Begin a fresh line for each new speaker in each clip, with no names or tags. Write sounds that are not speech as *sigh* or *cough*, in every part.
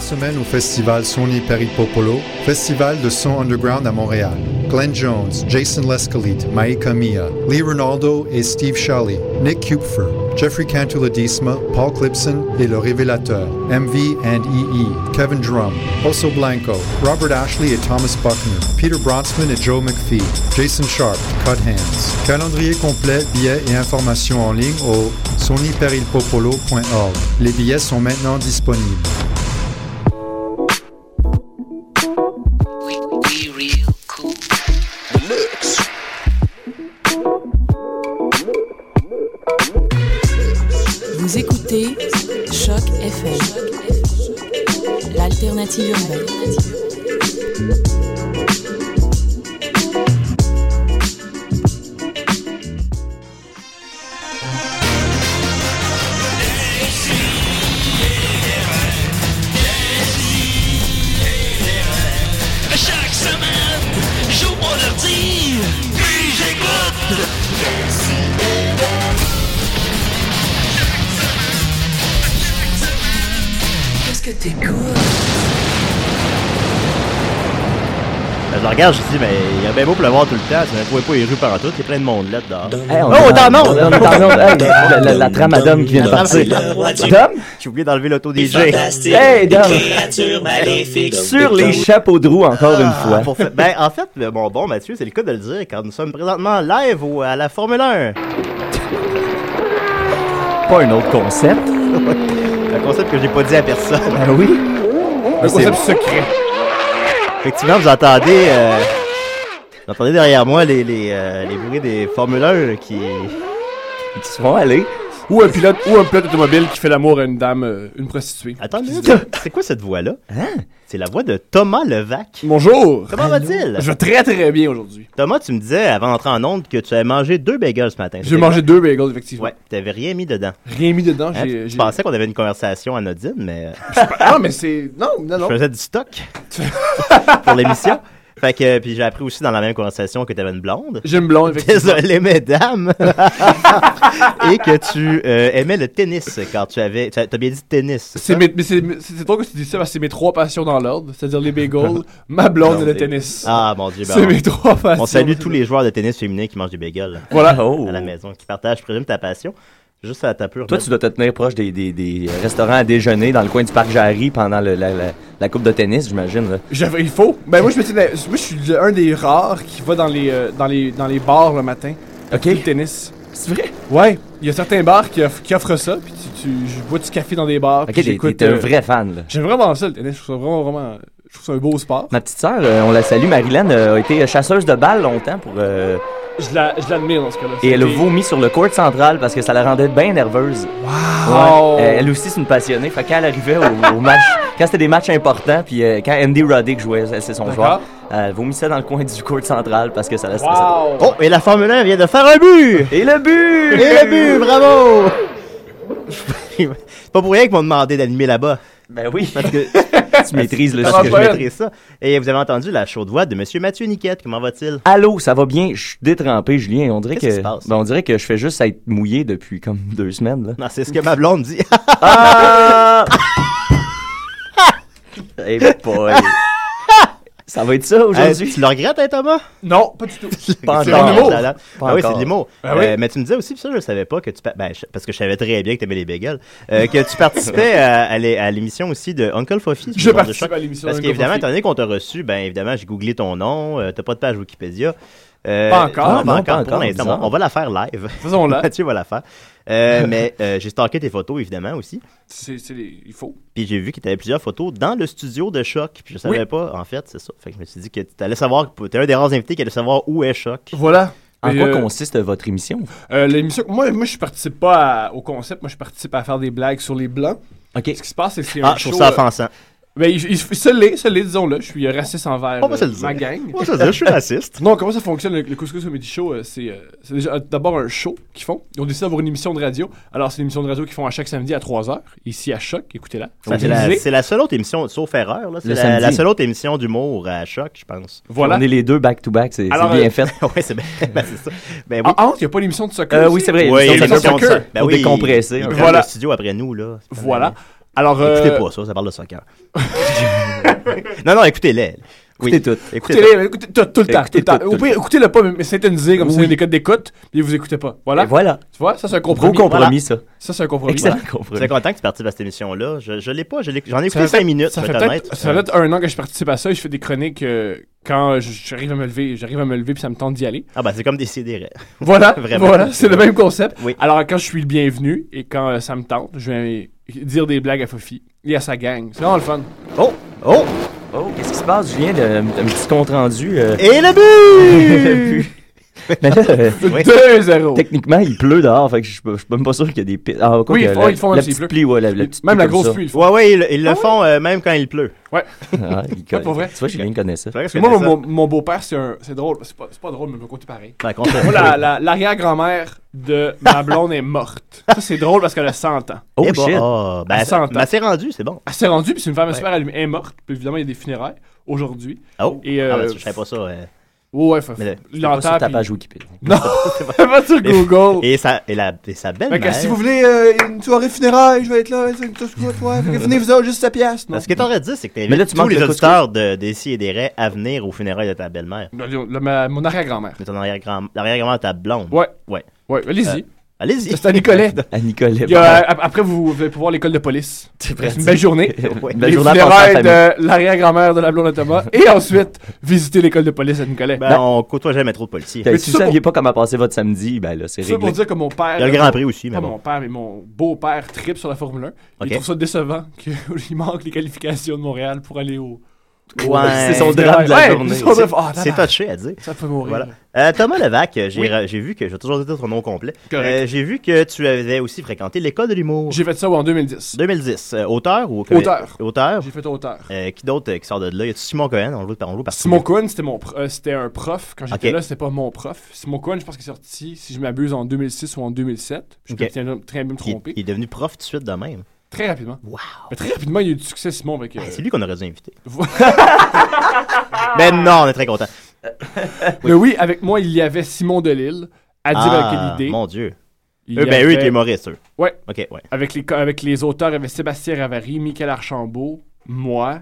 semaine au festival Sony Peripopolo, festival de son underground à Montréal. Glenn Jones, Jason Lescalite, Maika Mia, Lee Ronaldo et Steve Shelley, Nick Kupfer, Jeffrey Cantuladisma, Paul Clipson et Le Révélateur, MV and EE, Kevin Drum, Oso Blanco, Robert Ashley et Thomas Buckner, Peter Bronfman et Joe McPhee, Jason Sharp, Cut Hands. Calendrier complet, billets et informations en ligne au sonyperilpopolo.org. Les billets sont maintenant disponibles.
Vous écoutez Choc FM, l'alternative urbaine.
Chaque semaine, j'ouvre mon ordi, puis j'écoute.
Qu'est-ce que t'écoutes?
Ben, Je le regarde, je dis, mais il y a bien beau pleuvoir tout le temps, tu ne pouvais pas les rues partout, il y a plein de monde là dedans.
Hey, on
oh, on
est
t'en
en-
monte!
on est en onde. Hey, la- la- la trame à Dom qui vient de
La trame,
partir.
c'est le roi du-
Dom?
J'ai oublié d'enlever l'auto DJ.
Fantastique,
Hey, Dom.
créature maléfique.
Sur les chapeaux de roue, encore une
Ah,
fois.
pour fa- ben, en fait, le- bon, bon, Mathieu, c'est le cas de le dire, car nous sommes présentement live au- à la Formule 1.
Pas un autre concept.
*laughs* Un concept que j'ai pas dit à personne.
Ah oui?
Un concept secret.
Effectivement, vous entendez, euh, vous entendez derrière moi les, les, euh, les bruits des Formule 1 qui...
Ils se font aller.
Ou un pilote, ou un pilote automobile qui fait l'amour à une dame, euh, une prostituée.
Attends, une minute, c'est quoi cette voix-là? C'est la voix de Thomas Levac.
Hein? Bonjour!
Comment va-t-il?
Je vais très très bien aujourd'hui.
Thomas, tu me disais avant d'entrer en onde que tu avais mangé deux bagels ce matin.
J'ai
C'était
mangé deux bagels, effectivement.
Ouais, t'avais rien mis dedans.
Rien mis dedans.
Hein,
J'ai.
Je
j'ai-
pensais qu'on avait une conversation anodine, mais euh,
*laughs* Non, mais c'est. Non,
je
non, non.
faisais du stock *laughs* pour l'émission. Fait que, puis j'ai appris aussi dans la même conversation que t'avais une blonde.
J'aime blond, effectivement.
Désolé, mesdames. *laughs* Et que tu euh, aimais le tennis quand tu avais. tu as- T'as bien dit tennis. c'est
C'est
ça?
mes, mais c'est, c'est, c'est drôle que tu dis ça parce que c'est mes trois passions dans l'ordre, c'est-à-dire les bagels, ma blonde et le tennis.
Ah mon dieu, ben,
c'est
on-
mes trois passions.
on salue tous les joueurs de tennis féminin qui mangent des bagels
Voilà.
à la maison, qui partagent, je présume, ta passion. Juste à ta pure.
Toi, tu dois te tenir proche des, des, des restaurants à déjeuner dans le coin du parc Jarry pendant le- la, la- la coupe de tennis, j'imagine. là.
J'avais- il faut. Ben moi je me dis, moi je suis le- un des rares qui va dans les euh, dans les dans les bars le matin.
Ok.
Le tennis.
C'est vrai?
Ouais, il y a certains bars qui, off- qui offrent ça, puis tu, tu- je bois du café dans des bars.
Ok,
puis
t'es-
j'écoute,
t'es un
euh,
vrai fan, là.
J'aime vraiment ça le tennis, je trouve ça vraiment vraiment je trouve ça un beau sport.
Ma petite sœur, euh, on la salue, Marilyn, euh, a été chasseuse de balles longtemps pour euh,
Je la je l'admire dans ce cas-là.
et elle a vomi sur le court central parce que ça la rendait bien nerveuse.
Oh.
Ouais. Euh, elle aussi, c'est une passionnée. Fait que quand elle arrivait au, au match, quand c'était des matchs importants, puis euh, quand Andy Roddick jouait, c'est son
D'accord.
joueur, elle vomissait dans le coin du court central parce que ça la stressait.
Wow.
Oh, et la Formule 1 vient de faire un but!
Et le but!
Et le but, bravo! *laughs* C'est pas pour rien qu'ils m'ont demandé d'animer là-bas.
Ben oui, *laughs*
Parce que,
tu maîtrises le
parce que
sujet.
je maîtrise ça. Et vous avez entendu la chaude voix de Monsieur Mathieu Niquette. Comment va-t-il?
Allô, ça va bien? Je suis détrempé, Julien. On dirait
Qu'est-ce qui
que,
se passe?
ben, on dirait que je fais juste être mouillé depuis comme *laughs* deux semaines. Là.
Non, c'est ce que ma blonde dit. *laughs*
Ah!
Eh,
hey boy. ça va être ça
Hey,
aujourd'hui.
tu le regrettes, hein, Thomas?
Non, pas du tout.
Pas
*laughs* C'est
encore.
mon
humour.
talent.
Pas
Ah oui,
encore.
c'est de l'humour.
Ah oui.
Euh, mais tu me disais aussi, puis ça, je le savais pas, que tu. pa- Ben, je- parce que je savais très bien que t'aimais les bagels. euh, que tu participais à, à l'é- à l'émission aussi de Uncle Fofi. sur
Je
le bord de
participe
choc.
à l'émission
Parce
d'un
qu'évidemment,
Coffee.
étant donné qu'on t'a reçu, ben évidemment, j'ai googlé ton nom, euh, t'as pas de page Wikipédia. Euh,
Pas encore.
non,
Ah,
pas
non, pas
encore. Pour
encore,
l'instant,
bizarre.
on, on va la faire live. *laughs*
Faisons-la.
Mathieu va la faire. Euh, mais euh, j'ai stalké tes photos, évidemment, aussi.
C'est c'est les- il faut.
Puis j'ai vu que t'avais plusieurs photos dans le studio de Choc. Puis je savais pas, en fait, c'est ça. Fait que je me suis dit que t'allais savoir, t'es un des rares invités qui allait savoir où est Choc.
Voilà.
En
Et,
quoi
euh,
consiste votre émission?
euh, l'émission moi moi je participe pas à- au concept, moi je participe à faire des blagues sur les blancs.
Ok.
Ce qui se passe c'est que c'est
Ah,
un
je trouve
show,
ça
euh,
offensant.
Ben, il, il, se l'est, se l'est, disons-le. Je suis euh, raciste envers
On va se
euh,
le dire.
ma gang.
Moi, je suis raciste.
*laughs* Non, comment ça fonctionne le, le Couscous Comedy Show euh, C'est euh, c'est déjà euh, d'abord un show qu'ils font. Ils ont décidé d'avoir une émission de radio. Alors, c'est une émission de radio qu'ils font à chaque samedi à 3h, ici à Choc. Écoutez-la.
Ça, C'est la, c'est la seule autre émission, sauf erreur, là, c'est
Le
la,
samedi.
la seule autre émission d'humour à Choc, *laughs* je pense.
Voilà.
On est les deux back-to-back, c'est c'est
Alors,
bien
euh,
fait.
*laughs* ouais, c'est ben, ben, c'est ça. Ben oui.
Ah, ah, il n'y a pas l'émission de soccer.
Euh,
aussi?
oui, c'est vrai.
Ouais,
l'émission
il y a une
de
émission de
soccer
ça. Ben
pour
oui,
décompresser.
ils
un peu.
prennent
Voilà.
le studio après nous, là. ben
Voilà. Alors, euh,
Écoutez pas ça, ça parle de soccer. *laughs* non, non, écoutez-les.
Écoutez tout.
Écoutez
Écoutez, écoutez tout, tout le temps. Tout
Écoutez
le temps.
tout,
Au
tout le
pire, Écoutez-le pas, mais mais synthétisez comme ça,
Oui.
les codes d'écoute, puis vous écoutez pas. Voilà.
Et voilà.
Tu vois, ça c'est un
Gros
compromis.
compromis, ça.
Ça c'est un compromis.
Excellent
Je suis
compromis.
content que tu participes à cette émission-là. Je, je l'ai pas, je l'ai- j'en ai,
Ça
écouté
fait
5
peut-être-
minutes,
Ça
je
fait
vais être honnête.
peut-être ça fait peut-être un an que je participe à ça et je fais des chroniques euh, quand je- j'arrive à me lever, j'arrive à me lever puis ça me tente d'y aller.
Ah bah c'est comme des CDR.
*laughs* Voilà,
*laughs* Vraiment.
voilà, c'est le même concept.
Oui.
Alors quand je suis le bienvenu et quand euh, ça me tente, je vais dire des blagues à Fofi et à sa gang. C'est vraiment le fun.
Oh! Oh!
Oh, qu'est-ce qui se passe, Julien, de, d'un petit compte rendu? euh,
Et le but!
*laughs* Mais là, euh,
2-0.
techniquement, il pleut dehors, fait que je suis pas- je suis même pas sûr qu'il y a des pistes. Ah, quoi
Oui,
que
ils font-
la-
ils font même
la
s'il
petite
pleut.
pluie, ouais, la, la petite
Même la
pluie comme
grosse Ah
ça.
pluie, il faut.
ouais, ouais, ils, ils le font euh, même quand il pleut. *laughs*
*laughs*
Ah, il
Ouais, pour
connaît.
vrai.
Tu vois, Julien connaît ça.
C'est vrai que je
Moi, mon,
connais ça.
mon- mon beau-père, c'est un. C'est drôle. C'est pas, c'est pas drôle, mais je vais compter pareil.
Ben, qu'on se-
Moi, la- la- l'arrière-grand-mère de ma blonde est morte. Ça, c'est drôle parce qu'elle a 100 ans.
Oh
Eh
shit!
bon, ah, ben,
À 100 ans.
ben, c'est rendu, c'est bon.
Elle s'est rendue, puis c'est une femme super allumée. Elle est morte, puis évidemment, il y a des funérailles aujourd'hui.
Oh!
Et, euh,
ah, ben, je savais pas ça. euh.
Ouais, ouais, faut-
Mais là,
C'est pas
l'entend.
sur ta
puis-
page Wikipédia.
Non, *laughs* va sur Google.
Et sa, et la, et sa
Fait que
belle-mère.
si vous voulez euh, une soirée funéraille, je vais être là. C'est une touche quoi, toi. Fait que venez, vous avez juste sa pièce. Non.
Parce Ben, que t'aurais dit, c'est que
Mais là,
t'invites
tu
tous
manques
les
le
auditeurs de, des et des raies à venir au funérailles de ta belle-mère.
Le- le- ma- mon arrière-grand-mère.
Mais ton arrière-grand- l'arrière-grand-mère de ta blonde.
Ouais.
Ouais. Euh,
Ouais, allez-y.
Allez-y.
C'est à Nicolet.
À Ah, Nicolas.
Il y a- ap- après, vous, vous allez pouvoir l'école de police.
C'est
C'est une
*laughs*
belle journée.
Une
Les
belle journée à passer en
funérailles
famille.
de l'arrière-grand-mère de la blonde à Thomas. Et ensuite, visiter l'école de police à Nicolet.
Ben, on côtoie jamais trop de policiers.
Ben,
Mais
si
tout
vous
ça
saviez pas comment passer votre samedi, ben là, c'est
C'est
réglé.
pour dire que mon père.
Il y a le Grand Prix aussi, mais
Pas
bon.
mon père, mais mon beau-père tripe sur la Formule 1.
Ok.
Il trouve ça décevant *laughs* qu'il manque les qualifications de Montréal pour aller au.
*laughs*
*laughs*
Ouais.
C'est son drame de la
Ouais,
journée.
c'est son drame. Ah,
C'est
tabarnak.
touché à dire.
Ça peut mourir.
Voilà. Euh, Thomas Levac, euh, j'ai ra- j'ai vu que, je vais toujours dire ton nom complet,
Correct.
Euh, j'ai vu que tu avais aussi fréquenté l'école de l'humour.
J'ai fait ça en 2010.
2010, euh, auteur ou
Auteur.
Auteur.
J'ai fait auteur.
Euh, qui d'autre euh, qui sort de là? Y a-tu Simon Cohen? On le voit par on le voit partout.
Simon Cohen, c'était mon pro- euh, c'était un prof. Quand j'étais
Ok.
là, c'était pas mon prof. Simon Cohen, je pense qu'il est sorti, si je m'abuse, en 2006 ou en 2007. Je peux
Ok.
tiens- très bien me
Il-
tromper.
Il, est devenu prof tout de suite de même.
Très rapidement.
Wow. Ah,
Mais très rapidement, il y a eu du succès, Simon. Avec, euh,
C'est lui qu'on aurait dû
*laughs*
inviter. *laughs*
Voilà.
Mais non, on est très content.
Mais oui, avec moi, il y avait Simon Delille, Adib
Ah,
Al-Khalidi.
mon Dieu.
il y
Eux, ben, eux, ils
avait-
étaient humoristes, eux.
Ouais.
OK, ouais.
avec les, co- avec les auteurs, il y avait Sébastien Ravary, Michael Archambault, moi,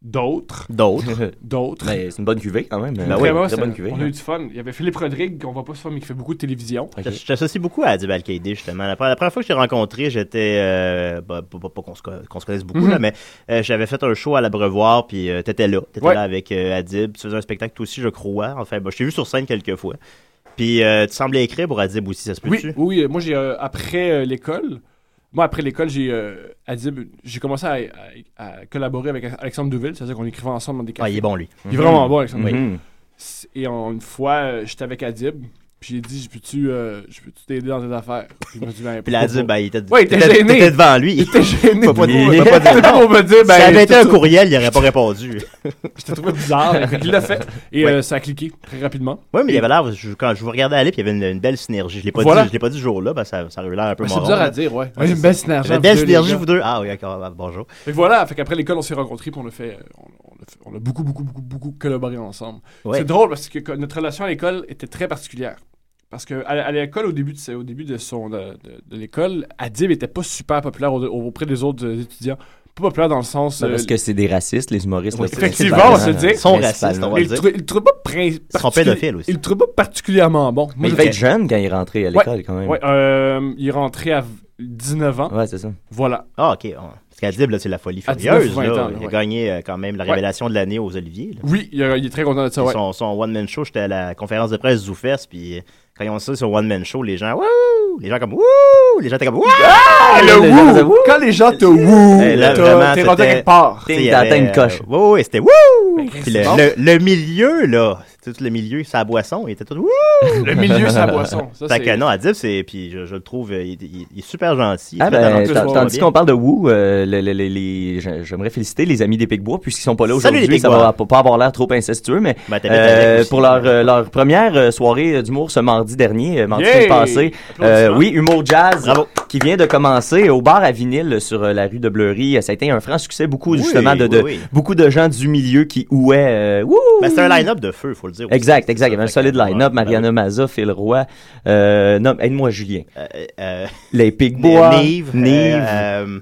d'autres,
D'autres.
*laughs* d'autres.
Mais c'est une bonne cuvée quand même.
Ben
Très
oui,
Vraiment,
très
ça-
bonne cuvée.
on a eu du fun. Il y avait Philippe Rodrigue, qu'on voit pas souvent, mais qui fait beaucoup de télévision.
Ok.
Je je t'associe beaucoup à Adib al justement. La première, la première fois que je t'ai rencontré, j'étais. euh, bah, pas pas- pas qu'on se, co- qu'on se connaisse beaucoup,
Mhm.
là, mais euh, j'avais fait un show à l'Abreuvoir, puis euh, t'étais là. T'étais
Ouais.
là avec euh, Adib. Tu faisais un spectacle, toi aussi, je crois. Enfin, bah, je t'ai vu sur scène quelques fois. Puis euh, tu semblais écrire pour Adib aussi, ça se
Oui,
peut-tu?
oui, euh, moi, j'ai euh, après euh, l'école, moi, après l'école, j'ai euh, Adib, j'ai commencé à, à- à collaborer avec Alexandre Deauville, c'est-à-dire qu'on écrivait ensemble dans des
Ah,
cafés.
il est bon, lui.
Il est vraiment bon, Alexandre.
Oui.
C- Et en- une fois, euh, j'étais avec Adib, puis j'ai dit, je peux-tu euh, je peux-tu t'aider dans tes affaires? Puis il m'a dit, Ben,
Puis là,
pourquoi
Adib, ben, il était,
Ouais, il était
t'étais-
gêné.
t'étais devant lui.
Il était gêné.
Faut pas
de-
dire- *laughs*
il
faut pas dire
était
non.
pas pour me dire, ben,
si ça avait été
tout
un
ça,
courriel, il n'aurait pas
*laughs*
répondu.
Je t'ai trouvé bizarre. mais Il l'a fait. Et
Ouais.
euh, ça a cliqué très rapidement.
Oui, mais il y avait l'air, je- quand je vous regardais aller, puis il y avait une, une belle synergie. Je l'ai pas
Voilà.
dit, je l'ai pas dit ce jour-là, parce que ça, ça avait l'air un peu
Ben, c'est
marrant,
bizarre
là.
à dire, ouais.
Ouais, c'est
une belle synergie.
Il y avait une belle synergie, vous deux. Ah oui, d'accord, ah, bonjour.
Fait que voilà, fait qu'après l'école, on s'est rencontrés, puis on a fait. euh, On, on a fait- on a beaucoup, beaucoup, beaucoup, beaucoup collaboré ensemble.
Ouais.
C'est drôle parce que co- notre relation à l'école était très particulière. Parce que à, à l'école, au début de, ce- au début de, son, de, de- de l'école, Adib était pas super populaire au- auprès des autres euh, étudiants. Pas populaire dans le sens.
Ben,
euh,
Parce que c'est des racistes, les humoristes.
Oui,
là, c'est
effectivement,
principalement,
on se le dit.
euh,
Ils sont racistes,
principalement.
on va
Mais
le
il,
dire.
trou- il le trouvait pas prin-
Ils sont
particu-
pédophiles aussi.
Il le trouvait pas particulièrement bon.
Mais
Moi,
il
je
devait être jeune quand il est rentré à l'école quand même.
Ouais, euh, il est rentré à v- 19 ans.
Ouais, c'est ça.
Voilà.
Ah, ok. ah. Parce qu'Adib, là, c'est la folie
À 19,
furieuse.
20
là.
ans,
il a
ouais.
gagné euh, quand même la
Ouais.
révélation de l'année aux Oliviers. là.
Oui, il, il est très content de ça.
Puis
Ouais.
Son, son one-man show, j'étais à la conférence de presse Zoufest, puis euh, quand ils ont ça, son one-man show, les gens, wouh! Les gens comme wouh! Les gens étaient comme wouh!
Ah,
le Les gens wouh! faisaient wouh!
Quand les gens te wouh,
Eh, là,
t'as-
vraiment,
t'es rendu à
c'était-
quelque part.
Ding,
Tu
Ben,
sais, il y
dang,
avait,
ding, coche.
euh, Ouais, ouais, ouais, c'était wouh! Puis le,
bon.
le- le milieu, là, tu sais, tout le milieu, sa boisson, il était tout wouh!
Le milieu, c'est la boisson. Ça,
Fait que
c'est-
non, Adib, c'est. Puis je, je le trouve, euh, il, il- il est super gentil.
Ah
Il fait
ben,
talentueux,
tant-
ça va
tandis
bien.
qu'on parle de Wu, euh, le- le- le- les- j'a- j'aimerais féliciter les amis des Picbois puisqu'ils sont pas là
Salut les
aujourd'hui. Ça
Picbois.
va pas pas avoir l'air trop incestueux, mais
Ben, t'habites
euh,
avec aussi.
pour leur, euh, leur première euh, soirée euh, d'humour ce mardi dernier, euh, mardi
Yeah!
qui passé. Euh, oui, humour jazz
Bravo.
qui vient de commencer au bar à vinyle sur euh, la rue de Bleury. Ça a été un franc succès, beaucoup
Oui,
justement de, de-
oui, oui.
beaucoup de gens du milieu qui ouaient. Euh, Wouh!
Ben, c'est un line-up de feu, faut le dire. aussi.
Exact,
C'est
exact.
ça,
Il y avait un
fait
solide
que,
line-up.
ouais, ben
Mariana Maza, Phil Roy, euh, non, aide-moi Julien.
oui. Euh, euh,
Les Picbois,
Nive.
Nive.
euh, euh,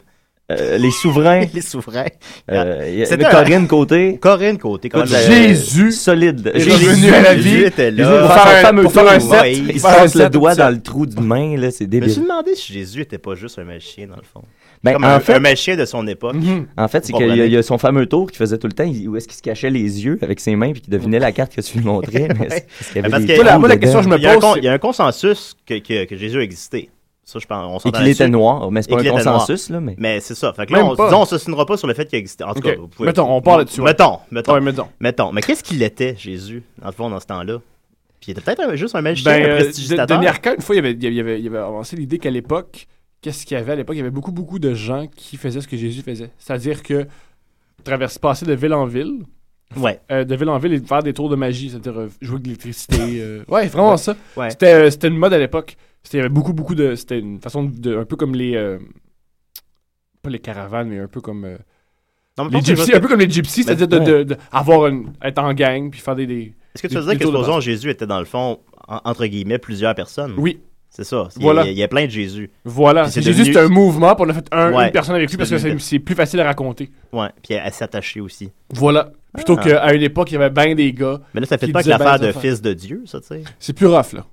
euh, les souverains.
*laughs* les souverains.
euh, il y a-
Ah, C'était
Corinne Côté.
Corinne Côté, euh, quand même.
Écoute,
la-
Jésus
Solide.
est
Jésus-
revenu à la vie.
Jésus était là.
Jésus va
Pour
faire
faire
un
un-
fameux
pour faire un
tour.
set.
Ouais, Il se
Faire un
passe le
set
doigt
comme ça.
dans le trou d'une main, là, c'est
Je me suis
débile.
demandé si Jésus était pas juste un magicien, dans le fond.
Ben,
Comme
en
un,
fait,
un magicien de son époque.
Mhm.
En fait, c'est
Bon,
qu'il y, a-
ben,
il y a son fameux tour qu'il faisait tout le temps, il- où est-ce qu'il se cachait les yeux avec ses mains puis qu'il devinait la carte que tu lui
*laughs*
montrais. mais c'est- parce qu'il y avait
Parce
des
que-
trous
Moi, la-
moi, la
dedans.
question que je me
Il y a un,
pose,
con-
c'est-
il y a un consensus que, que, que Jésus existait. Ça, je pense, on
Et
s'entend
qu'il était
là-dessus.
noir, mais c'est pas
Et
un
qu'il était noir.
consensus, là, mais...
Mais c'est ça. Fait que là,
Même
on,
pas.
disons, on s'assinera pas sur le fait qu'il existait. En tout
Ok.
cas, vous pouvez-
Mettons, on parle là-dessus, ouais.
Mettons, mettons,
Ouais, mettons.
mettons. Mais qu'est-ce qu'il était, Jésus, dans le fond, dans ce temps-là? Puis il était peut-être un- juste un magicien, un
Ben, euh, De-
prestigitateur.
Denis Arcand, une fois, il avait, il avait, il avait avancé l'idée qu'à l'époque, qu'est-ce qu'il y avait à l'époque Il y avait beaucoup, beaucoup de gens qui faisaient ce que Jésus faisait. C'est-à-dire que traverser, passer de ville en ville,
Ouais.
euh, de ville en ville et faire des tours de magie, c'est-à-dire euh, jouer avec de l'électricité. euh, Ouais, vraiment ça.
Ouais.
C'était, euh, c'était une mode à l'époque. C'était- Il y avait beaucoup, beaucoup de. C'était une façon de. Un peu comme les. euh, pas les caravanes, mais un peu comme. euh,
Non, mais
les
je pense que-
gypsies, un peu comme les gypsies,
Mais-
c'est-à-dire de, de- de- avoir une, être en gang puis faire des. des-
Est-ce que tu
du-
veux dire
du
que,
tour de
supposons, Jésus était dans le fond, en- entre guillemets, plusieurs personnes?
Oui,
C'est ça. Il y a-
Voilà.
euh, il y a- il y a plein de Jésus.
voilà.
Puis c'est
Jésus,
devenu-
c'est un mouvement, puis on a fait un-
Ouais.
une personne avec lui parce que
devenu
c'est,
de-
c'est plus facile à raconter.
Ouais, puis à, à s'attacher aussi.
Voilà. Plutôt qu'à une époque, il y avait bien des gars.
Ah. Mais là, ça fait
Qui
pas que
disait, ben,
l'affaire
les
de
enfants.
fils de Dieu, ça, tu sais.
C'est plus rough, là.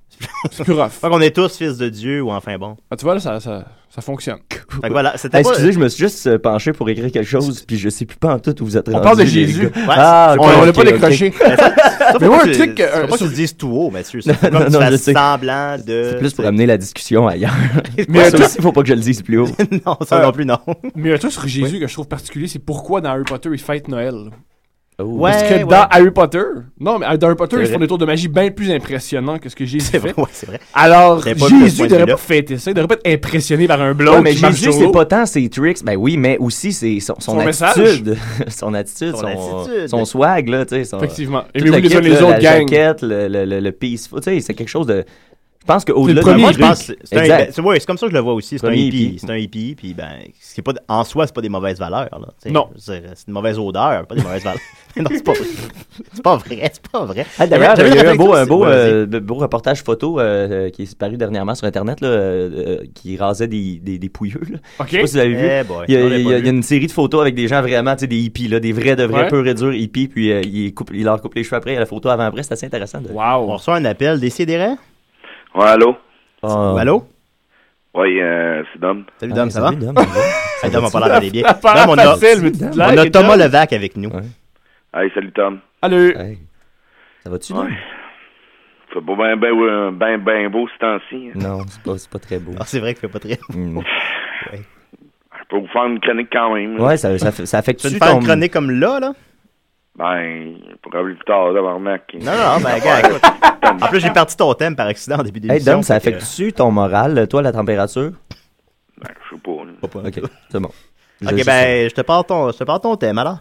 c'est plus rough.
Fait qu'on est tous fils de Dieu, ou enfin bon.
Ah, tu vois, là, ça, ça, ça fonctionne.
Fait que voilà, c'était
Ah,
pas...
excusez, je me suis juste euh, penché pour écrire quelque chose, puis je sais plus pas en tout où vous êtes
On parle de
rendus, les
Jésus.
gars.
Ouais,
Ah,
c'est-
ok,
on l'a
ok,
pas
ok.
décroché.
*laughs*
Ça, faut
Mais moi,
pas
un
que
truc,
tu-
euh,
faut pas
sur-
que tu le dises tout haut, Mathieu. Ça faut
Non,
pas que tu
non, je
fasses
sais.
semblant de...
C'est plus pour amener la discussion
*laughs*
ailleurs.
Mais
Mais
un
ça
truc-
aussi, faut pas que je le dise plus haut.
*laughs*
Euh,
non, ça non plus, non.
Euh, *laughs* Mais un truc sur Jésus que je trouve particulier, c'est pourquoi dans Harry Potter, ils fêtent Noël.
Ouais.
Parce que
Oh. ouais.
dans Harry Potter, non, mais dans Harry Potter,
C'est
ils
vrai.
font des tours de magie bien plus impressionnants que ce que Jésus
C'est vrai,
fait.
ouais, c'est vrai.
Alors,
J'avais pas vu ce
Jésus
point
ne
de
devrait
vue-là.
pas fêter ça, il devrait pas être impressionné par un blog
Ouais, mais
qui marche
Jésus,
sur
c'est
l'eau.
pas tant ses tricks, ben oui, mais aussi c'est son, son
Son
attitude, *laughs* son attitude,
Son
son,
attitude.
son swag là, tu sais, son,
Effectivement. Et
Tout le
les
kit,
uns les
là,
autres
la
gangs.
jaquette, le, le, le, le peaceful, tu sais, c'est quelque chose de... Je pense qu'au-delà
le
de
premier
moi,
moi,
je pense que c'est un-
Exact.
c'est ouais, c'est comme ça que je le vois aussi. C'est un
Premier
hippie.
hippie.
C'est un hippie, puis ben, ce qui est pas, de- en soi, c'est pas des mauvaises valeurs. Là, tu sais.
Non.
Je veux dire, C'est une mauvaise odeur, pas des mauvaises valeurs. *laughs* non, c'est pas vrai. C'est pas vrai, c'est pas vrai.
Ah, d'ailleurs,
J'avais
il y a eu un
réflexion
beau, un
aussi.
beau,
Ouais, vas-y.
euh, de- beau reportage photo euh, euh, qui est paru dernièrement sur Internet là, euh, euh, qui rasait des, des, des pouilleux. Là. Je sais
OK?
pas si vous avez vu.
Eh boy,
Il y, a,
on l'a
il y
pas
a- il y a
vu.
une série de photos avec des gens vraiment, tu sais, des hippies, là, des vrais, de vrais,
Ouais.
purs et durs hippies, puis euh, ils, coupent, ils leur coupent les cheveux après, la photo avant-après, c'est assez intéressant. De...
On
Wow.
reçoit un appel des CDR.
Ouais, allô?
Ah.
Allô?
Oui, euh, c'est Dom.
Salut,
Ah,
Dom, ça va?
salut, Dom, ça va?
Hey, Dom, on parle
La-
d'aller *laughs* bien.
la
Dom, on a,
facile, mais tu te
On
on
blagues,
a
et
Thomas
John.
Levac avec nous.
Ouais.
Hey, salut Tom.
Allô?
Hey. Ça va-tu, Dom?
Ouais. C'est pas ben, ben, euh, ben, ben beau ce temps-ci. hein.
Non, c'est pas, c'est pas très beau.
Ah, c'est vrai qu'il fait pas très.
Mm.
Je peux vous faire une chronique quand même. là.
Ouais, ça, ça, fait- ça affecte
Tu veux nous faire une chronique comme là, là?
Ben, probablement plus tard, d'avoir remarqué.
Non, non, ben, gars, écoute. En plus, j'ai parti ton thème par *laughs* accident en début d'émission.
Hey Dom, ça
fait que-
affecte-tu ton moral, euh, toi, la température?
Ben, je sais pas. là.
Ok, c'est bon. Je-
Ok,
je-
ben, je te parle ton, je te parle ton thème, alors.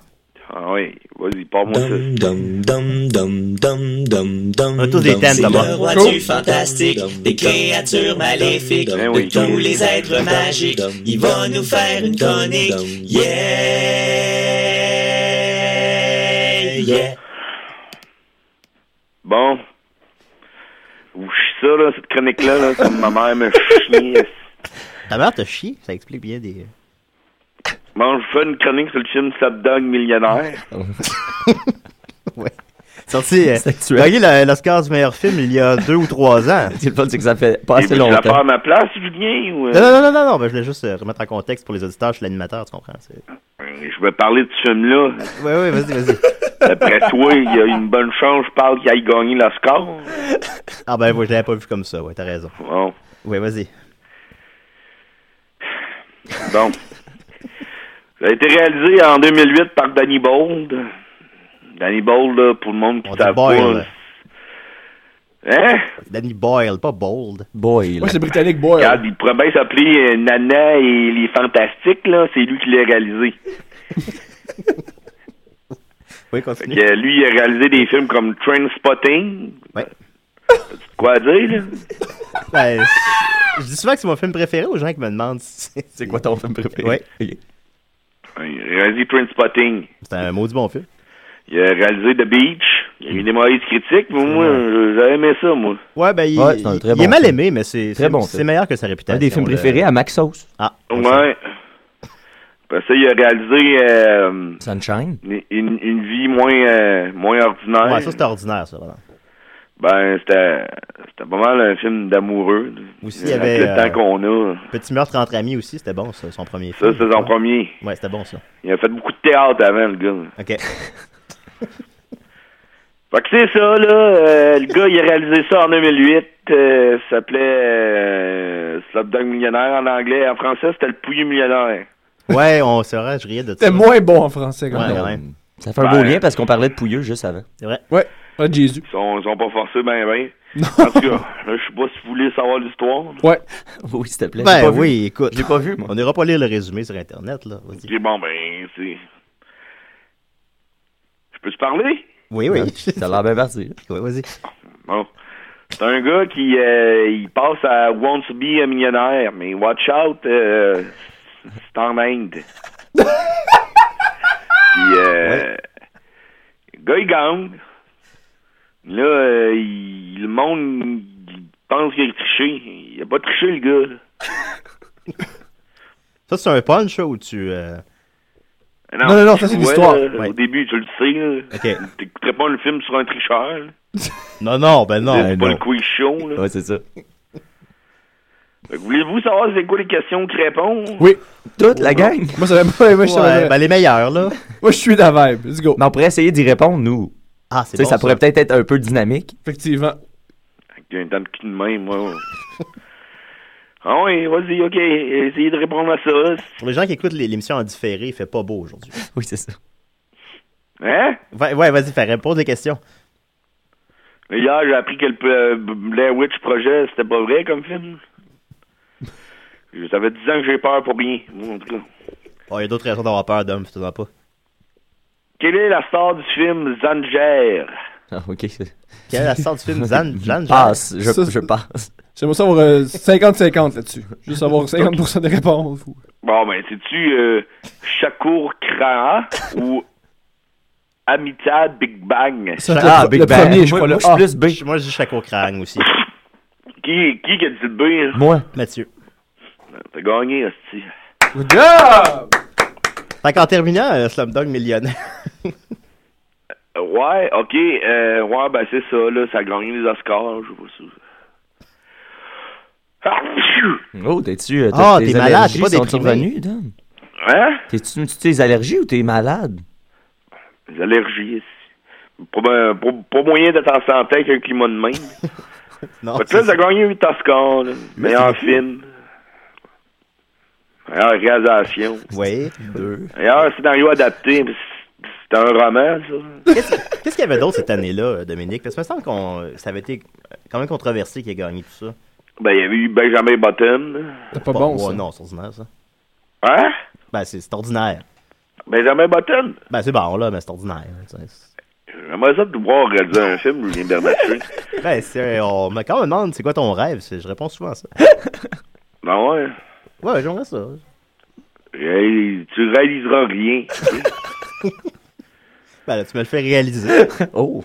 Ah oui, vas-y, parle-moi ça.
Dum dum dum dum dum dum dum.
On a tous des
dum,
thèmes,
dum,
C'est
Thomas.
le roi
Cool.
du fantastique, des créatures maléfiques,
Ben
de
oui.
tous les êtres magiques. Il va nous faire une chronique. Yeah! Yeah!
Bon. Vous chie ça, là, cette chronique-là, là, comme ma mère me chie.
Ta mère te chie, ça explique bien
*laughs*
des.
Bon, je vous fais une chronique sur le film Dog Millionnaire.
Sorti. euh,
C'est actuel.
Gagné la- l'Oscar du meilleur film il y a deux ou trois ans.
*laughs* C'est le fun, c'est que ça fait pas
Et
assez
vous la faire
longtemps.
à ma place, Julien, ou... euh,
Non, non, non, non, non, non, ben, je voulais juste euh, remettre en contexte pour les auditeurs, je suis l'animateur, tu comprends. c'est-
Je vais parler de ce film-là.
Ouais, ouais, vas-y, vas-y.
Après toi, il y a une bonne chance, je parle qu'il aille gagner le score.
Ah, ben, ouais, je l'avais pas vu comme ça, ouais, t'as raison.
Bon.
Ouais, vas-y.
Bon. Ça a été réalisé en 2008 par Danny Bold. Danny Bold, là, pour le monde qui
On dit
t'a
Boyle.
Hein?
Danny Boyle, pas Bold.
Boy, là.
Moi, c'est Britannique Boy.
Regarde, il pourrait bien s'appeler euh, Nana et les Fantastiques, là. C'est lui qui l'a réalisé.
Oui,
Fait
continue.
que, euh, lui, il a réalisé des films comme Trainspotting.
Ouais.
Quoi à dire, là?
Ben, je- je dis souvent que c'est mon film préféré aux gens qui me demandent si c'est-
C'est quoi ton film préféré?
Ouais.
Ok.
Il a réalisé Trainspotting.
C'est un maudit bon film.
Il a réalisé The Beach. Il y a eu des mauvaises critiques, mais moi, j'avais aimé ça, moi.
Ouais, ben, il,
Ouais, c'est un très
il
bon
est mal
film.
aimé, mais c'est
Très
c'est-
bon
c'est
film.
meilleur que sa réputation.
Un des films
là.
préférés à Maxos.
Ah,
Ouais. Après ça, il a réalisé euh,
Sunshine.
une, une- une vie moins, euh, moins ordinaire.
Ouais, ça c'était ordinaire, ça, voilà.
Ben, c'était c'était pas mal un film d'amoureux.
Aussi, il y
Avec
avait
le
euh,
temps qu'on a.
Petit meurtre entre amis aussi, c'était bon, ça, son premier
Ça,
film.
c'est son premier.
Ouais, c'était bon, ça.
Il a fait beaucoup de théâtre avant, le gars.
Ok.
*laughs* Fait que c'est ça, là. euh, le gars, il a réalisé ça en 2008. Euh, ça s'appelait euh, Slumdog Millionnaire en anglais. En français, c'était Le Pouilleux Millionnaire.
Ouais, on, c'est vrai, je riais de ça.
C'était moins bon en français, quand
Ouais,
même.
quand même.
Ça fait un beau lien parce qu'on parlait de Pouilleux juste avant.
C'est vrai.
Ouais. Ah, Jésus.
Ils sont, ils sont pas forcés,
*laughs*
ben, ben. En tout cas, là, je sais pas si vous voulez savoir l'histoire.
Ouais.
*laughs* Oui, s'il te plaît. j'ai
Ben
pas vu.
oui, écoute.
Je l'ai pas vu, moi.
On n'ira pas lire le résumé sur Internet, là. Vas-y.
Ok, bon, ben, c'est. Je peux te parler?
Oui, oui.
Ça a l'air bien parti. là.
Ouais, vas-y.
Bon. C'est un gars qui euh, il passe à Want to be a millionnaire, mais watch out, euh, c'est en Inde. Puis, euh, le gars, il gagne. Là, euh, il- le monde il pense qu'il a triché. Il a pas triché, le gars. là.
Ça, c'est un punch, ça, où tu. euh,
Non, non, non, ça, c'est
Ah tu
une
vois,
histoire.
là,
Ouais.
Au début, tu le sais. là.
Ok.
T'écouterais pas le film sur un tricheur. là.
Non, non, ben non.
c'est
ben
pas
non.
le quiz show. là.
Ouais, c'est ça.
Fait que Voulez-vous savoir c'est quoi les questions qu'il répond?
Oui.
Toute la gang.
Moi, ça va *laughs* pas. Moi, je savais
Ouais,
pas.
ben les meilleurs, là.
Moi, je suis dans la vibe. Let's go.
Mais on pourrait essayer d'y répondre, nous.
Ah, c'est
Tu sais,
bon.
ça pourrait peut-être être un peu dynamique.
Effectivement.
J'ai un temps de cul de main, moi. ah oui, vas-y, ok, essayez de répondre à ça.
Pour les gens qui écoutent les- l'émission en différé, il fait pas beau aujourd'hui.
Oui, c'est ça.
Hein?
Ouais, ouais, vas-y, fais répondre des questions.
Mais Hier, j'ai appris que le euh, Blair Witch Project, c'était pas vrai comme film. Je- Ça fait 10 ans que j'ai peur pour rien, moi, en tout cas.
Oh, il y a d'autres raisons d'avoir peur d'hommes, fais-en pas.
Quelle est la star du film Zanger?
Ah, ok. c'est-
Quelle est la sorte du film *laughs* Zan, Zan,
Passe, je,
Ça,
je passe.
J'aimerais savoir euh, 50-50 là-dessus. Juste *laughs* avoir 50% des réponses.
Bon, ben, c'est-tu euh, Shakur Kraa ou Amitabh Big Bang?
*laughs* Ça,
Ah,
le,
Big
le
Bang.
premier, je
Moi-
crois.
moi,
Ah.
je
le
suis plus
A.
B.
Je- Moi, je dis Chaco Crang aussi.
Qui, qui qui a dit le B? hein?
Moi.
Mathieu.
T'as gagné, hostie.
Good job!
Fait qu'en terminant, euh, Slumdog Millionnaire. *laughs*
Euh, Ouais, ok, euh, ouais, ben c'est ça, là, ça a gagné les Oscars, je sais pas si... Ah, pfiou!
Oh, t'es-tu. euh,
Ah,
tes
t'es malade,
allergies
t'es pas
sont-tu
déprimé.
revenues, Dan?
Hein?
T'es-tu tu tes allergies ou t'es malade?
Les allergies, ici. Pas, ben- pas, pas moyen d'être en santé avec un climat de main.
*laughs*
Non.
Fait que là, ça a gagné 8 Oscars, là. Meilleur film. Meilleure réalisation.
Oui, deux.
Meilleur scénario adapté. C'est un roman, ça.
Qu'est-ce qu'est-ce qu'il y avait d'autre cette année-là, euh, Dominique? Parce que ça me semble qu'on, euh, ça avait été euh, quand même controversé qu'il ait gagné tout ça.
Ben, il y avait eu Benjamin Button.
C'est pas bon,
ouais,
ça.
Non, c'est ordinaire, ça.
Hein?
Ben, c'est c'est ordinaire.
Benjamin Button?
Ben, c'est bon, là, mais c'est ordinaire. C'est- c'est-
J'aimerais ça de voir réaliser un film, Julien
*laughs*
Bernatchez.
Ben, c'est, on, me- quand on me demande c'est quoi ton rêve, c'est- je réponds souvent à
*laughs*
ça.
Ben ouais.
Ouais, j'aimerais ça.
Hey, tu réaliseras rien.
Ben, là, tu me le fais
*laughs*
réaliser.
Oh!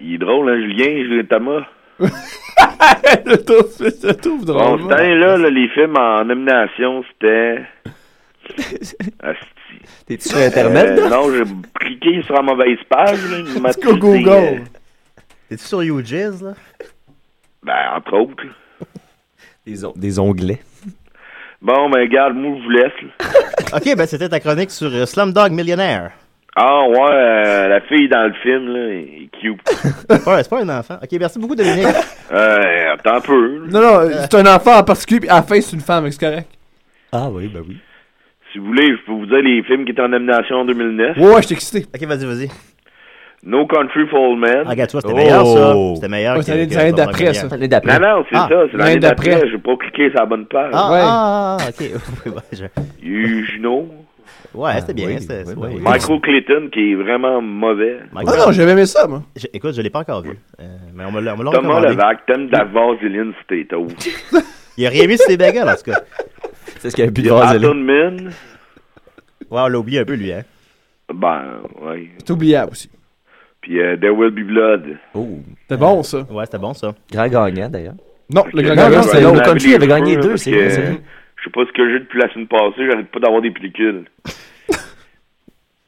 Il est drôle, hein, Julien, Julien Thomas.
*laughs* le tour, le tour,
Bon,
drôlement.
cette année-là, là, les films en nomination,
*laughs*
c'était. Asti.
T'es-tu sur Internet?
Euh, non, j'ai cliqué sur la mauvaise page. Là,
*laughs*
il m'a
Go,
dit,
go,
euh,
go!
*laughs* T'es-tu sur YouJizz, là?
Ben, entre autres. là.
Des, on- des onglets.
Bon, ben, regarde, moi, je vous laisse. là.
*laughs* Ok, ben, c'était ta chronique sur euh, Slumdog Millionaire.
Ah, ouais, euh, la fille dans le film, là, est cute.
*laughs* C'est pas, c'est pas un enfant. Ok, merci beaucoup, Dominique.
Euh, attends un peu. là.
Non, non, c'est un enfant en particulier, puis à la fin, c'est une femme, mais c'est correct.
Ah oui, ben oui.
Si vous voulez, je peux vous dire les films qui étaient en nomination en 2009.
Ouais, ouais, *laughs* je suis excité.
Ok, vas-y, vas-y.
No Country for Old Men.
Ah, regarde, toi, c'était
Oh.
meilleur, ça. C'était meilleur.
Ouais,
que-
ça allait
que
ça allait
Slumdog
d'après, ça.
Millionaire.
L'année d'après.
Non, non, c'est
Ah,
ça, c'est l'année
l'année d'après.
d'après. J'ai pas cliqué sur la bonne page.
Ah,
Ouais.
ah, ah, ok. *laughs* Oui, ouais, je-
Il y a eu Juno.
Ouais, c'était bien.
Ah, oui,
c'était-
oui,
ouais,
oui.
ouais.
Michael Clayton, qui est vraiment mauvais.
Mike-
Ah non, j'avais aimé ça, moi.
Je- écoute, je l'ai pas encore vu. Euh, mais on me l'a on me l'a
Thomas
recommandé.
Levac, t'aimes de la vaseline, c'était tout.
*laughs* Il a rien mis sur ses bagels, en tout
*laughs*
cas.
C'est ce qu'il y avait plus de
Anton
vaseline.
Min,
Ouais, on l'a oublié un peu, lui, hein.
ben, ouais.
C'est oubliable aussi.
Puis euh, There Will Be Blood.
Oh!
C'était bon, ça.
Ouais, c'était bon, ça.
Grand gagnant, d'ailleurs.
Non, le
Que-
grand
non,
gagnant,
c'est
c'était
No
Laver
l'autre.
Country
les
avait gagné
cheveux,
deux,
euh,
Ben, parce
c'est
que
vrai, c'est vrai.
sais pas ce que j'ai depuis la semaine passée, j'arrête pas d'avoir des pellicules.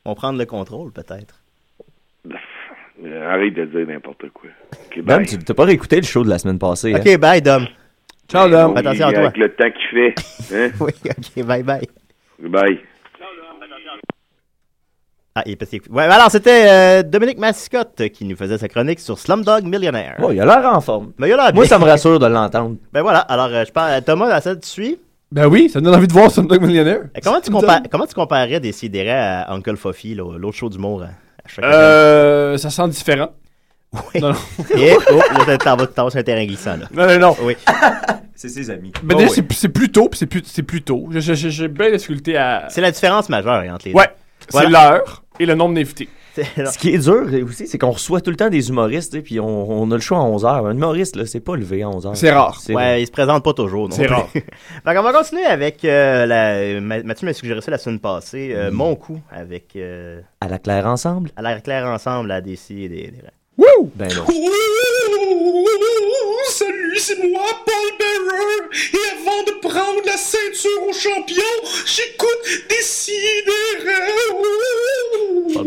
On prend le contrôle, peut-être.
Euh, Arrête de dire n'importe quoi. Ok,
Dom,
bye.
Ben, tu t'as pas réécouté le show de la semaine passée. hein?
OK, bye, Dom.
Ciao, Dom.
Oui,
Attention à toi.
avec le temps qu'il fait. Hein?
*laughs* Oui, OK, bye, bye.
Bye.
Ah, il est passé. Ouais, alors, c'était euh, Dominique Mascotte qui nous faisait sa chronique sur Slumdog Millionaire.
Oh, il a l'air en forme.
Ben, il a l'air
Moi,
bien.
ça me rassure de l'entendre.
Ben voilà, alors, euh, je parle à Thomas, la salle, tu suis.
Ben oui, ça me donne envie de voir Slumdog Millionnaire.
Euh, Comment tu, compares, comment tu comparerais des sidérés à Uncle Fofi, là, l'autre show d'humour à, à chaque
Euh, ça sent différent.
année?
non, non.
*laughs*
*laughs*
Et, oh, là, t'en vas, t'en vas sur un terrain glissant, là.
Non, non, non.
Oui.
*laughs* C'est ses amis.
Ben, déjà, c'est- c'est plus tôt, puis c'est plus, c'est plus tôt. J'ai- J'ai j'ai bien la difficulté à.
C'est la différence majeure hein, entre les
Ouais,
Voilà.
c'est l'heure et le nombre d'invités.
deux. *laughs* C'est- non.
Ce qui est dur euh, aussi, c'est qu'on reçoit tout le temps des humoristes, et puis on, on a le choix à 11h. Un humoriste, là, c'est pas levé à 11h.
C'est rare.
Ouais, il se présente pas toujours. non
C'est
plus.
rare.
*laughs* Fait qu'on va continuer avec. euh, la... Ma- Mathieu m'a suggéré ça la semaine passée.
Mm-hmm.
euh, Mon coup avec. euh,
À la claire ensemble?
à l'air clair ensemble, la DC et des. des-
Wouh! Ben non.
Salut, c'est moi, Paul Bearer. Et avant de prendre la ceinture au champion, j'écoute des sidérés.
Paul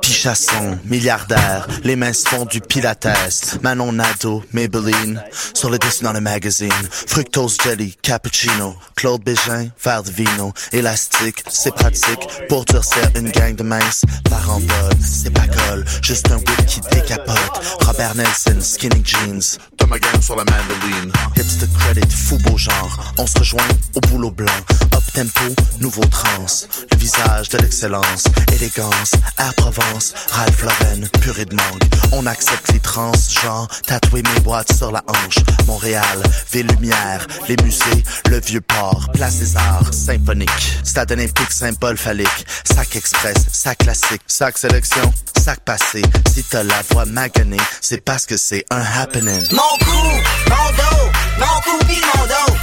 Pichasson, milliardaire, les mains se font du pilates. Manon Nadeau, Maybelline, sur le dessin dans le magazine. Fructose jelly, cappuccino, Claude Bégin, verre de vino. Élastique, c'est pratique, pour durcir une gang de minces. Parambole, c'est pas colle, juste un whip qui décapote. Robert Nelson, skinny jeans. Thomas Gang sur la mandoline. Hips de credit, fou beau genre. On se rejoint au boulot blanc. Up tempo, nouveau trans. Le visage de l'excellence, élégance, à Provence, Ralph Lauren, purée de mangue. On accepte les trans, genre, tatouer mes boîtes sur la hanche. Montréal, ville lumière, les musées, le vieux port, place des arts, symphonique. Stade olympique, symbole phallique. Sac express, sac classique, sac sélection, sac passé. Si t'as la voix maganée, c'est parce que c'est un happening.
Mon cou, mon dos, mon cou pis mon dos.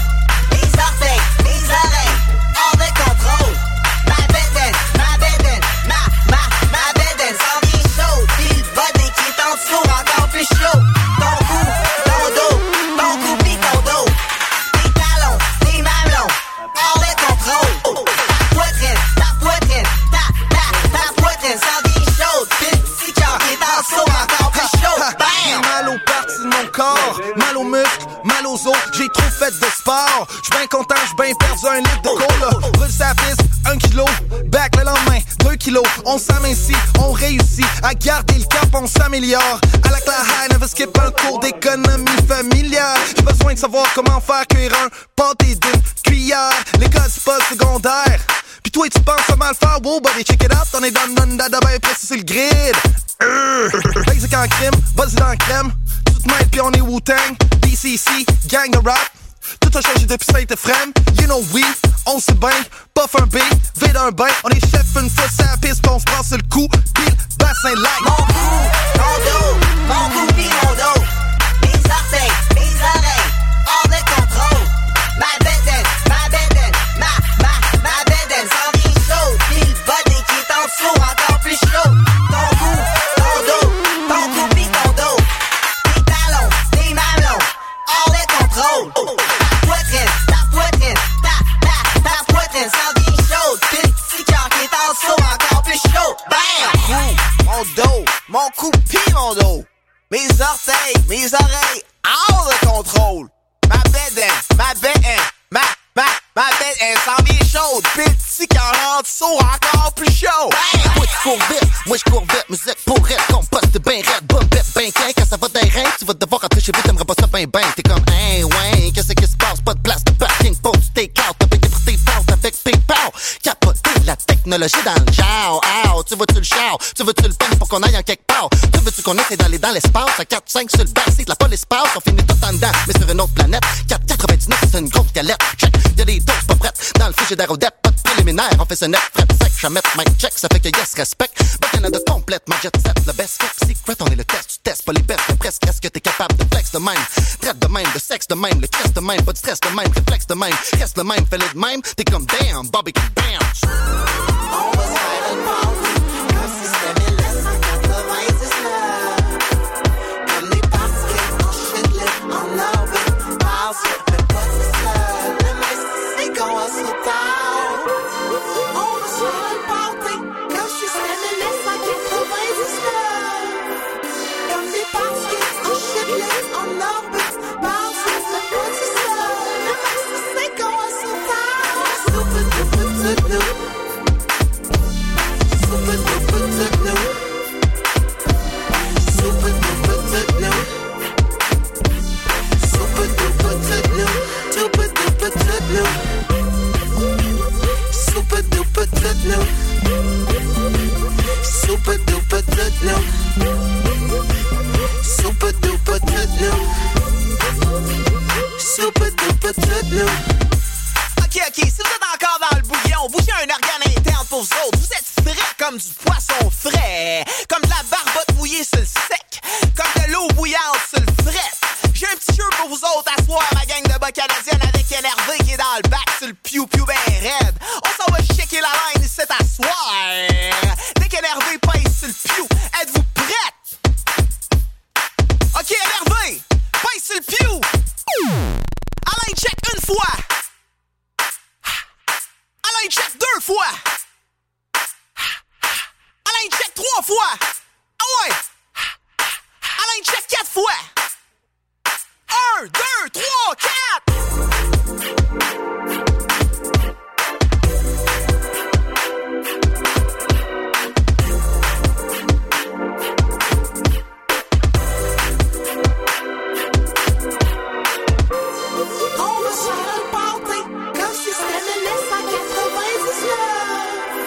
Mes orteils, mes oreilles, hors de contrôle. Ma bedaine, ma bedaine, ma, ma, ma bedaine s'en vient chaude. Pis le body qui est en dessous encore plus chaud. Ton cou, ton dos, ton cou pis ton dos. Tes talons, tes mamelons, hors de contrôle. Ta poitrine, ta poitrine, ta, ta, ta poitrine s'en vient chaude. Pis le petit cœur qui est en dessous encore plus chaud.
J'ai
Bam!
mal aux parties de mon corps, mal aux muscles, mal aux os, j'ai trop fait de sport. J'suis bien content, j'suis bien perdu un litre de cola. Brûle sa piste, un kilo, back le lendemain, deux kilos. On s'amincit, on réussit à garder le cap, on s'améliore. À la claire high, never skip un cours d'économie familiale. J'ai besoin de savoir comment faire cuire un pâté d'une cuillère. L'école, c'est pas le secondaire. Puis toi, tu penses à mal faire, wow, buddy, check it out. On est dans le non-dada, ben précis sur le grid. Euh. Basic en crime, buzz dans le crème. Toute main puis on est Wu-Tang. DCC, gang de rap. Tout a changé depuis Saint-Ephraim. You know, oui, on se bain. Puff un B, vide un bain. On est chef une fois sur la piste, puis on se prend sur le coup. Pile, bassin
Mon cou, mon dos,
light.
mon cou pis mon dos. Mes orteils, mes oreilles, hors de contrôle. Ma bedaine, ma bedaine, ma, ma, ma bedaine s'en vient chaude. Pis le body qui est en dessous encore plus chaud. Ton cou, ton dos, ton cou pis ton dos. Tes talons, tes mamelons, hors de contrôle. Ta poitrine, ta poitrine, ta, ta, ta poitrine s'en vient chaude. Pis le petit cœur qui est en dessous encore plus chaud. Bam!
Mon dos, mon cou pis mon dos. Mes orteils, mes oreilles, hors de contrôle. Ma bedaine, ma bedaine, ma, ma, ma bedaine s'en vient chaude. Petit quand en dessous, encore plus chaud. Moi je cours vite, moi je cours vite, musique pour rire, composte ben raide, bonne bête, ben quin. Quand ça va d'un rein, tu vas devoir rentrer chez vous, t'aimerais pas ça ben ben. T'es comme, hein, ouais, qu'est-ce qui se passe? Pas de place de parking pour du take-out. T'as payé pour tes ventes avec PayPal. Capoter la technologie dans le genre. Ow, tu veux-tu le char? Tu veux-tu le pogner pour qu'on aille en quelque part? Tu veux-tu qu'on essaie d'aller dans l'espace? À 4-5 sur le backseat, la police passe, on finit tout en dedans. Mais sur une autre planète, 4,99, c'est une grosse galette. Check, y'a des doses pas prêtes. Dans le feu, j'ai des rodettes, pas de préliminaire. On fait ce net, fret sec, jamais mic check, ça fait que yes, respect. Back
scène de complètement jet set. Le best kept secret, on est le test. Tu testes pas les bêtes, mais presque. Est-ce que t'es capable de flex de même? Traite de même, de sexe de même, le stress de même, pas de stress de même, réflexe de même. Reste le même, fais-le de même. T'es comme damn, barbecue bounce.
On va se faire une party, comme si c'était 1999. Comme des particules en chute en orbite. Parce que t'es pas tout seul. Le mec, c'est qu'on va se retarde. On va se faire une party, comme si c'était 1999. Comme des particules en chute en orbite. Parce que t'es pas tout seul. Le mec, c'est qu'on va se retarde. Soupe, soupe, soupe, soupe. Super duper techno. Super duper techno. Super duper techno. Super duper techno. Super duper techno. Super duper techno. Super duper techno. Super duper techno.
Ok, ok, si vous êtes encore dans le bouillon, vous j'ai un organe interne pour vous autres. Vous êtes frais comme du poisson frais, comme de la barbotte mouillée sur le sec, comme de l'eau bouillante sur le frais. J'ai un petit jeu pour vous autres à soir, ma gang de bas canadienne avec NRV qui est dans le bac sur le piou piou ben raide. On s'en va checker la line ici à soir. Dès qu'NRV pèse sur le piou, êtes-vous prête? Ok, NRV, pèse sur le piou! Alain, check une fois! Alain check deux fois. Alain check trois fois. Ah ouais. Alain check Er, quatre fois. Un, deux, trois, quatre.
On va se faire une party, comme si c'était 1999.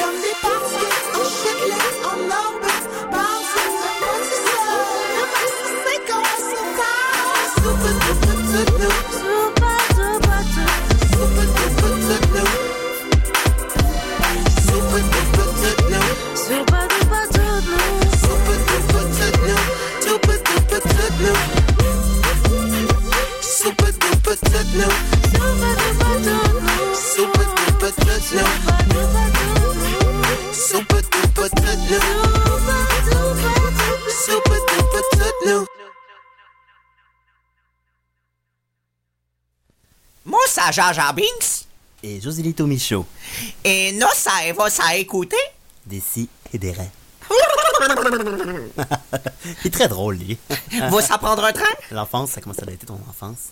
Comme des particules en chiclette, en orbite, parce que c'est pas du sol. Le max, c'est qu'on va se faire. Super duper techno. Super duper techno. Super duper techno. Super duper techno. Super duper techno. Super duper techno. Super duper techno. Super duper techno. Super duper techno. Super duper techno. Super duper techno.
Moi, ça Jaja Binks.
Et Joselito Michaud,
Et nous, ça va ça *laughs* écouter.
d'ici et des reins. Il est très drôle, lui. *laughs*
Vous, ça prendre un train?
L'enfance, ça commence à dater ton enfance.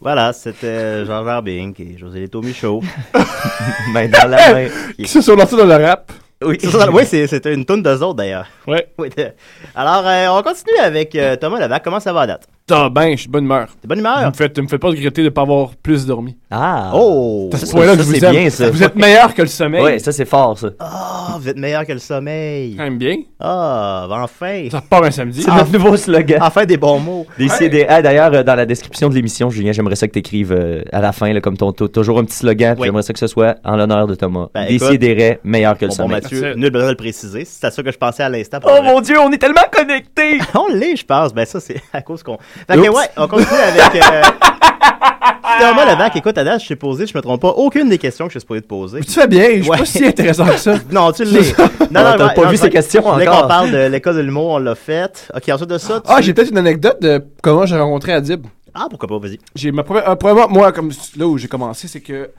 Voilà, c'était Jean-Jean Bing et José Leto Michaud. *laughs*
Main dans la main.
Qui se sont lancés dans le rap.
Oui, c'est ça. Oui, c'est- c'était une toune d'eux autres d'ailleurs.
Ouais.
*laughs* Oui, de- Alors, euh, on continue avec euh, Thomas Levac. Comment ça va à date?
Putain, ben, je suis de bonne humeur.
T'es bonne humeur?
Vous me faites, me faites pas regretter de pas avoir plus dormi.
Ah!
Oh!
C'est à ce point-là que
ça,
je vous
c'est
aime.
bien, ça.
Vous êtes meilleur que le sommeil.
Ouais, ça c'est fort ça.
Ah, vous êtes meilleur que le sommeil.
Quand même bien.
Ah, ben enfin.
Ça repart un samedi.
C'est notre nouveau slogan.
Enfin Ah. des bons mots.
Des CDA, d'ailleurs, euh, dans la description de l'émission, Julien, j'aimerais ça que tu écrives à la fin, là, comme ton, tou- toujours un petit slogan, puis
Oui.
j'aimerais ça que ce soit en l'honneur de Thomas.
Ben,
Des
écoute.
CDR, meilleur que le
Bon, bon,
sommet.
Mathieu,
Parfait.
nul besoin de le préciser. C'est à ça que je pensais à l'instant. pour
Oh
vrai.
mon dieu, on est tellement connectés!
*laughs* On l'est, je pense. Ben, ça, c'est à cause qu'on. Fait que,
Oups.
ouais, on continue avec. Euh... Thomas Levac, écoute, Ada, je t'ai posé, je me trompe pas, aucune des questions que je suis supposé te poser.
Tu fais bien, je suis
Ouais.
pas si intéressant que ça.
*laughs* Non, tu l'es. Non,
Ah, t'as
ouais,
pas vu
je-
ces questions
je voulais
encore.
qu'on parle de l'école de l'humour, on l'a faite. Ok, ensuite de ça. tu-
Ah, j'ai peut-être une anecdote de comment j'ai rencontré Adib.
Ah, pourquoi pas, vas-y.
J'ai ma première, euh, premièrement, moi, comme là où j'ai commencé, c'est que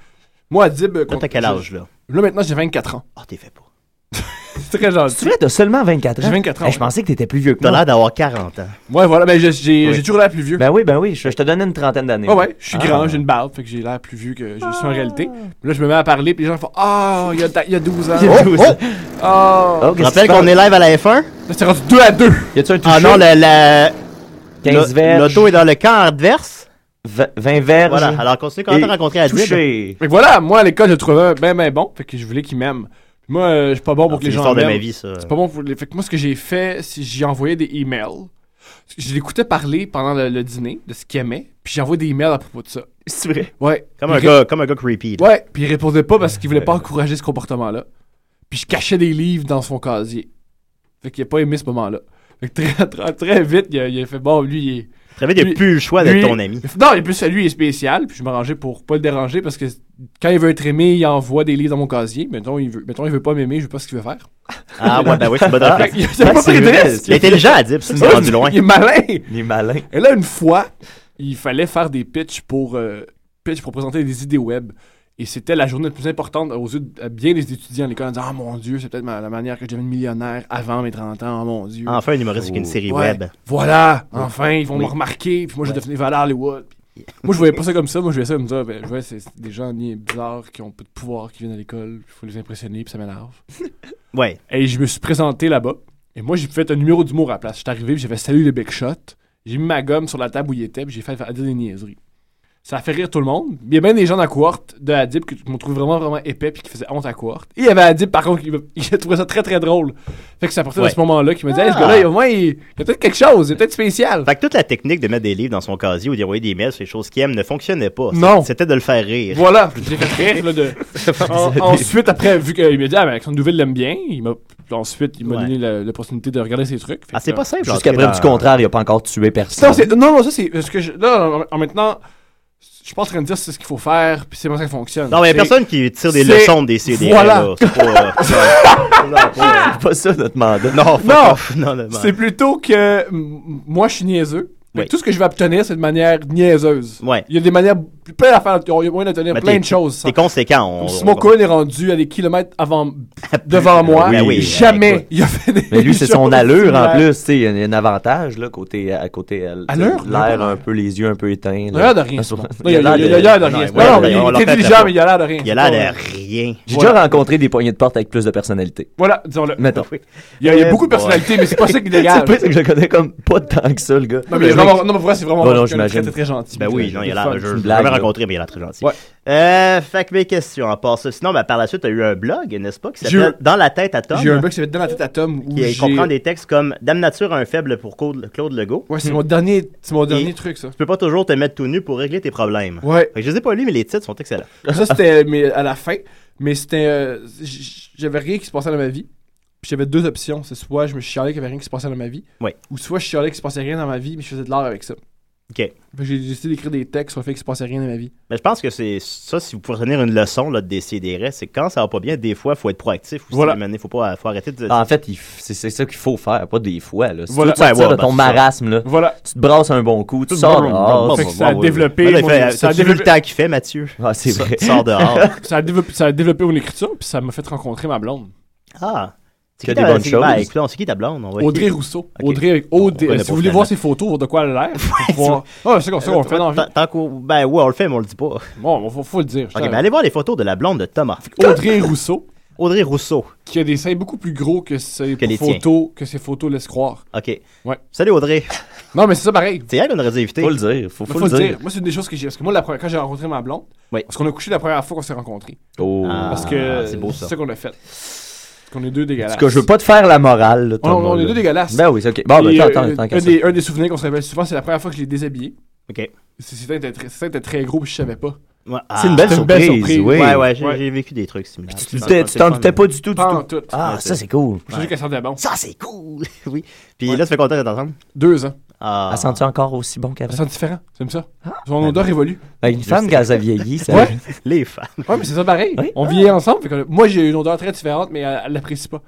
moi, Adib.
Là, t'as quel âge, là
Là, maintenant, j'ai 24 ans.
Ah, t'es fait pas.
*laughs* C'est très
Tu
gentil.
vois, t'as seulement 24 ans.
J'ai 24 ans,
Hey, je
ouais.
pensais que t'étais plus vieux que
T'as
moi.
l'air d'avoir 40 ans.
Ouais, voilà, ben, j'ai- j'ai
Oui.
j'ai toujours l'air plus vieux.
Ben oui, ben oui, je, je te donnais une trentaine d'années.
Ah ouais, je suis
Ah.
grand, j'ai une barbe, fait que j'ai l'air plus vieux que je suis en réalité. Puis Là, je me mets à parler, puis les gens font Ah, il y a ta- il y a 12 ans. Oh,
Il y a 12 ans.
Ah.
Oh,
Je
qu'est-ce
rappelle
qui se
qu'on est live à la F1.
Là, c'est rendu 2 à 2.
passe? Y a-tu un touché?
Ah non, la. la...
15
l'au-
verges.
L'auto est dans le camp adverse.
20 verges.
Voilà. Alors, continue quand
Et
t'as rencontré Adib.
touché.
Fait que voilà, moi, à l'école, je le trouvais ben, ben bon, fait que je voulais qu'ils m'aiment. Puis Moi, euh, je suis pas bon pour
Alors,
que
C'est
les gens
l'histoire de ma
m'aiment.
vie, ça.
C'est pas bon pour les. Fait que moi, ce que j'ai fait, c'est que j'ai envoyé des emails. Je l'écoutais parler pendant le, le dîner de ce qu'il aimait, puis j'envoie des emails à propos de ça.
C'est vrai.
Ouais.
Comme
Puis
un
ré-
gars, comme un gars creepy. là.
Ouais, puis il répondait pas parce qu'il voulait pas encourager ce comportement-là. Puis je cachais des livres dans son casier. Fait qu'il a pas aimé ce moment-là. Fait que très, très, très vite, il a, il a fait bon, lui, il est.
Très vite, il a
lui-
plus le choix d'être
lui-
ton ami.
Non, et plus, lui, il est spécial. Puis je m'arrangeais pour pas le déranger parce que quand il veut être aimé, il envoie des livres dans mon casier. Mettons, il veut, mettons, il veut pas m'aimer, je sais pas ce qu'il veut faire.
Ah, ouais, ben oui, c'est
*laughs*
une bonne
Ah,
réflexion.
il a
Ah,
pas
c'est
pris de
vrai.
risque.
Il est intelligent, Adib, c'est rendu loin.
Il est malin.
Il est malin.
Et là, une fois, il fallait faire des pitchs pour, euh, pitch pour présenter des idées web. Et c'était la journée la plus importante aux yeux de à bien des étudiants à l'école en disant Ah mon Dieu, c'est peut-être ma- la manière que je devienne millionnaire avant mes 30 ans, Ah, mon Dieu.
Enfin, un humoriste avec une série
Ouais.
web.
Voilà, enfin, ils vont
Oui.
me remarquer, puis moi, je vais devenir valeur Hollywood. Puis moi, je voyais pas ça comme ça, moi, je voyais ça comme ça. Ben, je voyais, c'est c'est des gens ni bizarres qui ont peu de pouvoir, qui viennent à l'école, il faut les impressionner, puis ça m'énerve.
*laughs* Ouais.
Et je me suis présenté là-bas. Et moi, j'ai fait un numéro d'humour à la place. J'étais arrivé, puis j'ai fait salut les big shots. J'ai mis ma gomme sur la table où il était, puis j'ai fait faire dire des niaiseries. Ça a fait rire tout le monde. Il y a bien des gens dans la cohorte de Adib qui m'ont trouvé vraiment, vraiment épais puis qui faisaient honte à la cohorte. Et il y avait Adib, par contre, qui me- il a trouvé ça très, très drôle. Fait que c'est à partir
Ouais.
de ce moment-là qu'il me disait Hey, ce
Ah.
gars-là, il- au moins, il, il a peut-être quelque chose, il est peut-être spécial.
Fait que toute la technique de mettre des livres dans son casier ou d'y envoyer des mails sur les choses qu'il aime ne fonctionnait pas. C'est-
Non.
C'était de le faire rire.
Voilà, puis j'ai fait rire.
*laughs*
Là, de... En- ensuite, après, vu qu'il m'a dit Ah, mais Alexandre Douville l'aime bien, il m'a... ensuite, il m'a
Ouais.
donné la- l'opportunité de regarder ses trucs. Fait
Ah,
que,
c'est pas
euh,
simple.
Jusqu'à
entrer
preuve du
dans-
contraire, il a pas encore tué personne.
Non, c'est- non, non, ça c'est. parce que je- là, en, en maintenant, je suis pas en train de dire c'est ce qu'il faut faire, puis c'est comment ça fonctionne.
Non, mais y a
C'est-
personne qui tire des
c'est-
leçons des CD.
Voilà.
là. C'est pas, euh,
C'est pas ça notre mandat.
Non, Oh, fuck
Non.
off. *laughs* non, non, non.
C'est plutôt que mm, moi je suis niaiseux. mais
Oui.
Tout ce que je vais obtenir, c'est de manière niaiseuse.
Ouais.
Il y a des manières, plein d'affaires, il y a moyen d'obtenir
Mais
plein
t'es-
de choses. sans-
T'es conséquent. On,
Comme
on-
Smoke Hood est rendu à des kilomètres avant, *laughs* devant moi.
Ben oui,
Jamais
écoute.
il a fait des
Mais lui, c'est son
*laughs* choses
allure en
similaires.
plus. tu sais, Il y a un- il y a un avantage là, côté, à côté. à-
Allure?
L'air un peu, les yeux un peu éteints.
Il a l'air de rien.
*laughs*
ce
Non,
monde. Non, Il a l'air de il a l'air de rien.
ouais,
Non, mais
on leur
il est
fait
intelligent,
la
mais il a l'air de rien.
Il a l'air de rien.
J'ai déjà rencontré des poignées de porte avec plus de personnalité.
Voilà, disons-le.
Mettons.
Il y a- il y a beaucoup de personnalité, mais c'est pas ça qui dégage.
*laughs* C'est pas ça que je le connais comme pas tant que ça, le gars.
Non, mais
Le
vraiment-
mec-
non, mais pour vrai, c'est vraiment
Bon,
un
non,
gars
j'imagine.
très, très, très gentil.
Ben oui, non, il a l'air.
Fun,
Je
c'est une
l'ai
blague,
jamais
là.
rencontré, mais il a l'air très gentil.
Ouais.
Euh, fait que mes questions en part ça. Sinon, ben, par la suite, t'as eu un blog, n'est-ce pas, qui
J'ai
s'appelle
eu-
Dans la tête à Tom.
J'ai eu un bug qui s'est fait dans la tête à Tom où
qui
j'ai...
comprend des textes comme Dame Nature a un faible pour Claude Claude Legault.
Ouais, c'est mon dernier, c'est mon dernier
Et-
truc, ça.
Tu peux pas toujours te mettre tout nu pour régler tes problèmes.
Ouais.
Fait que je les ai pas lus, mais les titres sont excellents.
Ça, c'était mais à la fin. Mais c'était... euh, j- j'avais rien qui se passait dans ma vie. Puis j'avais deux options. C'est soit je me chialais qu'il y avait rien qui se passait dans ma vie.
Ouais.
Ou soit je chialais qu'il se passait rien dans ma vie, mais je faisais de l'art avec ça.
OK.
Fait que J'ai décidé d'écrire des textes sur le fait qu'il se passait rien dans ma vie.
Mais je pense que c'est ça, si vous pouvez tenir une leçon là, de décider, c'est que quand ça va pas bien, des fois, faut être proactif. Aussi,
Voilà.
à un moment donné, faut, pas, faut arrêter de.
Ah, En fait, il f- c'est c'est ça qu'il faut faire, pas des fois. Là. Si
Voilà.
tu veux te sortir
Ouais, ouais,
de ton
ben, c'est ça.
marasme, là,
Voilà.
tu te brasses un bon coup, tu sors dehors.
Fait que ça a développé
Ouais, là, il
mon-
fait-
ça a
t'as-tu vu
développé-
le temps qu'il fait, Mathieu.
*laughs* Ah, c'est
Sors-
vrai.
Sors dehors.
*laughs* ça, a développé, ça a développé mon écriture, puis ça m'a fait rencontrer ma blonde.
Ah. C'est
Que
qui
des
ta-
bonnes
c'est-
choses.
ben, écoute, on sait qui ta blonde. On va
Audrey
écrire.
Rousseau.
Ok.
Audrey avec
On
Audrey.
connaît
si
pas hein.
vous voulez voir
finalement.
ses photos, de quoi elle a l'air.
*laughs*
faut voir- Ah, c'est comme ça qu'on fait dans la vie.
Tant- tant qu'on- Ben ouais, on le fait, mais on le dit pas. Ok,
Bon, faut, faut le dire. je
ben
t'en-
allez voir les photos de la blonde de Thomas.
Audrey *laughs* Rousseau,
Audrey Rousseau.
qui a des seins beaucoup plus gros que ses,
Que les
photos, que ses photos laissent croire.
OK.
Ouais.
Salut Audrey.
*laughs* Non, mais c'est ça pareil.
C'est elle qu'on aurait dû éviter.
Faut le dire, faut,
Faut,
faut
le dire. Moi, c'est une des choses que j'ai. Parce que moi, la première, quand j'ai rencontré ma blonde,
Oui. Ah,
parce qu'on a couché la première fois qu'on s'est rencontrés.
Oh.
Parce que
c'est beau ça.
qu'on a fait. Qu'on est deux dégueulasses.
En tout cas, je veux pas te faire la morale. Là,
On,
Tom,
on est
là.
deux dégueulasses.
Ben oui, c'est ok. Bon, ben,
Et,
attends,
euh,
attends,
un-
attends,
un,
qu'à ça.
des, un des souvenirs qu'on se rappelle souvent, c'est la première fois que je l'ai déshabillé.
OK.
C'est c'est- C'était très, c'était très gros, puis je savais pas.
Ouais.
C'est une belle
Ah.
surprise.
surprise.
Oui.
Ouais, ouais, j'ai
Ouais.
j'ai vécu des trucs similaires.
Tu t'es- tu t'en doutais pas du tout, du
Pas en
tout.
tout.
Ah,
Ouais,
ça,
c'est-
c'est cool.
Je sais qu'elle sentait bon.
Ça, c'est cool. *laughs* oui. Puis là, ça fait content d'être ensemble.
Deux ans.
Ah. Ben,
Elle sent-tu encore aussi bon
Ça
qu'avant? Ah.
sent différent. J'aime ça. Son odeur évolue.
Avec une femme, quand elle vieillit, ça.
Ouais.
*laughs* Les femmes.
Ouais, mais c'est ça pareil.
Oui.
On vieillit ensemble. fait que moi, j'ai une odeur très différente, mais elle elle
*laughs*
l'apprécie pas.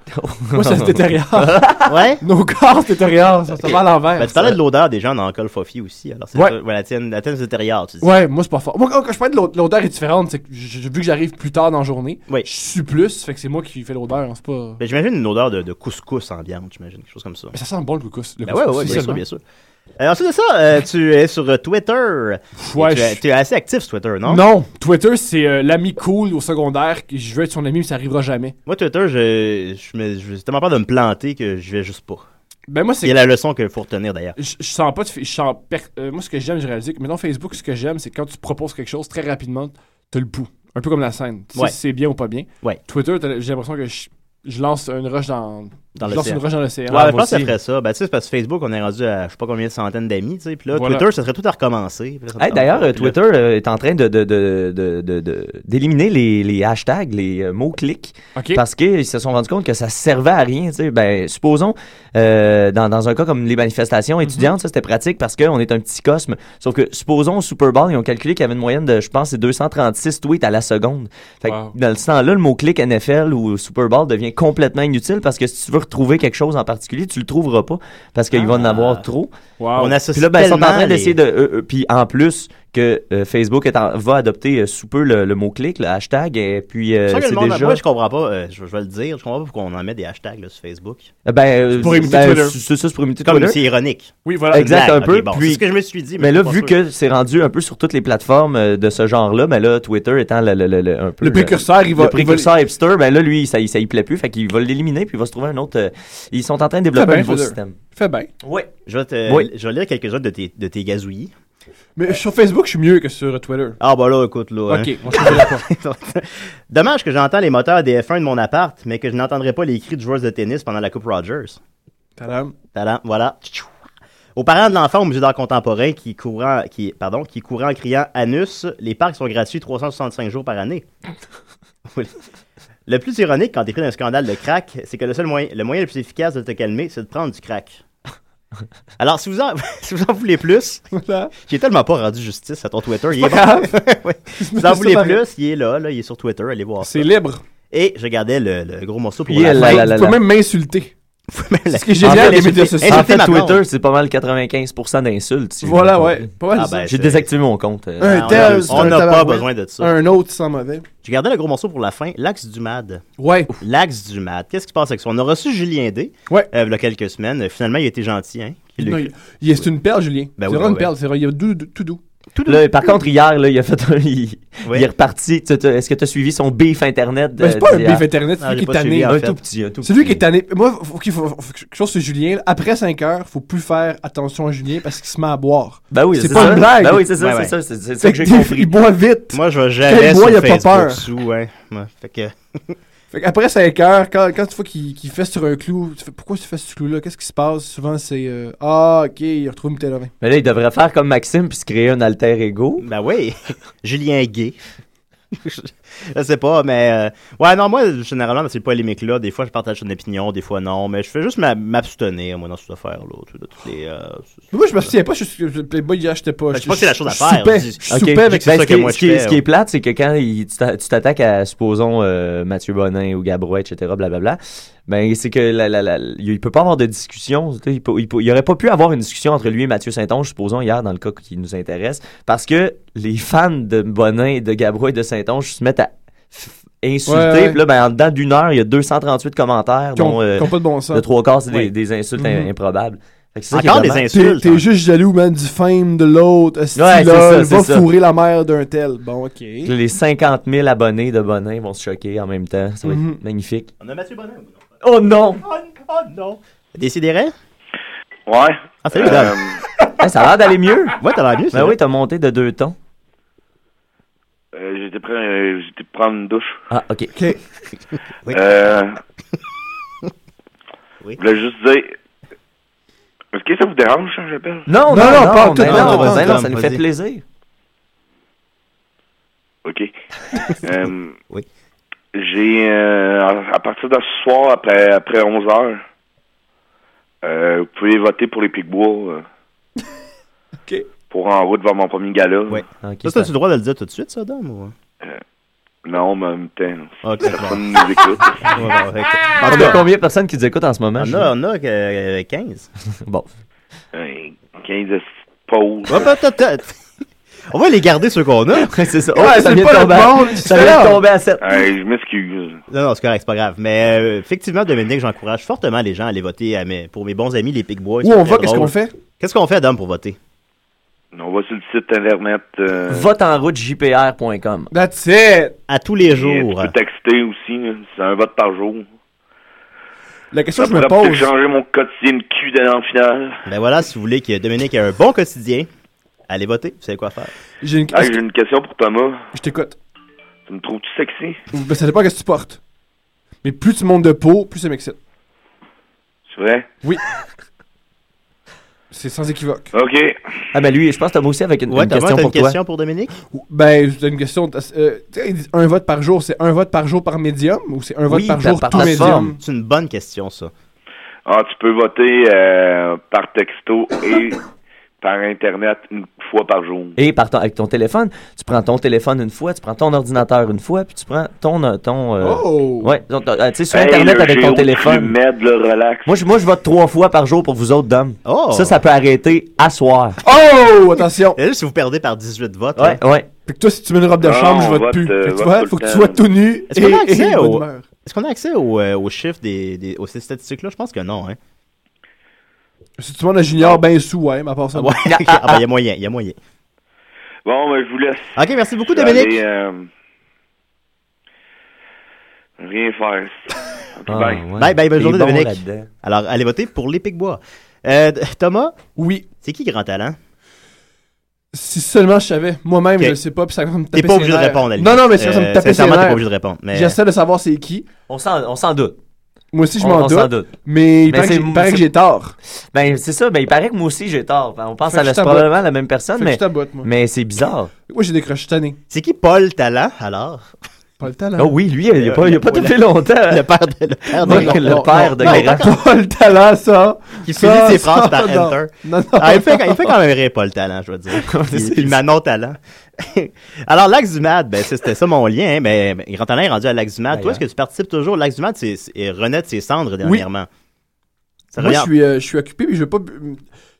moi, ça se détériore.
*laughs* Ouais.
Nos corps se détériorent. Ça se met à l'envers.
Ben, tu parlais de l'odeur des gens dans Call Fofi aussi. Alors, c'est
Ouais.
ça. la tienne, la tienne se détériore, tu dis.
Ouais, moi, c'est pas fort. Moi, quand, quand je parle de l'ode- l'odeur est différente, c'est que je- je- vu que j'arrive plus tard dans la journée,
Oui.
je suis plus. Fait que c'est moi qui fais l'odeur. hein, C'est pas.
Ben, j'imagine une odeur de, de couscous ambiante, j'imagine, quelque chose comme ça.
Mais ça sent bon le couscous. Le
Ben ouais,
couscous,
ouais, bien sûr,
seulement.
bien sûr. Euh, ensuite de ça, euh, tu es sur euh, Twitter.
Ouais,
Et tu, es,
je-
tu es assez actif sur Twitter, non?
Non? Twitter, c'est euh, l'ami cool au secondaire. que Je veux être son ami, mais ça arrivera jamais.
Moi, Twitter, je, je, me- je- j'ai tellement peur de me planter que je vais juste pas.
Ben, moi, c'est
C'est la leçon qu'il faut retenir, d'ailleurs.
je, je sens pas de fa- je sens per- euh, moi ce que j'aime j'ai réalisé que maintenant Facebook ce que j'aime c'est quand tu proposes quelque chose très rapidement t'as le pouls un peu comme la scène tu sais
Ouais.
si c'est bien ou pas bien
Ouais.
Twitter t'as- j'ai l'impression que je- je lance une roche dans,
Dans
je lance une roche dans l'océan. Ah,
Ouais, je pense que ça ferait ça. Ben, tu sais, c'est parce que Facebook, on est rendu à je sais pas combien de centaines d'amis, tu sais. Puis là,
Voilà.
Twitter, ça serait tout à recommencer. Puis là, ça me
Hey,
tente
D'ailleurs,
pas.
euh,
Puis là,
Twitter euh, est en train de- de- de- de- de- de- d'éliminer les, les hashtags, les euh, mots-clics,
Ok.
parce qu'ils se sont rendus compte que ça servait à rien. tu sais. Ben, supposons, euh, dans, dans un cas comme les
Mhm.
manifestations étudiantes, ça c'était pratique parce qu'on est un petit cosme. Sauf que, supposons, au Super Bowl, ils ont calculé qu'il y avait une moyenne de, je pense, c'est 236 tweets à la seconde. Fait que
Wow.
dans ce temps-là, le mot-clic NFL ou Super Bowl devient complètement inutile parce que si tu veux retrouver quelque chose en particulier, tu le trouveras pas parce qu'il va en
Ah.
avoir trop.
On associe
Puis là, ben, ils sont en
tellement
train
les-
d'essayer de euh, euh, puis en plus que euh, Facebook est en- va adopter euh, sous peu le, le mot-clic, le hashtag, et puis euh,
c'est sûr que
c'est
le monde,
déjà...
moi, je comprends pas, euh, je, je vais le dire, je comprends pas pourquoi on en met des hashtags là, sur Facebook.
Euh, ben, euh,
Pour imiter
ben,
Twitter.
c'est- C'est ça, c'est pour imiter
Comme
Twitter.
c'est ironique. Oui, voilà.
Exact,
Une
un
blague.
peu.
Ok, bon,
puis-
c'est ce que je me suis dit, mais
Mais,
je
là,
suis pas
vu
sûr.
que c'est rendu un peu sur toutes les plateformes euh, de ce genre-là, mais là, Twitter étant le, le- le- le- un peu...
Le précurseur, il va-
Le
il va-
précurseur hipster, ben là, lui, ça, y- ça y plaît plus, fait qu'il va l'éliminer, puis il va se trouver un autre... euh, ils sont en train de développer un
bien,
nouveau
Twitter.
système.
Fait bien.
Ouais.
Je vais, te-
Oui.
je vais lire quelques-uns de tes, de tes gazouillis.
Mais sur Facebook, je suis mieux que sur Twitter.
Ah, bah là, écoute, là.
Ok,
hein.
on change
*laughs*
la porte.
Dommage que j'entends les moteurs des F1 de mon appart, mais que je n'entendrai pas les cris de joueurs de tennis pendant la Coupe Rogers.
Tadam.
Tadam, voilà. Tchou. Aux parents de l'enfant au musée d'art contemporain qui courant, qui, pardon, qui courant en criant Anus, les parcs sont gratuits 365 jours par année. Oui. le plus ironique quand t'es pris d'un scandale de crack, c'est que le seul moyen, le moyen le plus efficace de te calmer, c'est de prendre du crack. Alors, si vous en, *laughs* si vous en voulez plus, j'ai tellement pas rendu justice à ton Twitter. il est *laughs*
*laughs*
Ouais. Si vous en voulez plus, il est là, là, il est sur Twitter, allez voir.
C'est libre.
Et je gardais le, le gros morceau pour
Il est
la
là,
fin.
là, là,
Tu peux
*laughs*
même m'insulter. C'est ce qui est
En
génial
fait,
des médias
insulter-
sociaux.
En fait,
ma blonde.
Twitter, c'est pas mal 95% d'insultes. si je me
Voilà,
trompe
ouais.
pas.
Pas mal
Ah, ben,
J'ai
c'est-
désactivé mon compte. euh,
Un
on a-
tel, c'est
on
un
n'a pas
tabarouette.
besoin de ça. Ben
Un autre sans mauvais.
Je gardais le gros morceau pour la fin. L'axe du MAD.
Ouais.
L'axe du MAD. Qu'est-ce qui se passe avec ça? On a reçu Julien D.
Ouais.
euh, il y a quelques semaines. Euh, Finalement, il a été gentil. Hein? Il a-
Non, il- il est- C'est une perle, Julien.
Ben
c'est
oui,
vraiment une
ouais.
perle. C'est vrai, il y a tout doux. tout doux.
Là, par contre, hier, là, il a fait un. Il,
Ouais.
il est reparti. Tu- tu- Est-ce que tu as suivi son beef Internet?
Ben, c'est
euh,
pas un
d'hier?
beef internet, c'est
Ah,
lui qui
j'ai
est
pas suivi,
tanné.
en
Un
fait.
tout petit. un tout
C'est lui qui
petit.
est tanné. Moi, faut qu'il faut, faut- faut quelque chose sur Julien. là. Après 5 heures, faut plus faire attention à Julien parce qu'il se met à boire.
Ben oui,
C'est pas
ça.
une blague.
Ben oui, c'est ça,
Ouais,
c'est ça.
ouais.
C'est c'est ça
Fait
que j'ai
que
compris.
Il boit vite.
Moi, je vais jamais
Quel bois,
sur
il a pas
Facebook
peur.
sous. Hein? Ouais. Fait que...
*laughs*
*laughs*
Fait après 5 heures, quand, quand tu vois qu'il qu'il fait sur un clou, tu fais pourquoi tu fais sur ce clou-là Qu'est-ce qui se passe Souvent, c'est euh, Ah, ok, il retrouve une télévin.
Mais là, il devrait faire comme Maxime puis se créer un alter ego.
Ben oui. Julien Gay. *laughs* je je sais pas, mais. euh, Ouais, non, moi, généralement, dans ces polémiques-là, des fois, je partage une opinion, des fois, non. Mais je fais juste m'a- m'abstenir, moi, dans cette affaire-là. tu sais, de toutes les, euh,
Mais moi, je me souviens pas, je suis je- Playboy, hier, j'étais pas.
Ben, je pense que c'est la chose à
je
faire,
soupais.
on dit-
Je
Ok.
soupais avec
c'est
Ben,
ça
ce
que
qui est-
moi,
ce
je
qui est-
fais,
Ce qui
ouais.
est plate, c'est que quand il- tu t'a- tu t'attaques à, supposons, euh, Mathieu Bonin ou Gabrois, etc., blablabla, ben, c'est que la, la, la- il peut pas avoir de discussion. tu sais, Il, peut- il peut- il aurait pas pu avoir une discussion entre lui et Mathieu Saint-Onge, supposons, hier, dans le cas qui nous intéresse, parce que les fans de Bonin, de Gabrois et de Saint-Onge se mettent à f- insulter.
Ouais, ouais.
Puis là, ben, en dedans d'une heure, il y a 238 commentaires,
Qui ont,
dont euh,
qui ont pas de bon sens.
le trois quarts, c'est des-
Ouais.
des, insultes
Mhm.
im- improbables. Fait que c'est ça qui est
Encore des
dommage.
T'es
insultes.
hein.
t'es juste jaloux, man, du fame de l'autre. Esti,
Ouais, c'est
lol,
ça, c'est
va
ça.
fourrer la mère d'un tel. Bon, ok.
Puis là, Les 50 000 abonnés de Bonin vont se choquer en même temps. Ça va être
Mhm.
magnifique.
On a Mathieu Bonnet ou non?
Oh non!
Oh, oh non! Décidérez?
Ouais.
Ah, salut,
Euh,
Dan.
Hey, ça a l'air d'aller mieux!
Ouais, t'as l'air mieux, c'est
Ben oui,
vrai.
t'as monté de deux tons.
euh, j'étais prêt, euh, j'étais pour prendre une douche.
Ah, ok.
Oui.
Euh,
*laughs* Oui.
Je voulais juste dire. Est-ce que ça vous dérange quand j'appelle?
Non, non, non,
non, pas
non,
en tout,
ben
non,
non,
non,
ben
non,
non, ça nous
vas-y.
fait plaisir.
OK.
*laughs*
Euh,
Oui.
J'ai, euh, à, à partir de ce soir, après, après 11 heures, euh, vous pouvez voter pour les Pigbois. euh,
OK.
Pour en route vers mon premier gala. Euh,
Ouais.
Ah,
Ok,
Ça,
ça-
t'as-tu le droit de le dire tout de suite, ça, Dom? Ou...
Non, mais en même temps,
Ok,
personne ne nous écoute.
Ouais, ouais, ouais, ok. En tout
Il y a
cas,
combien de personnes qui nous écoutent en ce
Ah,
moment?
on
je-
a, on a euh, 15.
Bon.
Euh, 15 pauses.
Ouais, Ah, peut-être. On va les garder, ceux
*laughs*
qu'on a.
c'est ça. Oh,
Ouais,
ça
c'est
vient
pas
de
le
tomber à-
monde,
ça
c'est
vient de
là.
tomber à 7.
Hey, je m'excuse.
Non, non, c'est correct, c'est pas grave. Mais euh, effectivement, Dominique, j'encourage fortement les gens à aller voter à mes- pour mes bons amis, les Pig Boys.
Où
C'est
on
très
va, qu'est-ce
drôle.
qu'on fait
Qu'est-ce qu'on fait, Dom, pour voter?
On va sur le site internet. euh,
Vote en route jpr.com.
That's it.
À tous les
et Tu
jours.
peux texter aussi. là. C'est un vote par jour.
La question que je
pourrait
me
peut-être
pose.
changer mon quotidien de cul dans le final.
Ben voilà, si vous voulez que Dominique ait un bon quotidien, allez voter. Vous savez quoi faire.
J'ai une
Hey,
question.
j'ai une question pour Thomas.
Je t'écoute.
Tu me trouves-tu sexy?
Ben, ça dépend qu'est-ce que tu portes. Mais plus tu montes de peau, plus ça m'excite.
C'est vrai?
Oui. C'est sans équivoque.
OK.
Ah, ben lui, je pense que t'as aussi avec une,
Ouais,
une
t'as
question
t'as une
pour toi.
question pour Dominique?
Ben, c'est une question. euh, tu sais, ils disent un vote par jour, c'est un vote par jour par médium ou c'est un vote par
ben,
jour tout médium?
C'est une bonne question, ça.
Ah, tu peux voter euh, par texto et par Internet une fois par jour.
Et par ton- avec ton téléphone, tu prends ton téléphone une fois, tu prends ton ordinateur une fois, puis tu prends ton. euh, ton euh,
Oh!
Ouais, ton- ton- euh, tu sais, sur
Hey,
Internet
le
avec ton
Géo,
téléphone.
Tu m'aides, le relax.
Moi je, moi, je vote trois fois par jour pour vous autres, dames.
Oh!
Ça, ça peut arrêter à soir.
Oh! Attention!
Et là, si vous perdez par 18 votes,
Ouais,
là,
ouais.
Fait que toi, si tu mets une robe de
Non,
chambre, je
on
vote,
vote,
plus.
euh,
Fait que tu
vote
vois,
tout
faut
le
que tu
temps.
sois tout nu
Est-ce
et,
qu'on a
et
accès
de bonne
au-
humeur.
est-ce qu'on a accès au, euh, aux chiffres des, des- aux ces statistiques-là? Je pense que non, hein.
Si tu demandes à Junior, ben sous, ouais, mais à part ça.
Ah, ouais. *laughs* Ah, ben, il y a moyen, il y a moyen.
Bon, ben, je vous laisse.
Ok, merci beaucoup,
Je vais
Dominique.
aller, euh,
*laughs*
rien faire. OK,
Ah,
bye.
ouais.
Bye bye, bonne
T'es
journée,
bon
Dominique.
là-dedans.
Alors, allez voter pour les Pic-Bois. Euh, d- Thomas,
Oui.
c'est qui grand talent?
Si seulement je savais, moi-même,
Ok.
je le sais pas, puis ça va me taper
T'es pas
ses
obligé de
nerfs.
répondre, à la
Non,
limite.
non, mais ça, ça me
Euh,
tapait ses
Sincèrement, t'es
nerfs.
pas obligé de répondre. Mais...
J'essaie de savoir c'est qui.
On s'en on s'en doute.
Moi aussi, je
On-
m'en
on s'en
doute.
doute.
Mais il
Mais
paraît que
c'est-
j'ai- il paraît que
c'est-
j'ai tort.
Ben, c'est ça. Ben, il paraît que moi aussi, j'ai tort. Ben, on pense
Fait
à
que
la,
je t'aboute.
probablement la même personne,
Fait que
mais,
je t'aboute, moi.
mais c'est bizarre.
Moi, j'ai décroché cette année.
C'est qui Paul Talent, alors?
Pas le talent.
Ah oui, lui, il
Euh,
a pas, il a pas
le-
tapé longtemps.
Le père de, le père de
Ouais,
Grand-
le
non,
père
non,
de
non,
Guérin.
pas le talent, ça.
qui
Ça,
finit ses
ça,
phrases par
non.
Enter.
Non, non.
Ah, il, fait, il fait quand même rire Paul Talent, je veux dire. Puis, puis Manon Talent. *laughs* Alors, l'Axe du Mad, ben, c'est- c'était ça mon lien. hein, mais mais Grand Talent est rendu à l'Axe du Mad. Toi,
D'ailleurs.
est-ce que tu participes toujours? L'Axe du Mad c'est, c'est- renaît de ses cendres dernièrement. Ça
Moi, je
regarde.
suis, euh, je suis occupé, mais je veux pas. bu-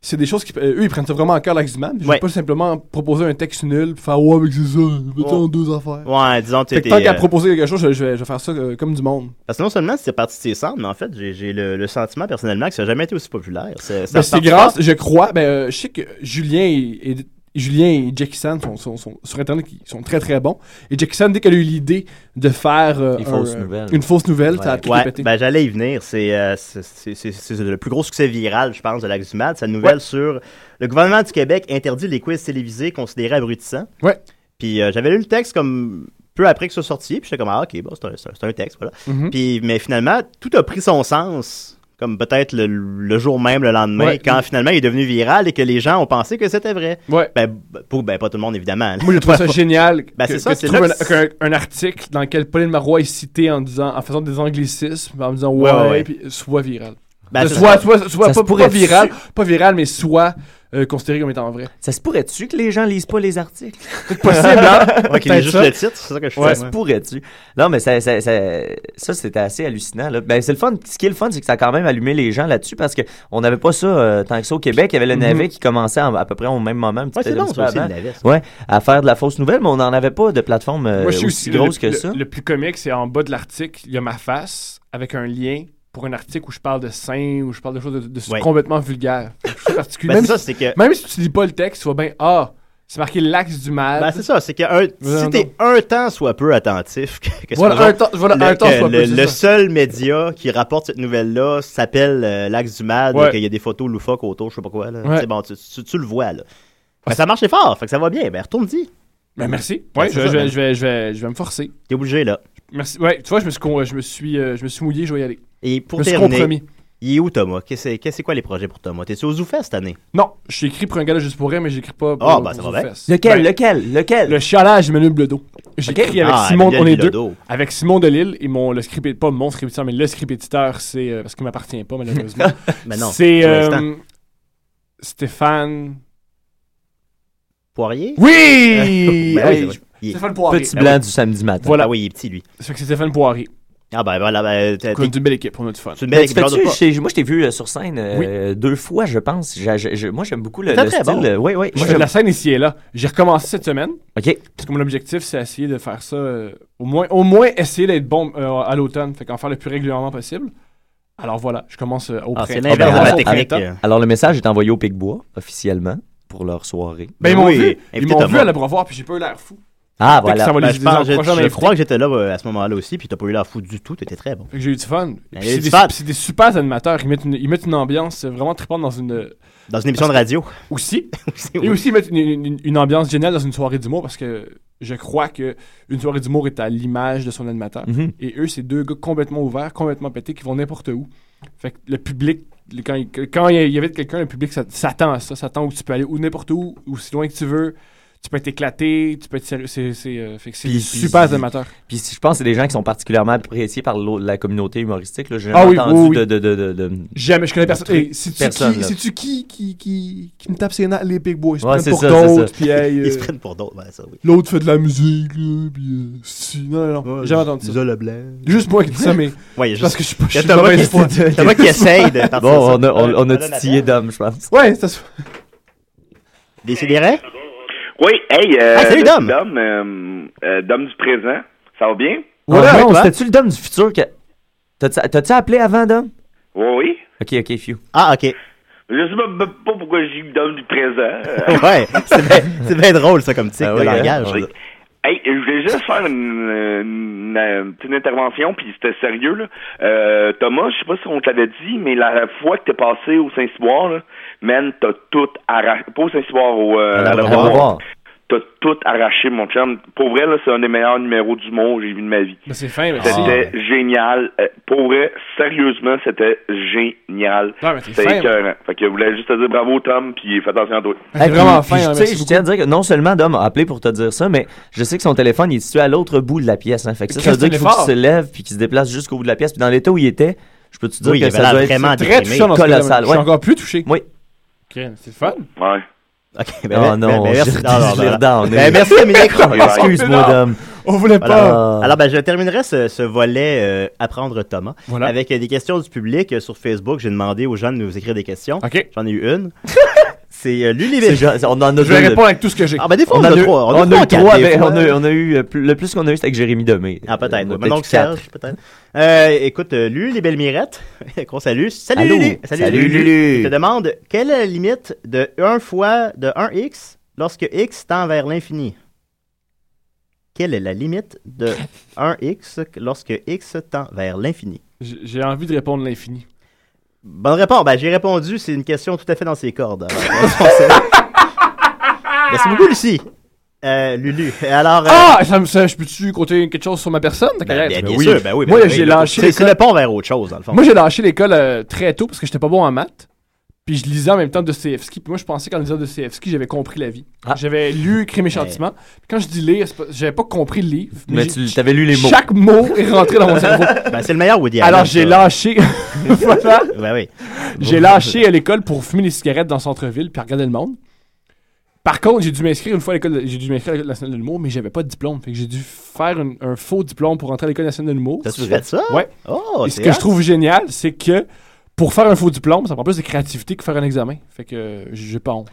C'est des choses qui. euh, eux, ils prennent ça vraiment en cœur, l'aximal. Je veux
Ouais.
pas simplement proposer un texte nul, puis faire ouais, mais c'est ça, mettons
Ouais.
deux affaires.
Ouais, disons, euh, tu
Fait que
étais.
tant qu'à proposer quelque chose, je, je vais, je vais faire ça euh, comme du monde.
Parce que non seulement c'est parti de ses cendres, mais en fait, j'ai, j'ai le, le sentiment personnellement que ça n'a jamais été aussi populaire. C'est, ça
Ben, c'est
part-
grâce, je crois. Ben, euh, je sais que Julien et, et- Julien et Jackie San sont, sont- sont- sur Internet, qui sont très très bons. Et Jackie San, dès qu'elle a eu l'idée de faire euh,
Une
un,
fausse
euh,
nouvelle.
une fausse nouvelle, ça a
Ouais.
tout
Ouais,
pété.
ben j'allais y venir. C'est, euh, c'est, c'est- c'est- c'est le plus gros succès viral, je pense, de l'Axe du Mat. Sa nouvelle sur le gouvernement du Québec interdit les quiz télévisés considérés abrutissants.
Ouais.
Puis euh, j'avais lu le texte comme peu après que ça sortit, puis j'étais comme ah, ok, bon, c'est un, c'est un- c'est un texte, voilà.
Mhm.
Puis mais finalement, tout a pris son sens. Comme peut-être le, le jour même, le lendemain,
Ouais.
quand finalement il est devenu viral et que les gens ont pensé que c'était vrai.
Ouais.
Ben, pour, ben pas tout le monde, évidemment.
Moi, je
*laughs*
trouve ça génial
Ben,
que,
c'est ça,
que tu
c'est
trouves
là
un,
que
qu'un- un article dans lequel Pauline Marois est citée en, disant, en faisant des anglicismes, en disant
Ouais,
ouais,
ouais, ouais.
puis soit viral. Euh,
Ben, c'est
soit
ça.
soit, soit
Ça
pas,
se pourrait
pas viral, pas viral, mais soit euh, considéré comme étant vrai.
Ça se pourrait-tu que les gens lisent pas les articles?
C'est possible, hein?
*laughs*
Ouais, qu'il
peut-être
est juste
ça.
le titre, c'est ça que je
Ça
fais.
se
ouais.
pourrait-tu? Non, mais ça, ça, ça, ça, c'était assez hallucinant. Là. Ben, c'est le fun. Ce qui est le fun, c'est que ça a quand même allumé les gens là-dessus parce qu'on n'avait pas ça euh, tant que ça au Québec. Il y avait le
Mm-hmm.
navet qui commençait en- à peu près au même moment, un petit
Ouais,
peu-
c'est
un
bon,
petit
ça
peu
aussi,
avant,
le navet, ça.
ouais, à faire de la fausse nouvelle, mais on n'en avait pas de plateforme euh,
Moi,
aussi,
je suis aussi le-
grosse que
le,
ça.
Le plus comique, c'est en bas de l'article, il y a ma face avec un lien pour un article où je parle de seins, où je parle de choses de, de-
Ouais.
complètement vulgaires. Je trouve ça particulier.
Ben,
même,
c'est ça, c'est que.
si, même si tu lis pas le texte, tu vas bien, ah, c'est marqué l'axe du mal.
Ben, c'est ça, c'est que un- si
non.
t'es un temps soit peu attentif, que, que ce
voilà,
soit
un temps, voilà,
le,
un temps
que
soit peu,
le-
c'est
le
ça.
seul média qui rapporte cette nouvelle-là s'appelle euh, l'Axe du Mad,
Ouais.
et qu'il y a des photos loufoques autour, je sais pas quoi. Là.
Ouais.
C'est bon, tu, tu- tu le vois. Là. Ben, ça marchait fort, fait que ça va bien. Ben, retourne-y.
Ben, merci.
Ben,
Ouais, je,
c'est ça,
je vais,
ben.
je, vais, je, vais, je vais me forcer.
T'es obligé, là.
Merci. Ouais, tu vois, je me suis, con- je me suis, euh, je me suis mouillé, je vais y aller.
Et
Je
pour
me suis
terminer,
compromis.
il est où, Thomas Qu'est-ce que c'est quoi les projets pour Thomas T'es-tu au Zoufest cette année
Non, je suis écrit pour un gars là juste pour rien, mais j'écris pas.
Ah,
pour-
ben, ça
pour
va
vous
bien.
fesses.
Lequel,
Ben,
lequel, lequel?
Le chialage Emmanuel Bledo. J'écris avec
Ah,
Simon,
Emmanuel
on est deux.
Bilodeau.
Avec Simon Delille et mon le script pas mon script éditeur, mais le script éditeur, c'est euh, parce qu'il m'appartient pas malheureusement.
*laughs* Ben non,
c'est
pour
euh,
l'instant.
Stéphane.
Poirier
*laughs* Oui.
*laughs* Ben oui,
Hey,
c'est vrai. Il est-
Stéphane Poirier.
Petit
Ah
blanc
oui.
du samedi matin.
Voilà.
Ah oui, il est petit, lui.
Ça fait que c'est Stéphane Poirier.
Ah, ben voilà, ben, t'es-
On a
t'es-
une belle équipe, on a du fun.
tu le mets
Mais
avec
Ben, tu
le genre de
fais-tu-
pas.
je- moi, je t'ai vu euh, sur scène euh, deux fois, je pense. J'a- j'a- je- moi, j'aime beaucoup le,
C'était
le
très
style.
bon.
euh, Oui, oui.
Moi,
Moi,
je fais de
j'aime-
la scène ici et là. J'ai recommencé cette semaine.
OK.
Parce que mon objectif, c'est essayer de faire ça, euh, au, moins, au moins essayer d'être bon euh, à l'automne, fait qu'en faire le plus régulièrement possible. Alors voilà, je commence euh, au
Ah,
printemps.
c'est l'inverse de
Je
ma
commence au
technique.
printemps.
euh.
Alors, le message est envoyé au Picbois, officiellement, pour leur soirée.
Ben, ils m'ont
Oui,
vu, ils
invitez
m'ont
Thomas.
vu à l'abreuvoir, puis j'ai pas eu l'air fou.
Ah,
Peut-être que
voilà.
Ça va
Ben,
les
je
aider
pense-
dans le
je-
prochain
je
invité.
crois que j'étais là euh, à ce moment-là aussi, puis t'as pas eu la foutre du tout, t'étais très bon.
Fait que j'ai eu du fun.
Ben,
Puis
il y a eu
C'est
du
des,
fun.
puis c'est des super animateurs. Ils mettent une, ils mettent une ambiance euh, vraiment trippante dans une.
Dans une émission de radio.
*laughs*
*laughs*
Aussi.
oui.
Et aussi, ils mettent une, une- une ambiance géniale dans une soirée d'humour parce que je crois que une soirée d'humour est à l'image de son animateur.
Mm-hmm.
Mhm.
Et eux, c'est deux gars complètement ouverts, complètement pétés, qui vont n'importe où. Fait que le public, le- quand il, quand il y avait quelqu'un, le public s'at- s'attend à ça, s'attend où tu peux aller, ou n'importe où, aussi loin que tu veux. Tu peux être éclaté, tu peux être sérieux. C'est, c'est, euh, fait que c'est
Puis-
des
puis-
super amateur.
Puis je pense que c'est des gens qui sont particulièrement appréciés par l'au- la communauté humoristique. là. J'ai
Ah
jamais
oui,
entendu
oui, oui.
De, de, de, de, de-
Jamais, je connais
de
personne.
trucs.
Hey, c'est-tu
personne.
qui-
là.
c'est-tu qui, qui, qui, qui me tape ses nattes? Les Big Boys. Ils se
Ouais,
prennent
c'est
pour
ça, c'est ça.
d'autres. puis, hey,
Ils se
euh,
prennent pour d'autres, ben, ça oui.
L'autre fait de la musique, là, puis euh, si, non, non, non,
Ouais,
j'ai jamais entendu ça.
Lisa Leblanc.
Juste moi qui dis ça, mais
*laughs* Ouais, il y a juste-
parce que je suis pas,
il y
je
a
suis
Thomas
mauvaise
qui-
foi.
Thomas qui essaye de Euh, partir
Bon,
ça.
on a, on, on a
Madame
titillé d'hommes, je pense.
Ouais, ça se
Décidérez?
Oui, hey, euh,
Ah, salut,
là,
Dom.
c'est Dom, euh, euh, Dom du présent. Ça va bien?
Voilà,
toi?
Ah, c'était-tu le Dom du futur que. T'as-tu t'as-tu appelé avant, Dom?
Oui, oui.
Ok, ok, few.
Ah, ok.
Je sais pas, pas pourquoi j'ai eu Dom du présent. Euh,
*laughs* Ouais, c'est bien c'est bien drôle, ça, comme tic
Ben
Ah
de
oui, hein?
langage.
Oui.
Hey, je voulais juste faire une, une- une petite intervention, puis c'était sérieux. Là. Euh, Thomas, je sais pas si on te l'avait dit, mais la fois que t'es passé au Saint-Cyboire, là, man, t'as tout arraché. Pas au Saint-Cyboire, au, euh, à la
On
Beauvoir.
va voir.
T'as tout arraché, mon chum. Pour vrai, là, c'est un des meilleurs numéros du monde que j'ai vu de ma vie.
Mais *laughs* c'est fin, mais c'est.
C'était génial. Euh, Pour vrai, sérieusement, c'était génial.
Non, mais t'es
C'était
fin. hein. mais-
écœurant. Fait que je voulais juste te dire bravo, Tom, puis fais attention à toi.
T'es
Hey,
vraiment
puis- puis,
fin, hein,
tu sais,
merci
je tiens à dire que non seulement Dom a appelé pour te dire ça, mais je sais que son téléphone il est situé à l'autre bout de la pièce. hein. Fait que ça, ça veut
Christ,
dire
il
qu'il
est
faut qu'il
fort.
se lève puis qu'il se déplace jusqu'au bout de la pièce. Puis dans l'état où il était, je peux te dire
Oui, il
que
avait
ça
l'air
doit être
vraiment
Très
déprimé.
touchant dans ce
Colossal,
film. Je suis
ouais.
encore plus touché.
Oui.
Ok, c'est le fun.
Ouais.
Ok, *laughs* ben,
Oh
ben, ben,
non,
merci.
je
Non, non,
je
non,
l'ai
non.
redonné.
Ben, merci, Dominique. *laughs*
Excuse-moi, Dom.
On voulait pas.
Voilà.
Alors, ben, je terminerai ce, ce volet euh, Apprendre Thomas
Voilà.
avec euh, des questions du public euh, sur Facebook. J'ai demandé aux gens de nous écrire des questions.
Ok.
J'en ai eu
*laughs*
une. C'est euh, lui,
*laughs*
les
C'est genre- on en a
Je vais
deux.
répondre avec tout ce que j'ai.
Ah, ben, des fois,
On
on,
en a
a
eu-
trois.
on a eu
trois, quatre,
trois,
des
mais
fois.
on a eu- on a eu euh, plus- le plus qu'on a eu c'était avec Jérémy Domé.
Ah, peut-être.
Euh,
ouais. Mais donc,
quatre.
Serge, peut-être. Euh, écoute, euh, Lulu, les belles mirettes, *laughs* qu'on salue. Salut,
Allô.
Lulu.
Salut, Lulu.
Il te demande quelle est la limite de 1 fois de 1x lorsque x tend vers l'infini Quelle est la limite de 1x lorsque x tend vers l'infini
J'ai j'ai envie de répondre l'infini.
Bonne réponse. Ben, j'ai répondu. C'est une question tout à fait dans ses cordes.
*laughs*
Alors, Merci beaucoup, Lucie. Euh, Lulu. Alors. euh,
Ah, ça me ça, je peux-tu compter quelque chose sur ma personne? Ta
ben,
carrière?
bien,
Ben
bien
oui.
sûr, ben oui, ben
Moi,
oui.
j'ai lâché
C'est-
les
C'est le pont vers autre chose, dans le fond.
Moi, j'ai lâché l'école euh, très tôt parce que j'étais pas bon en maths. Puis je lisais en même temps de Dostoevsky. Puis moi, je pensais qu'en lisant Dostoevsky, j'avais compris la vie.
Ah.
J'avais lu Crime et Châtiment. Puis quand je dis lire, c'est pas- j'avais pas compris le livre.
Mais
j'ai-
tu avais lu les mots.
Chaque mot est rentré dans mon cerveau.
*laughs* Ben, c'est le meilleur Woody Allen.
Alors j'ai
ça.
lâché. *laughs* Voilà.
Ben oui.
J'ai lâché à l'école pour fumer des cigarettes dans le centre-ville puis regarder le monde. Par contre, j'ai dû m'inscrire une fois à l'école, j'ai dû m'inscrire à l'école nationale de l'humour, mais j'avais pas de diplôme. Fait que j'ai dû faire un, un faux diplôme pour rentrer à l'école nationale de l'humour.
T'as-tu fait ça?
Ouais.
Oh,
Et ce
c'est
que je
hot.
trouve génial, c'est que pour faire un faux diplôme, ça prend plus de créativité que faire un examen. Fait que euh, j'ai pas honte.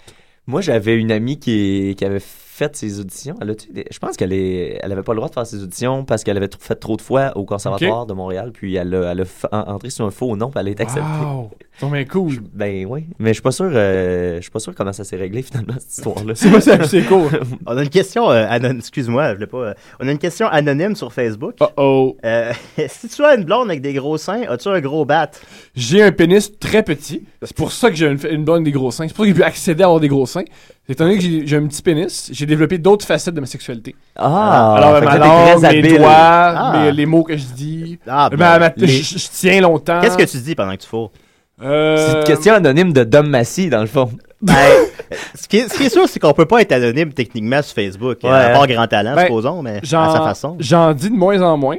Moi, j'avais une amie qui, qui avait fait ses auditions. Elle a-tu des- Je pense qu'elle est... elle avait pas le droit de faire ses auditions parce qu'elle avait trop- fait trop de fois au Conservatoire de Montréal. Puis elle a, elle a fa- en- entré sur un faux nom, puis elle a été acceptée.
Wow! C'est bien cool!
Ben oui, mais je suis pas sûr, euh, je suis pas sûr comment ça s'est réglé *laughs* finalement cette histoire-là.
C'est pas ça, c'est cool!
*laughs* On a une question euh, anonyme. Excuse-moi, je voulais pas. euh, On a une question anonyme sur Facebook.
Oh oh!
Euh, *laughs* si tu as une blonde avec des gros seins, as-tu un gros bat?
J'ai un pénis très petit. C'est pour ça que j'ai une, une blonde des gros seins. C'est pour ça que j'ai pu accéder à avoir des gros seins. Étant donné que j'ai- j'ai un petit pénis, j'ai développé d'autres facettes de ma sexualité.
Ah,
Alors,
fait que
ma
là, t'es
langue,
très
mes
habile.
doigts,
Ah.
mes- les mots que je dis.
Ah, ben,
Ma- ma-
les-
je, je tiens longtemps.
Qu'est-ce que tu dis pendant que tu fous?
Euh,
C'est une question anonyme de Dom Massy, dans le fond.
Ben, ce, qui est, ce qui est sûr, c'est qu'on peut pas être anonyme techniquement sur Facebook. euh,
Ouais.
À part grand talent,
Ben,
supposons, mais à
J'en,
sa façon.
j'en dis de moins en moins.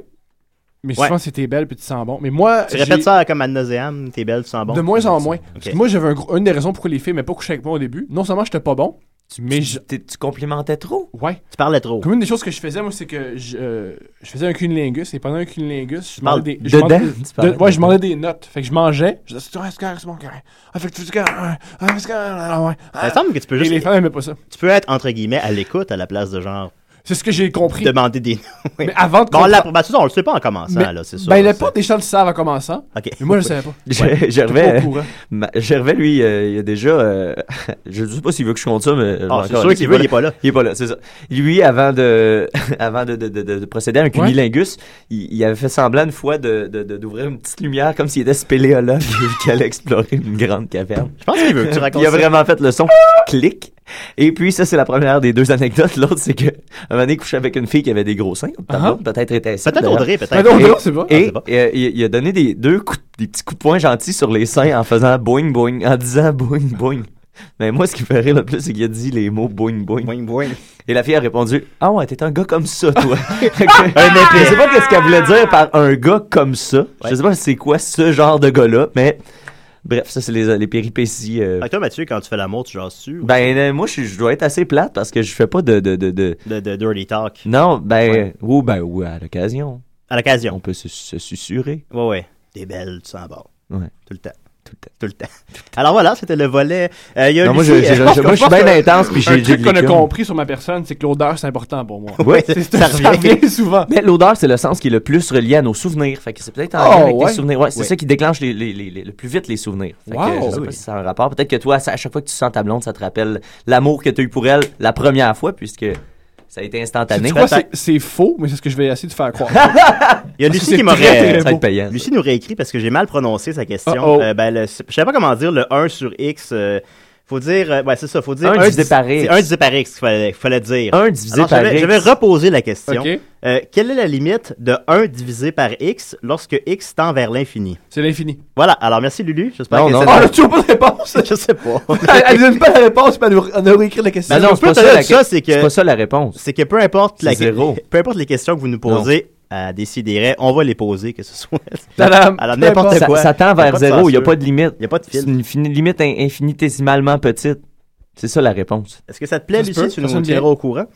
Mais
Ouais.
souvent, c'était belle puis tu sens bon. Mais moi,
Tu
j'ai-
répètes ça comme à nauseam, t'es belle, tu
Ah
sens bon.
de moins en moins. Parce
Ok.
que moi, j'avais un gros- une des raisons pourquoi les filles m'avaient pas couché avec moi au début. Non seulement j'étais pas bon, mais je.
T'es- Tu complimentais trop.
Ouais.
Tu parlais trop.
Comme une des choses que je faisais, moi, c'est que je, euh, je faisais un cunilingus et pendant un cunilingus, je
Parle
demandais des. je
Dedans,
demandais-
tu parlais.
de- ouais, je demandais des notes. Fait que je mangeais. Je disais, c'est correct, c'est correct, c'est bon, correct. Ah, fait que tu fais du correct, ah, ah, c'est correct, ah, ouais,
Ça
ah.
Ben, me semble que tu peux
Et
juste.
les femmes n'aimaient pas ça.
Tu peux être, entre guillemets, à l'écoute à la place de genre.
C'est ce que j'ai compris.
Demander des *laughs* noms. oui.
Mais avant de
Bon,
compre-
la probation, on le sait pas en commençant,
Mais-
là, c'est sûr.
Ben, la
c'est-
plupart des gens le savent en commençant.
Ok.
Mais moi, je le
*laughs*
savais pas.
Ger-
Ouais, j'étais
*laughs*
pas
Gervais, euh,
au courant.
ma- Gervais, lui, euh, il a déjà. euh, *laughs* je ne sais pas s'il veut que je compte ça, mais.
Ah, c'est sûr qu'il veut, il est pas là.
Il est pas là, c'est ça. Lui, avant de, *laughs* avant de, de- de- de- de procéder à un cunilingus, il, il avait fait semblant une fois d'ouvrir de, de- d'ouvrir une petite lumière comme s'il était spéléologue *laughs* et qu'il allait explorer une grande caverne. Je
pense qu'il
*laughs*
veut que tu racontes
Il a
ça.
vraiment fait le son clic. Et puis, ça, c'est la première des deux anecdotes. L'autre, c'est que, un moment donné, il couchait avec une fille qui avait des gros seins.
Ah.
Peut-être était
Peut-être Audrey, peut-être.
Et-
Peut-être Audrey, on sait pas.
Et, euh, il, il a donné des, deux coups, des petits coups de poing gentils sur les seins en faisant boing boing, en disant boing *laughs* boing. Mais moi, ce qui me fait rire le plus, c'est qu'il a dit les mots boing boing. Et la fille a répondu Ah ouais, t'es un gars comme ça,
*laughs*
toi. *laughs* Je sais pas qu'est-ce qu'elle voulait dire par un gars comme ça. Je sais pas c'est quoi ce genre de gars-là, mais bref, ça, c'est les, les péripéties. euh,
Fait que toi, Mathieu, quand tu fais l'amour, tu jases-tu? ou-
Ben, euh, moi, je, suis- je dois être assez plate parce que je fais pas de. de, de, de-
De, de dirty talk.
Non, ben. Ou, ben, ou à l'occasion.
À l'occasion.
On peut se, se susurrer.
Ouais, ouais. T'es belle, tu sens bon.
Ouais.
Tout le temps. Tout le temps. Tout le temps. Alors voilà, c'était le volet. Euh, il y a
Non, moi,
Lucie,
je- je-
euh,
je-
pense
moi,
qu'on-
je suis bien
pense que-
intense, puis j'ai-
Un
j'ai
truc
de
qu'on a
l'écume.
compris sur ma personne, c'est que l'odeur, c'est important pour moi.
*laughs* Ouais,
c'est
ça revient.
*laughs*
souvent.
Mais l'odeur, c'est le sens qui est le plus relié à nos souvenirs. Fait que c'est peut-être
Ah,
en
Oh,
lien avec
ouais.
tes souvenirs. Ouais, c'est
Ouais.
ça qui déclenche les- les- les- les- le plus vite les souvenirs. Fait que,
Wow.
je sais
Oui.
pas si ça a un rapport. Peut-être que toi, ça- à chaque fois que tu sens ta blonde, ça te rappelle l'amour que tu as eu pour elle la première fois, puisque ça a été instantané.
Tu vois, c'est- c'est faux, mais c'est ce que je vais essayer de faire croire.
*laughs* Il y a
Ah,
Lucie
Parce que c'est
qui m'a
très, très
ré...
beau.
Lucie nous réécrit parce que j'ai mal prononcé sa question.
Oh,
Uh-oh.
Euh, ben, le- Je savais pas comment dire le 1 sur X. euh, Faut dire, euh, ouais, c'est ça, faut dire
Un divisé
dis-
par X.
C'est un divisé par X qu'il fallait, fallait dire.
Un divisé
Alors, je
par
vais-
X.
Je vais reposer la question.
Ok.
Euh, quelle est la limite de 1 divisé par X lorsque X tend vers l'infini?
C'est l'infini.
Voilà, alors merci Lulu. J'espère
Non,
que
non,
c'est-
non. Ah,
là, tu n'as pas de réponse.
*laughs* Je sais
*laughs*
pas.
elle elle donne pas la réponse, mais elle nous- elle nous réécrit la question.
Mais Bah non,
Ce que
c'est pas
je peux te
ça,
dire
la
de ça,
que-
c'est que-
c'est pas ça la réponse.
C'est que peu importe, la...
C'est zéro.
peu importe les questions que vous nous posez à décider, on va les poser, que ce soit.
Tadam.
Alors
Peu importe.
n'importe
Ça,
quoi.
ça tend vers zéro. Il n'y a pas de limite.
Il n'y a pas de
C'est
fil.
une fini- limite in- infinitésimalement petite. C'est ça la réponse.
Est-ce que ça te plaît,
Ça se
Lucie?
peut,
Tu
ça
nous
sonne bien.
tiendras au courant.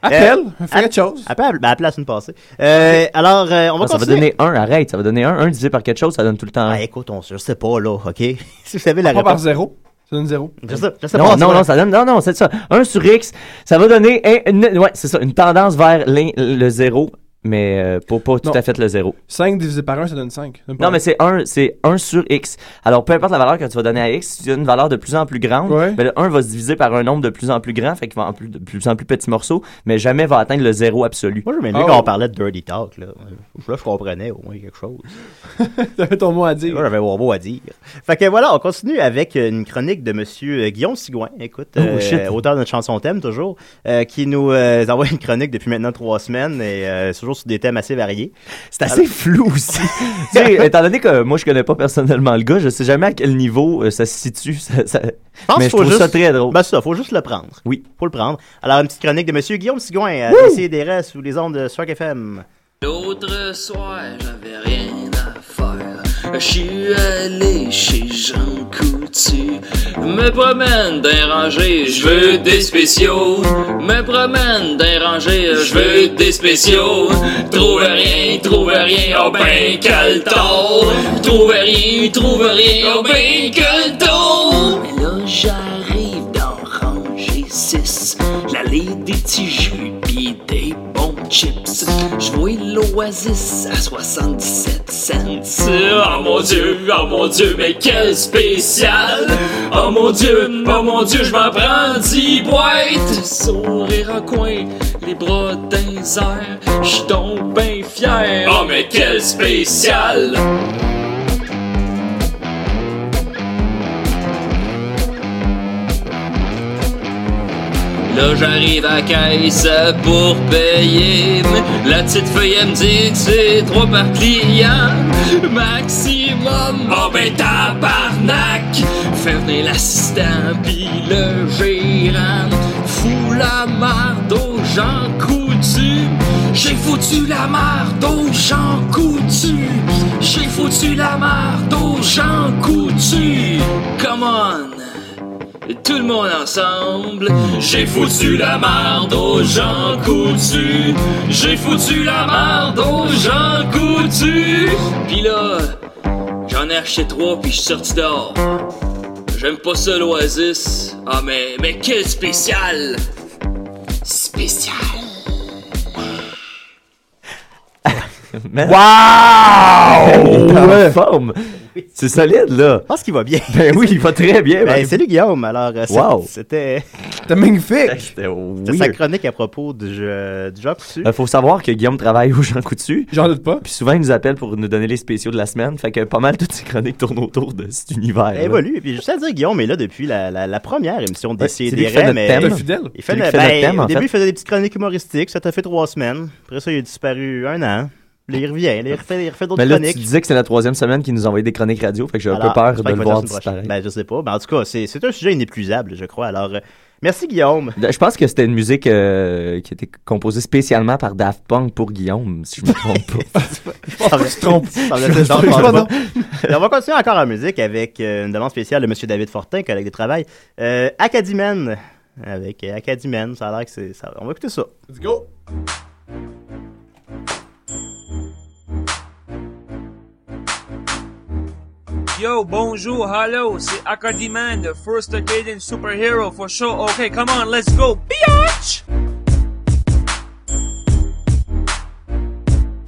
Appelle,
Euh,
fais
app-
quelque chose.
Appelle, ben, appelle la semaine passée. Euh, alors, euh, on va
Ah, ça va
continuer.
donner un, arrête. Ça va donner un. Un divisé par quelque chose, ça donne tout le temps un.
Ah, écoute, on se je sais pas, là, OK? *laughs* si vous savez la
Ah, Pas par
réponse.
zéro. Ça donne zéro.
Je sais, je sais
non,
pas.
non,
c'est
non,
vrai.
ça donne, non, non, c'est ça. 1 sur X, ça va donner un- une, ouais, c'est ça, une tendance vers l'in- le zéro, mais euh, pas, pas tout
Non.
à fait le zéro.
5 divisé par 1, ça donne 5.
Non, mais c'est 1, c'est 1 sur X. Alors, peu importe la valeur que tu vas donner à X, si tu as une valeur de plus en plus grande,
Ouais.
ben, le 1 va se diviser par un nombre de plus en plus grand, fait qu'il va en plus, de plus en plus petits morceaux, mais jamais va atteindre le zéro absolu. Ah,
Moi, j'aimais mieux
Oh.
quand on parlait de Dirty
*laughs*
Talk, là. Là, je comprenais au moins quelque chose.
T'avais ton mot à
Et Moi,
dire.
j'avais Warbo à dire. Fait que voilà, on continue avec une chronique de Monsieur euh, Guillaume Sigouin, écoute,
Oh,
euh,
shit.
auteur de notre chanson thème toujours, euh, qui nous euh, envoie une chronique depuis maintenant trois semaines et euh, c'est toujours sur des thèmes assez variés.
C'est assez flou
*laughs*
aussi. tu sais, étant donné que moi, je connais pas personnellement le gars, je sais jamais à quel niveau euh, ça se situe. ça- ça-
pense
Mais
qu'il
je
faut
trouve ça
juste-
très drôle.
Ben c'est ça, faut juste le prendre.
Oui.
Faut le prendre. Alors, une petite chronique de Monsieur Guillaume Sigouin, à laisser des restes sous les ondes de Shock FM.
L'autre soir, j'avais rien à faire. Je suis allé chez Jean Coutu. Me promène d'un rangé, je veux des spéciaux. Me promène d'un rangé, je veux des spéciaux. Trouve rien, trouve rien, oh ben quel temps. Trouve rien, trouve rien, oh ben quel temps. Mais là, j'arrive dans rangé 6. L'allée des petits jus pis des bons chips. Je vois l'oasis à 77 cents. Oh mon dieu, oh mon dieu, mais quel spécial! Oh mon dieu, oh mon dieu, je m'en prends 10 boîtes! Sourire en coin, les bras d'un air, je tombe bien fier. Oh mais quel spécial! Là j'arrive à caisse pour payer La petite feuille elle me dit que c'est trois par client Maximum Oh ben tabarnak Fais venir l'assistant pis le gérant Fous la marde aux gens coutus J'ai foutu la marde aux gens coutus J'ai foutu la marde aux gens coutus Come on tout le monde ensemble. J'ai foutu la marde aux gens coutus. J'ai foutu la marde aux gens coutus. Puis là, j'en ai acheté trois puis je suis sorti dehors. J'aime pas ça l'Oasis. Ah mais mais quel spécial. Spécial.
Man.
Wow!
*laughs* Il est en
Ouais.
forme. C'est solide, là. Je
pense qu'il va bien.
Ben oui, il va très bien.
Ben, salut Guillaume, alors euh, c'est-
Wow.
c'était
C'était magnifique. C'était
c'était sa
weird.
chronique à propos du jeu, euh, du jeu dessus.
Il Euh, faut savoir que Guillaume travaille aux gens coutus.
J'en doute pas.
Puis souvent, il nous appelle pour nous donner les spéciaux de la semaine. Fait que pas mal toutes ces chroniques tournent autour de cet univers.
Elle évolue. Et puis, juste à dire, Guillaume est là depuis la, la, la première émission de
c'est lui qui
Décidéré.
fait notre
mais
thème. C'est fidèle.
Il fait,
C'est lui
le-
qui fait notre
ben,
thème, en
Au début,
fait.
il faisait des petites chroniques humoristiques. Ça t'a fait trois semaines. Après ça, il a disparu un an. Là, il revient. Là, il refait, il refait d'autres
Mais là, tu
chroniques.
disais que c'est la troisième semaine qu'il nous envoyait des chroniques radio. Fait que j'ai un peu
Alors,
peur
j'espère
de le
qu'il va
voir
faire ça une prochaine.
disparaître.
Ben, je sais pas. Ben, en tout cas, c'est c'est un sujet inépuisable, je crois. Alors, euh, merci Guillaume.
Ben, Je pense que c'était une musique euh, qui était composée spécialement par Daft Punk pour Guillaume, si je me trompe
*laughs*
pas.
tu te trompes. On va continuer encore en musique avec euh, une demande spéciale de M. David Fortin, collègue de travail. Euh, Acadimen. Avec euh, Acadimen, ça a l'air que c'est. ça- On va écouter ça.
Let's go.
Yo, bonjour, hello, c'est Acadiman, the first Acadian superhero for sure. Okay, come on, let's go, biatch!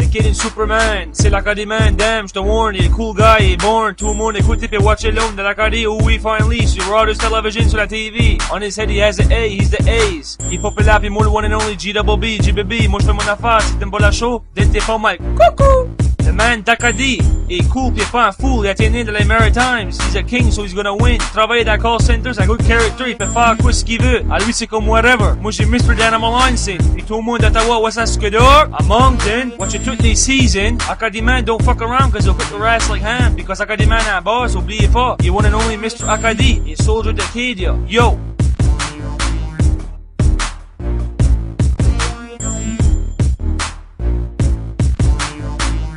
Acadian Superman, c'est l'Acadiman, damn, je te warn, il est cool guy, il est born, tout le monde écoute et watch alone de l'Acadie, oh oui, finally, sur Rogers Television, sur la TV. On his head, he has an A, he's the Ace. Il est populaire, puis moi le one and only, G-double-B, GBB, moi je fais mon affaire, si t'aimes pas la show, then t'es pas mal, coucou! The man d'Acadie est cool pis pas un fool, il a été né dans les Maritimes, he's a king so he's gonna win. Travaille dans call center, c'est un good character, il peut faire quoi ce qu'il veut. À lui c'est comme whatever. Moi j'ai Mr. Dynamo Line c'est, et tout le monde d'Ottawa, what's that Skidor? À Moncton, watch it toutes les seasons. Acadie man don't fuck around cause he'll put your ass like ham, because Acadie man a boss, oubliez pas. You one and only Mr. Acadie, a soldier d'Acadia. Yo!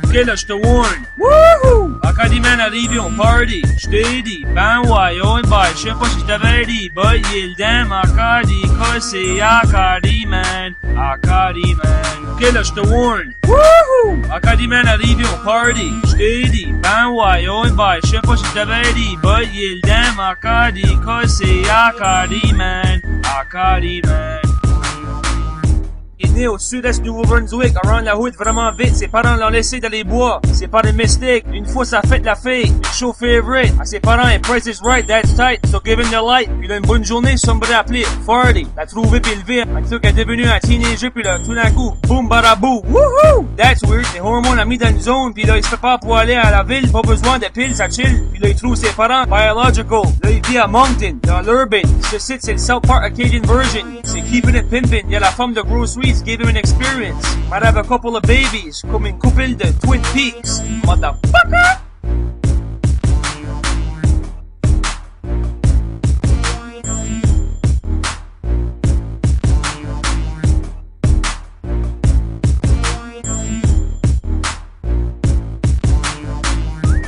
Okay, let's go warn. Woohoo! Académie arrive au party. J't'ai dit, ben ouais, oh bye. J'sais pas si j't'avais dit, but il dame Acadie, cause c'est Acadie, man. Acadie, man. Okay, let's go warn. Woohoo! Académie arrive au party. J't'ai dit, ben ouais, oh bye. J'sais pas si j't'avais dit, but il dame Acadie, cause c'est Acadie, man. Acadie, man. Il est né au sud-est du Nouveau-Brunswick, around la route vraiment vite. Ses parents l'ont laissé dans les bois. C'est pas une mystique. Une fois, ça fait de la fille. Show favorite. À ses parents, et price is right, that's tight. So give him the light. Il a une bonne journée, sombre appelé Farty. L'a trouvé puis élevé. Un truc est devenu un teenager puis là, tout d'un coup, boom barabou. Woohoo! That's weird. Les hormones l'ont mis dans une zone puis là, il se prépare pour aller à la ville. Pas besoin de piles, ça chill. Puis là, il trouve ses parents biological. Là, il vit à Moncton, dans l'urban. Ce site, c'est le South Park Acadian version. C'est keeping it pimpin'. Y'a la femme de groceries gave him an experience. Might have a couple of babies. Comme une couple de Twin Peaks. Motherfucker!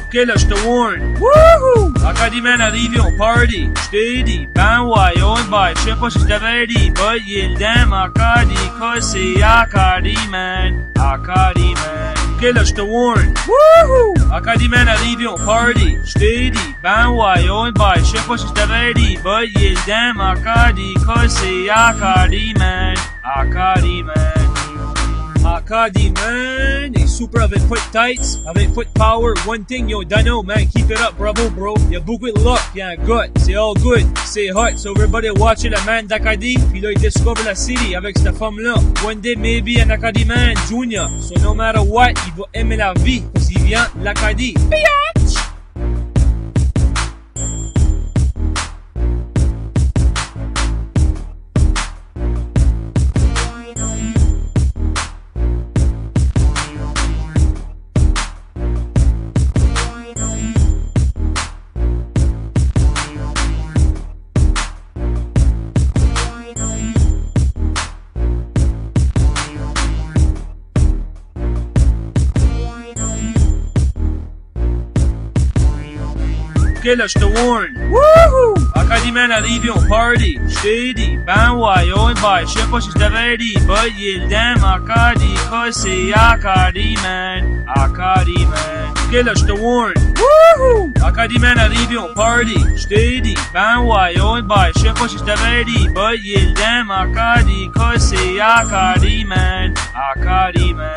Okay, là, je te warn. Woohoo! Académie arrivé au party. Je t'ai dit, ben ouais, on bye. Je sais pas si je t'avais dit, but il damn Acadie, cause c'est Acadie, man. Acadie, man. Okay, là, je te warn. Woohoo! Académie arrivé au party. Je t'ai dit, ben ouais, on bye. Je sais pas si je t'avais dit, but il damn Acadie, cause c'est Acadie, man. Acadie, man. Akadi man, he's super avec foot tights, avec foot power. One thing yo Dano man, keep it up, bravo bro. Y'a beaucoup de luck, y'a un gut, c'est all good, c'est hot. So everybody watching a man d'Acadie, puis là il discover la city avec cette femme là. One day maybe an Acadie man junior, so no matter what, il va aimer la vie, cause il vient de l'Acadie. Biatch! Okay, let's go warn. Woohoo! Acadie man arrivé au party. J't'ai dit, ben ouais, oh bye. J'sais pas si j't'avais dit, but il damn Acadie, cause c'est Acadie man. Acadie man. Okay, let's go warn. Woohoo! Acadie man arrivé au party. J't'ai dit, ben ouais, oh bye. J'sais pas si j't'avais dit, but il damn Acadie, cause c'est Acadie man. Acadie man.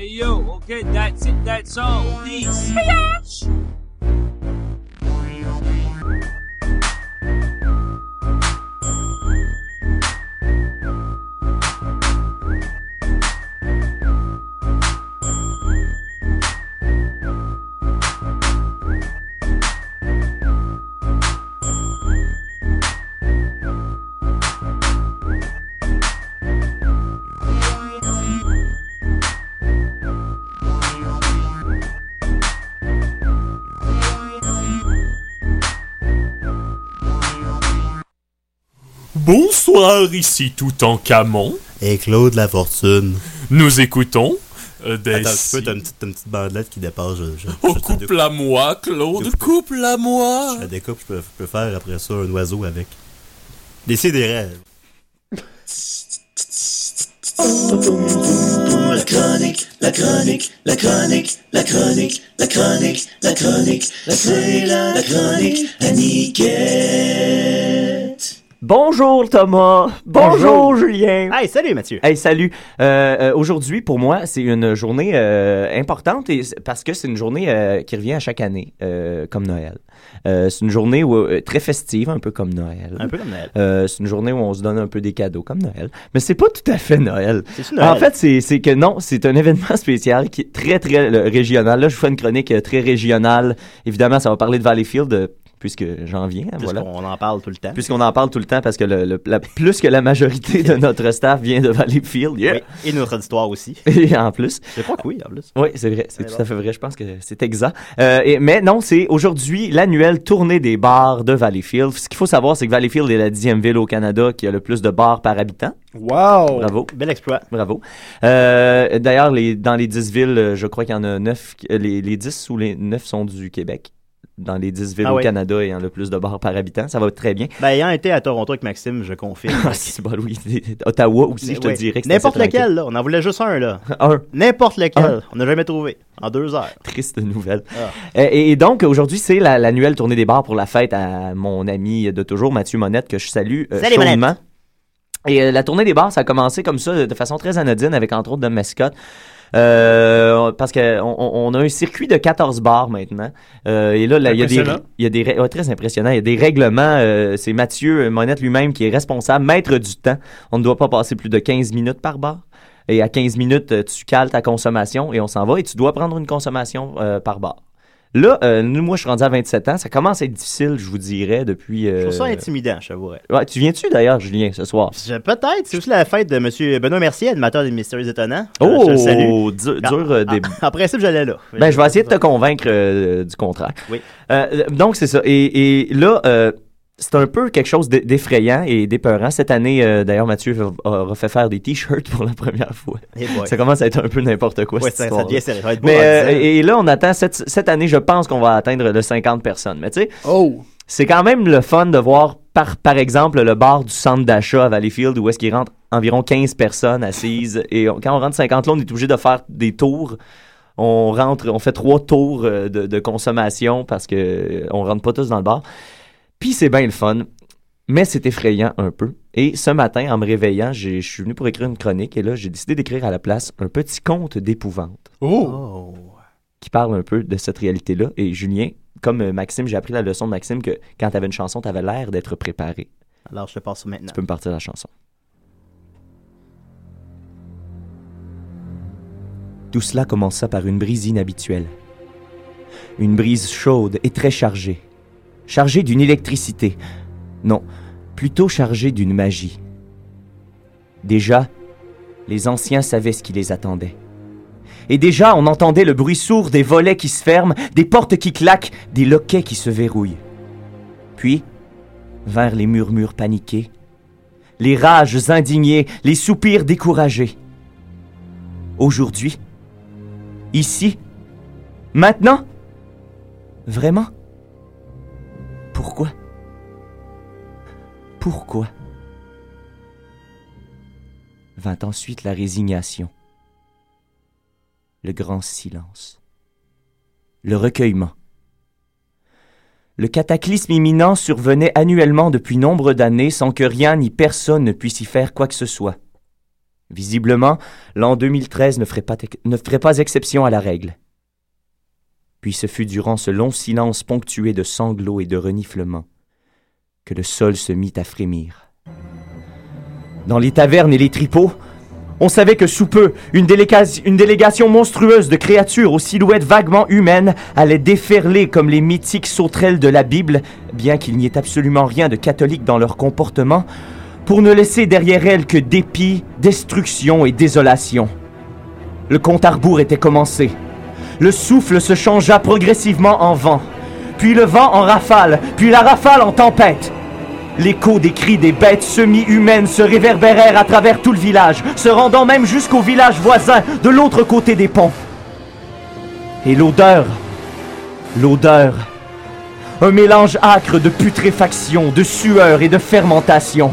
yo, okay, that's it, that's all. Peace. Biatch!
Bonsoir, ici tout en camon.
Et Claude La Fortune.
Nous écoutons euh, des...
Attends, tu peux, t'as une petite, t'as une petite bandelette qui dépasse. Je, je,
Oh, couple à moi, Claude, couple à moi.
je la découpe, je peux, je peux faire après ça un oiseau avec. Décidez des rêves.
La chronique, la chronique, la chronique, la chronique, la chronique, la chronique, la chronique, la
*laughs*
chronique,
Bonjour Thomas. Bonjour, Julien.
Hey, salut Mathieu.
Hey, salut. Euh, euh, Aujourd'hui, pour moi, c'est une journée euh, importante et c'est- parce que c'est une journée euh, qui revient à chaque année, euh, comme Noël. Euh, c'est une journée où, euh, très festive, un peu comme Noël.
Un peu comme Noël.
Euh, c'est une journée où on se donne un peu des cadeaux, comme Noël. Mais c'est pas tout à fait Noël.
C'est-tu Noël?
En fait, c'est c'est que non, c'est un *laughs* événement spécial qui est très, très euh, régional. Là, je vous fais une chronique euh, très régionale. Évidemment, ça va parler de Valleyfield, euh, puisque j'en viens. Voilà.
On en parle tout le temps.
Puisqu'on en parle tout le temps, parce que le, le- la- *laughs* plus que la majorité
*laughs*
de notre staff vient de Valleyfield. yeah.
Oui, et notre auditoire aussi.
*laughs* Et en plus.
Je crois que oui, en plus.
Oui, c'est vrai, c'est
Mais
tout
bon.
à fait vrai, je pense que c'est exact. Euh, et- mais non, c'est aujourd'hui l'annuelle tournée des bars de Valleyfield. Ce qu'il faut savoir, c'est que Valleyfield est la dixième ville au Canada qui a le plus de bars par habitant.
Wow!
Bravo.
Bel exploit.
Bravo. Euh, D'ailleurs, les, dans les 10 villes, euh, je crois qu'il y en a 9. Les, les 10 ou les 9 sont du Québec. Dans les 10 villes
Ah
au
ouais.
Canada ayant le plus de bars par habitant, ça va très bien.
Ben, ayant été
*laughs*
à Toronto avec Maxime, je confirme.
*laughs*
Ah, c'est bon, oui. Ottawa aussi,
Mais
je te
ouais.
dirais que c'est
N'importe
assez tranquille.
lequel, là. On en voulait juste un, là.
*laughs* Un.
N'importe lequel.
Un.
On n'a jamais trouvé. En deux heures.
Triste nouvelle.
Ah.
Euh, Et, et donc, aujourd'hui, c'est la- l'annuelle tournée des bars pour la fête à mon ami de toujours, Mathieu Monette, que je salue euh,
Salut,
chaudement.
Monette.
Et euh, la tournée des bars, ça a commencé comme ça, de façon très anodine, avec entre autres de mascottes. Euh, parce qu'on on on a un circuit de 14 bars maintenant. Euh, et là, là, il y a des,
Impressionnant.
il y a des rè- ouais, très impressionnant. Il y a des règlements. euh, c'est Mathieu Monette lui-même qui est responsable, maître du temps. On ne doit pas passer plus de 15 minutes par bar. Et à 15 minutes, euh, tu cales ta consommation et on s'en va. Et tu dois prendre une consommation euh, par bar. Là, euh, nous, moi, je suis rendu à 27 ans. Ça commence à être difficile, je vous dirais, depuis.
Je trouve ça
euh,
intimidant, je t'avouerais.
ouais, tu viens-tu d'ailleurs, Julien, ce soir?
Je- Peut-être. C'est aussi la fête de M. Benoît Mercier, animateur des Mystérieux Étonnants. Euh, je le salue.
Oh, dur, dur, euh,
Ah,
dé-
En principe, j'allais là.
Ben, je vais essayer de te convaincre euh, du contraire.
Oui.
Euh, donc, c'est ça. Et, et là, euh, c'est un peu quelque chose d'e- d'effrayant et d'épeurant. Cette année, euh, d'ailleurs, Mathieu a- a refait faire des t-shirts pour la première fois.
Eh boy.
Ça commence à être un peu n'importe quoi.
Ouais,
cette
ça- ça
histoire-là.
devient sérieux. Ça va être beau
Mais,
en
euh,
disant.
et, et là, on attend cette, cette année, je pense qu'on va atteindre le 50 personnes. Mais tu sais,
Oh!
c'est quand même le fun de voir, par, par exemple, le bar du centre d'achat à Valleyfield où est-ce qu'il rentre environ 15 personnes assises. Et on- quand on rentre 50, là, on est obligé de faire des tours. On rentre, on fait trois tours euh, de, de consommation parce que euh, on rentre pas tous dans le bar. Puis c'est bien le fun, mais c'est effrayant un peu. Et ce matin, en me réveillant, j'ai- je suis venu pour écrire une chronique et là, j'ai décidé d'écrire à la place un petit conte d'épouvante
Oh!
qui parle un peu de cette réalité-là. Et Julien, comme euh, Maxime, j'ai appris la leçon de Maxime que quand tu avais une chanson, tu avais l'air d'être préparé.
Alors, je te passe maintenant.
Tu peux me partir la chanson. Tout cela commença par une brise inhabituelle. Une brise chaude et très chargée. Chargée d'une électricité. Non, plutôt chargée d'une magie. Déjà, les anciens savaient ce qui les attendait. Et déjà, on entendait le bruit sourd des volets qui se ferment, des portes qui claquent, des loquets qui se verrouillent. Puis, vinrent les murmures paniqués, les rages indignées, les soupirs découragés. Aujourd'hui, ici, maintenant, vraiment Pourquoi Pourquoi Vint ensuite la résignation, le grand silence, le recueillement. Le cataclysme imminent survenait annuellement depuis nombre d'années sans que rien ni personne ne puisse y faire quoi que ce soit. Visiblement, l'an 2013 ne ferait, pas tec- ne ferait pas exception à la règle. Puis ce fut durant ce long silence ponctué de sanglots et de reniflements que le sol se mit à frémir. Dans les tavernes et les tripots, on savait que sous peu, une, déléca- une délégation monstrueuse de créatures aux silhouettes vaguement humaines allait déferler comme les mythiques sauterelles de la Bible, bien qu'il n'y ait absolument rien de catholique dans leur comportement, pour ne laisser derrière elles que dépit, destruction et désolation. Le compte à rebours était commencé. Le souffle se changea progressivement en vent, puis le vent en rafale, puis la rafale en tempête. L'écho des cris des bêtes semi-humaines se réverbérèrent à travers tout le village, se rendant même jusqu'au village voisin de l'autre côté des ponts. Et l'odeur, l'odeur, un mélange âcre de putréfaction, de sueur et de fermentation.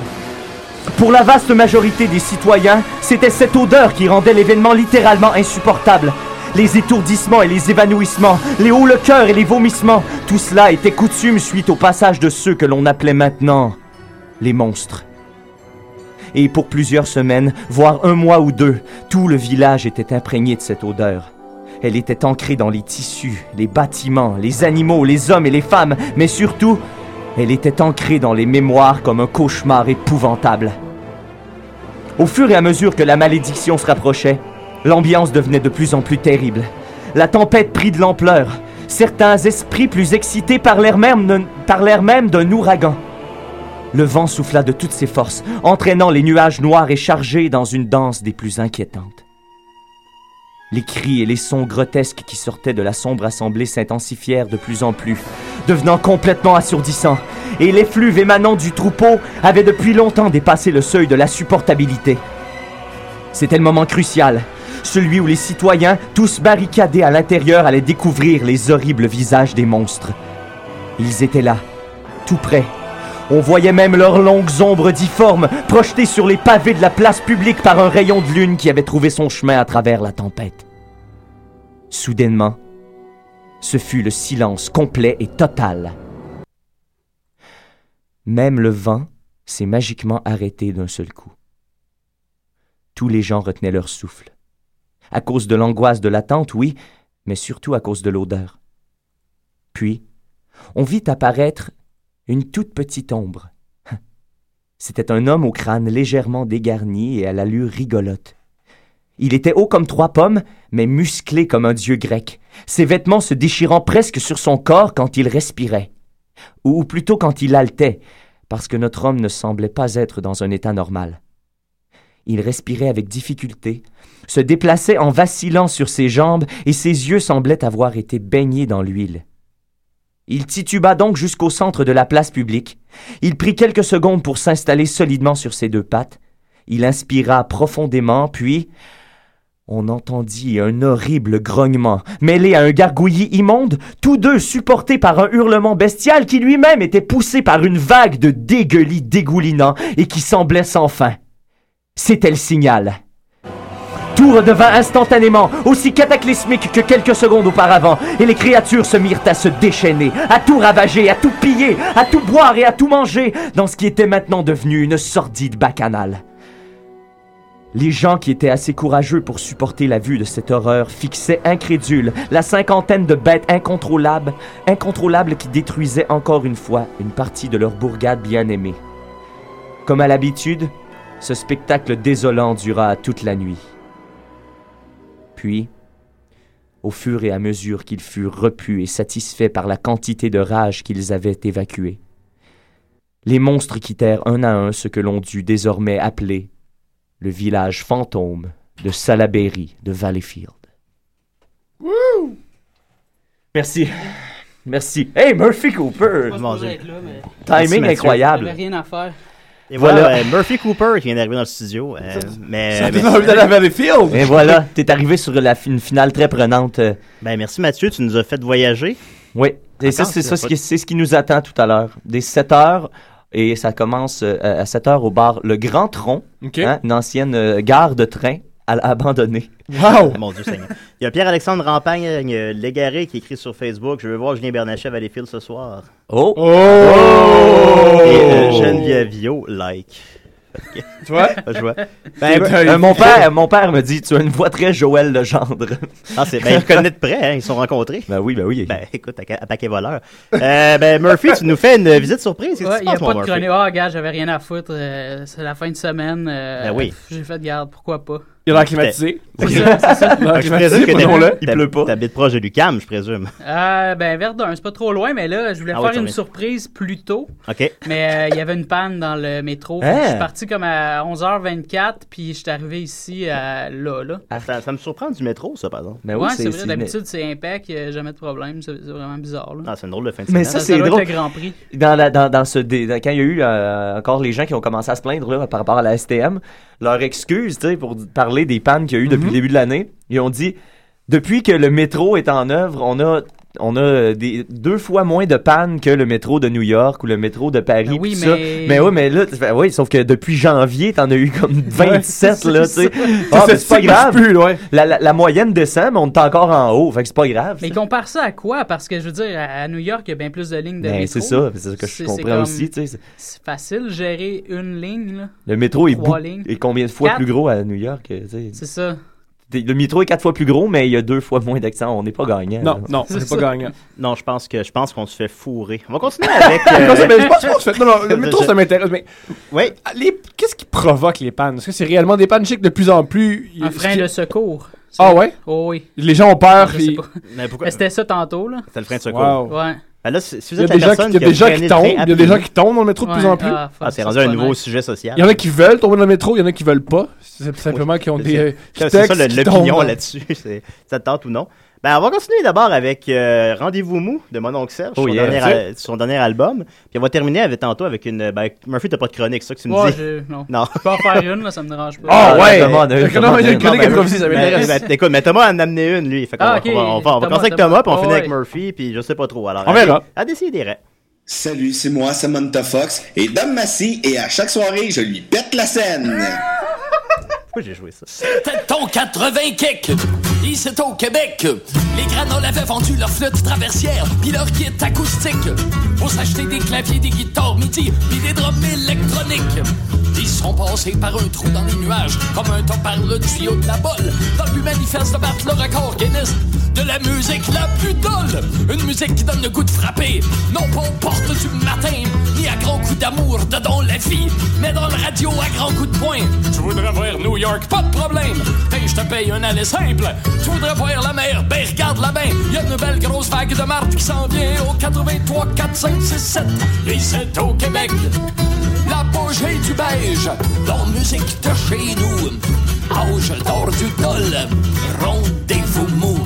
Pour la vaste majorité des citoyens, c'était cette odeur qui rendait l'événement littéralement insupportable. Les étourdissements et les évanouissements, les hauts le cœur et les vomissements, tout cela était coutume suite au passage de ceux que l'on appelait maintenant les monstres. Et pour plusieurs semaines, voire un mois ou deux, tout le village était imprégné de cette odeur. Elle était ancrée dans les tissus, les bâtiments, les animaux, les hommes et les femmes, mais surtout, elle était ancrée dans les mémoires comme un cauchemar épouvantable. Au fur et à mesure que la malédiction se rapprochait, l'ambiance devenait de plus en plus terrible. La tempête prit de l'ampleur. Certains esprits plus excités parlèrent même d'un- parlèrent même d'un ouragan. Le vent souffla de toutes ses forces, entraînant les nuages noirs et chargés dans une danse des plus inquiétantes. Les cris et les sons grotesques qui sortaient de la sombre assemblée s'intensifièrent de plus en plus, devenant complètement assourdissants, et les flux émanant du troupeau avaient depuis longtemps dépassé le seuil de la supportabilité. C'était le moment crucial, celui où les citoyens, tous barricadés à l'intérieur, allaient découvrir les horribles visages des monstres. Ils étaient là, tout près. On voyait même leurs longues ombres difformes projetées sur les pavés de la place publique par un rayon de lune qui avait trouvé son chemin à travers la tempête. Soudainement, ce fut le silence complet et total. Même le vent s'est magiquement arrêté d'un seul coup. Tous les gens retenaient leur souffle. À cause de l'angoisse de l'attente, oui, mais surtout à cause de l'odeur. Puis, on vit apparaître une toute petite ombre. *laughs* C'était un homme au crâne légèrement dégarni et à l'allure rigolote. Il était haut comme trois pommes, mais musclé comme un dieu grec, ses vêtements se déchirant presque sur son corps quand il respirait, ou plutôt quand il haletait, parce que notre homme ne semblait pas être dans un état normal. Il respirait avec difficulté, se déplaçait en vacillant sur ses jambes, et ses yeux semblaient avoir été baignés dans l'huile. Il tituba donc jusqu'au centre de la place publique. Il prit quelques secondes pour s'installer solidement sur ses deux pattes. Il inspira profondément, puis on entendit un horrible grognement, mêlé à un gargouillis immonde, tous deux supportés par un hurlement bestial qui lui-même était poussé par une vague de dégueulis dégoulinants et qui semblait sans fin. C'était le signal. Tout redevint instantanément, aussi cataclysmique que quelques secondes auparavant, et les créatures se mirent à se déchaîner, à tout ravager, à tout piller, à tout boire et à tout manger, dans ce qui était maintenant devenu une sordide bacchanale. Les gens qui étaient assez courageux pour supporter la vue de cette horreur fixaient incrédules la cinquantaine de bêtes incontrôlables, incontrôlables qui détruisaient encore une fois une partie de leur bourgade bien-aimée. Comme à l'habitude, ce spectacle désolant dura toute la nuit. Puis, au fur et à mesure qu'ils furent repus et satisfaits par la quantité de rage qu'ils avaient évacuée, les monstres quittèrent un à un ce que l'on dut désormais appeler le village fantôme de Salaberry de Valleyfield. Merci. Merci. Hey, Murphy Cooper!
Moi, je pourrais être là, mais-
Timing incroyable.
J'avais rien à faire.
Et voilà,
Voilà.
euh, Murphy Cooper qui vient d'arriver dans le studio. euh, mais,
ça
mais-
donne envie d'aller à Valleyfield. Et voilà, t'es arrivé sur la fi- une finale très prenante.
Ben merci Mathieu, tu nous as fait voyager.
Oui, Et ça, c'est ça ce qui, c'est ce qui nous attend tout à l'heure. Des 7 heures, et ça commence euh, à 7 heures au bar Le Grand Tronc, hein, une ancienne euh, gare de train à- abandonnée.
Wow! Mon Dieu Seigneur. Il y a Pierre-Alexandre Rampagne euh, Légaré qui écrit sur Facebook Je veux voir Julien Bernachet à Valleyfield ce soir.
Oh!
Oh! Et euh, Geneviève Viau, like.
Tu
*laughs*
*laughs* vois?
Je vois.
Ben, euh, mon, père, mon père me dit Tu as une voix très Joël Legendre.
*laughs* Ah, c'est, *laughs* ben, ils le connaissent de près, hein, ils se sont rencontrés.
Ben oui, ben oui.
Ben écoute, à, à paquet voleur. Euh, ben Murphy, tu nous fais une visite surprise. Qu'est-ce qui
Ouais,
se
il n'y a
passe, mon
pas de
Murphy?
chronique. Ah, gars, j'avais rien à foutre. euh, c'est la fin de semaine. euh,
Ben oui.
J'ai fait garde, pourquoi pas.
Il a l'air climatisé.
*laughs*
C'est ça, c'est
Fait
ça.
que Ben, je présume que t'habites- t'habites- T'habites proche de Lucam, je présume.
Euh, ben, Verdun, c'est pas trop loin, mais là, je voulais
Ah oui,
faire
t'en
une
viens.
surprise plus tôt.
OK.
Mais euh, il y avait une panne dans le métro. Fait que
Hein?
Je suis parti comme à 11h24, puis je suis arrivé ici euh, là, là.
Ah, Ça, ça me surprend du métro, ça, par
Ben
exemple.
ouais, c'est vrai, d'habitude, c'est impec, il a jamais de problème, c'est c'est vraiment bizarre. Là.
Ah, c'est une drôle de fin de
Mais
semaine.
ça, c'est drôle.
le Grand Prix.
Dans la- dans- dans ce dé- dans- quand il y a eu euh, encore les gens qui ont commencé à se plaindre là, par rapport à la STM, leur excuse tu sais, pour d- parler des pannes qu'il y a eu
Mm-hmm.
depuis le début de l'année, ils ont dit depuis que le métro est en œuvre, on a. On a euh, des, deux fois moins de pannes que le métro de New York ou le métro de Paris.
Ben oui,
pis tout ça.
mais-
mais oui, mais là, tu fais, oui, sauf que depuis janvier, t'en as eu comme
*laughs* c'est
27, là, tu
ça.
sais. Ah,
C'est
mais c'est pas
ça qui marche
grave. la, la- la moyenne descend, mais on est encore en haut. Fait que c'est pas grave.
Mais compare ça à quoi? Parce que je veux dire, à- à New York, il y a bien plus de lignes de
Ben,
métro.
c'est ça, c'est ce que je comprends
comme-
aussi, tu sais, c'est-
C'est facile de gérer une ligne, là.
Le métro est,
Trois
bou-
lignes.
est combien de fois
Quatre.
plus gros à New York? euh, tu sais?
C'est ça.
T'es- Le métro est quatre fois plus gros, mais il y a deux fois moins d'accent. On n'est pas gagnant. là.
Non, je pense que je pense qu'on se fait fourrer. On va
*laughs*
continuer avec. euh,
Mais ben, je pense- je pense que- non, non, le
*laughs*
métro,
Je-
ça m'intéresse, mais. Ah,
Oui.
Qu'est-ce qui provoque les pannes Est-ce que c'est réellement des pannes Je sais que de plus en plus. il-
Un frein de secours.
Ah ouais
Oh oui.
Les gens ont peur.
Je sais
puis-
pas. Mais c'était ça tantôt, là.
C'était le frein de secours.
Wow.
Ouais.
Ben là, si si vous
Il y a
êtes
des
la
gens qui-
personne
il y a des gens qui
a freiné le
tombent.
train
Il y a des
appuyé-
gens qui tombent dans le métro de plus
Ouais,
en plus.
ah, fuck,
Ah, *laughs* c'est
ça,
rendu
c'est
un
pas
nouveau
nice.
sujet social.
Il y en a qui veulent tomber dans le métro, il y en a qui veulent pas. C'est simplement qui ont des. euh,
C'est
textes
ça le-
qui
l'opinion
tombent.
là-dessus. *laughs* c'est- Ça te tente ou non? Ben, on va continuer d'abord avec euh, Rendez-vous mou de Mon Oncle Serge,
Oh,
son,
yeah.
dernier,
Merci.
al- son dernier album. Puis on va terminer avec, tantôt avec une. Ben, Murphy, t'as pas de chronique, c'est ça que tu me
Ouais,
dis?
j'ai- non.
Non.
Je peux en faire une, là, ça me dérange pas.
Ah,
ouais!
Thomas,
Fait que
Thomas,
non, il y a une
Thomas,
chronique
ben,
improvisée, ça
ben,
m'intéresse.
ben, Écoute, mais Thomas en a amené une, lui. Fait qu'on
Ah,
va-
ok.
on va, on va, on va
Thomas,
commencer avec
Thomas.
Thomas, puis on
Ah,
finit avec
ouais.
Murphy, puis je sais pas trop. Alors,
On verra.
À décider.
Salut, c'est moi, Samantha Fox, et Dom Massy, et à chaque soirée, je lui pète la scène.
Pourquoi j'ai joué ça?
C'était ton 80 kick. Ici au Québec, les granoles avaient vendu leur flûte traversière, puis leur kit acoustique. Pour s'acheter des claviers, des guitares midi, puis des drums électroniques. Ils sont passés par un trou dans les nuages, comme un top par le tuyau de la bolle, dans le but manifeste de battre le record Guinness de la musique la plus dolle. Une musique qui donne le goût de frapper, non pas aux portes du matin, ni à grands coups d'amour dedans la vie, mais dans la radio à grands coups de poing. Tu voudrais voir New York, pas de problème. Hey, je te paye un aller simple. Tu voudrais voir la mer, ben regarde la bain. Y a une belle grosse vague de marde qui s'en vient au 83, 4, 5, 6, 7. Et c'est au Québec. La L'apogée du beige, dans musique de chez nous. Âge d'or du dol, rendez-vous mou.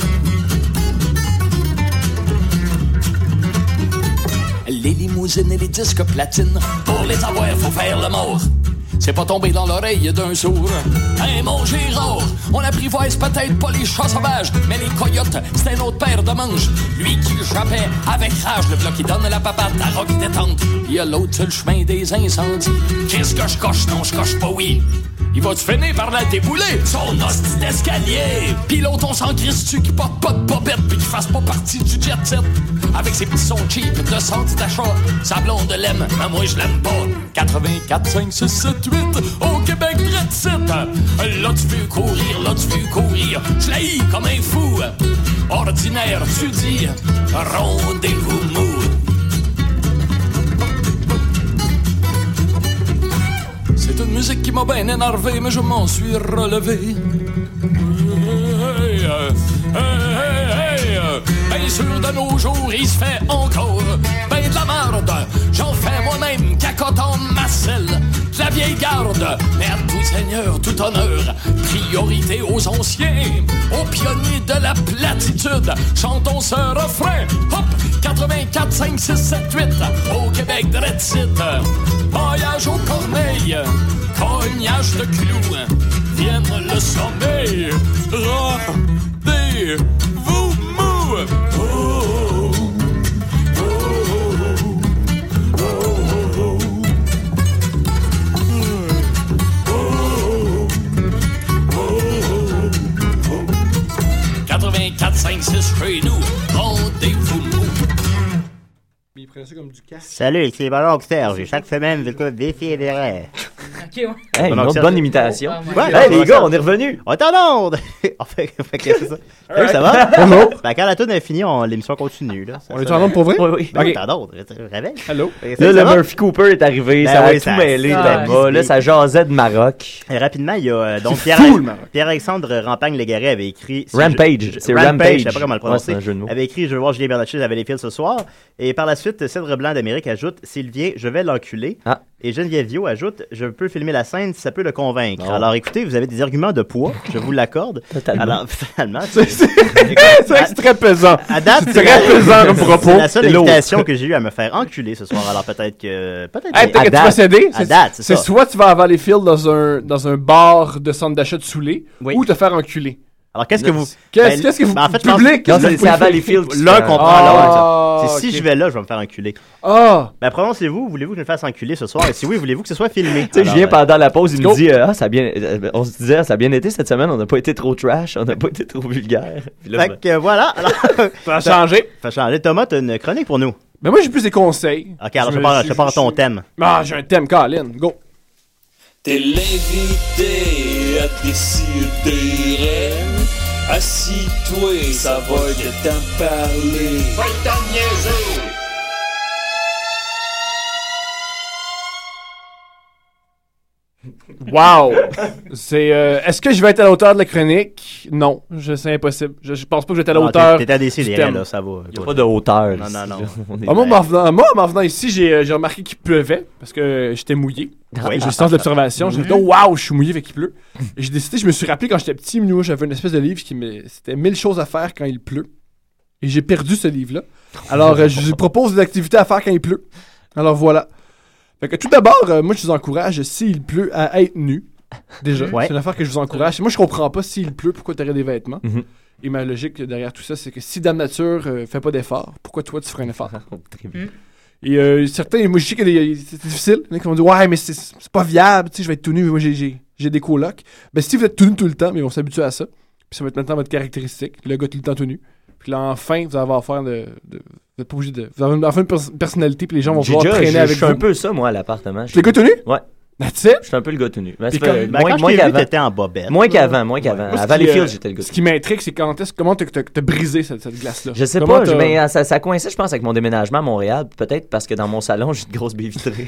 Les limousines et les disques platines, pour les avoir, faut faire le mort. C'est pas tomber dans l'oreille d'un sourd. Hey, mon Gérard, on apprivoise peut-être pas les chats sauvages, mais les coyotes, c'est un autre paire de manches. Lui qui jappait avec rage le bloc, il donne la papatte à rock détente. Il y a l'autre sur le chemin des incendies. Qu'est-ce que je coche? Non, je coche pas oui. Il va-tu finir par la débouler? Son hostie d'escalier! Pis l'autre, on s'en crisse dessus, qui porte pas de popette, puis qui fasse pas partie du jet set. Avec ses petits sons cheap de sortie d'achat, sa blonde l'aime, mais moi je l'aime pas. 84, 5, 6, 7, 8, au Québec, red set. Là tu veux courir, là tu veux courir, je la hais comme un fou. Ordinaire, tu dis, rendez-vous mou. C'est une musique qui m'a bien énervé, mais je m'en suis relevé. Hey, euh, hey, hey, euh, Bien sûr, de nos jours, il se fait encore ben de la merde. J'en fais moi-même, cacotte en marcel, de la vieille garde. Mais à tout seigneur, tout honneur, priorité aux anciens, aux pionniers de la platitude. Chantons ce refrain, hop, 84, 5, 6, 7, 8, au Québec de Red Voyage aux corneilles, cognage de clous, vienne le sommeil, rendez-vous mou. Oh, oh, oh, oh, oh, oh. 84, 5, 6 chez nous, rendez-vous mou.
puis il prenait ça comme du cash.
Salut, c'est Manon Serge. Et chaque semaine, j'écoute des filles et des rêves.
Ok, ouais.
Hey, une autre bonne imitation.
Ouais,
hey, les
ouais,
gars,
ça.
on est revenus.
On est en onde! *laughs* on fait, fait que c'est ça. Salut, ça *laughs* va?
Alright. Bonjour.
Ben, quand la tourne est finie, on- l'émission continue. Là. Ça-
On est
ça-
en onde pour vrai?
Oui, oui.
Ok.
On est en onde. Je te réveille.
Allô?
Là, le Murphy Cooper est arrivé,
Ben
ça
oui,
a
ça-
tout mêlé
ça-
là-bas. Là, ça jasait de Maroc.
Et rapidement, il y a euh, donc
C'est
Pierre,
fou, le Maroc.
Pierre-Alexandre Rampagne-Légaré avait écrit... si
Rampage,
je-
c'est
Rampage.
Rampage.
Je sais pas comment le prononcer.
Ouais, c'est un jeu de mots.
avait écrit « Je veux voir Julien Bernatchez avec les fils ce soir ». Et par la suite, Cèdre Blanc d'Amérique ajoute « Sylvien, je vais l'enculer
Ah.
Et Geneviève Viau ajoute « Je peux filmer la scène si ça peut le convaincre
Non.
Alors écoutez, vous avez des arguments de poids, je vous l'accorde.
Totalement.
Alors, *laughs* finalement...
C'est très pesant.
À date,
C'est très pesant comme propos.
C'est la seule
C'est lourd.
invitation que j'ai eu à me faire enculer ce soir. Alors peut-être que. Peut-être
Hey, peut-être que tu vas céder.
À
C'est-
date, c'est
C'est
ça.
soit tu vas à Valleyfield dans un, dans un bar de centre d'achat de Soulé ou te faire enculer.
Alors qu'est-ce que vous.
Qu'est-ce
Ben,
qu'est-ce que vous.
ben, en fait, je pense-
public
Non,
le
c'est à
public-
Valleyfield. L'un comprend
Ah,
l'autre. C'est si
ok.
je vais là, je vais me faire enculer.
Ah!
Ben prononcez-vous, voulez-vous que je me fasse enculer ce soir? Et si oui, voulez-vous que ce soit
Tu
filmé?
sais, je
Alors,
viens
euh,
pendant la pause, il
let's
me
go.
dit euh, Ah, ça a bien. euh, On se disait, ça a bien été cette semaine, on n'a pas été trop trash, on n'a pas été trop vulgaire. Puis là, ben,
euh, Fait que voilà. Alors,
Ça a changé.
Ça a changé. Thomas, t'as une chronique pour nous.
Mais Ben, moi, j'ai plus des conseils.
Ok, alors
Je
je
me-
pars,
je-
je pars à ton
je-
thème.
Ah, j'ai un thème, Colin. Go.
T'es l'invité à décider. Assis-toi, ça va que t'en parler. Va t'en niaiser!
Wow! C'est. euh, Est-ce que je vais être à la hauteur de la chronique? Non, je- c'est impossible. Je, je pense pas que je vais être à la
Non,
hauteur.
t'es- t'es à
du
décider,
thème.
là, ça va.
Il n'y a pas de hauteur.
Non,
ici,
non, non.
là. On est-
Ah, moi, en m'en venant, moi, en m'en venant ici, j'ai euh, j'ai remarqué qu'il pleuvait parce que euh, j'étais mouillé.
Ah, Oui.
J'ai le sens de l'observation. Je me
Mhm.
suis dit, oh, wow, je suis mouillé, fait qu'il pleut. Et J'ai décidé, je me suis rappelé quand j'étais petit, moi, j'avais une espèce de livre qui me. C'était mille choses à faire quand il pleut. Et j'ai perdu ce livre-là. Alors, euh, je vous propose des activités à faire quand il pleut. Alors, voilà. Fait que tout d'abord, euh, moi, je vous encourage, s'il pleut, à être nu. Déjà,
Ouais.
c'est une affaire que je vous encourage. Moi, je comprends pas s'il pleut, pourquoi t'aurais des vêtements.
Mhm.
Et ma logique derrière tout ça, c'est que si Dame Nature euh, fait pas d'effort, pourquoi toi tu ferais
*laughs*
un effort
bien.
Et euh, certains, moi je sais que des- c'est difficile. Il y en a qui vont dire Ouais, mais c'est c'est pas viable, tu sais, je vais être tout nu, moi j'ai- j'ai j'ai des colocs. Ben si vous êtes tout nu tout le temps, mais ils vont s'habituer à ça. Puis ça va être maintenant votre caractéristique, le gars tout le temps tout nu. Puis là, enfin, vous allez avoir affaire de. de- vous êtes pas obligé de. Vous avez enfin une pers- personnalité, puis les gens vont
J'ai
vouloir
déjà-
traîner
je-
avec
Je suis un
vous.
peu ça, moi, à l'appartement.
Tu l'es gars tout nu?
Ouais.
That's it?
Je suis un peu le gars tout nu. Ben,
Puis
ça fait
comme-
Ben, quand
moins
je
moins
t'ai vu,
qu'avant.
t'étais en bobette.
Moins qu'avant, moins qu'avant.
Moi, ce
À
qui, euh,
Valleyfield, j'étais le gars tout
Ce qui m'intrigue, c'est quand est-ce comment t'as t'as- t'as brisé cette, cette glace-là?
Je sais
Comment
pas, je-
t'as-
mais euh, ça, ça coïncide, je pense, avec mon déménagement à Montréal. Peut-être parce que dans mon salon, j'ai une grosse baie *laughs* vitrée.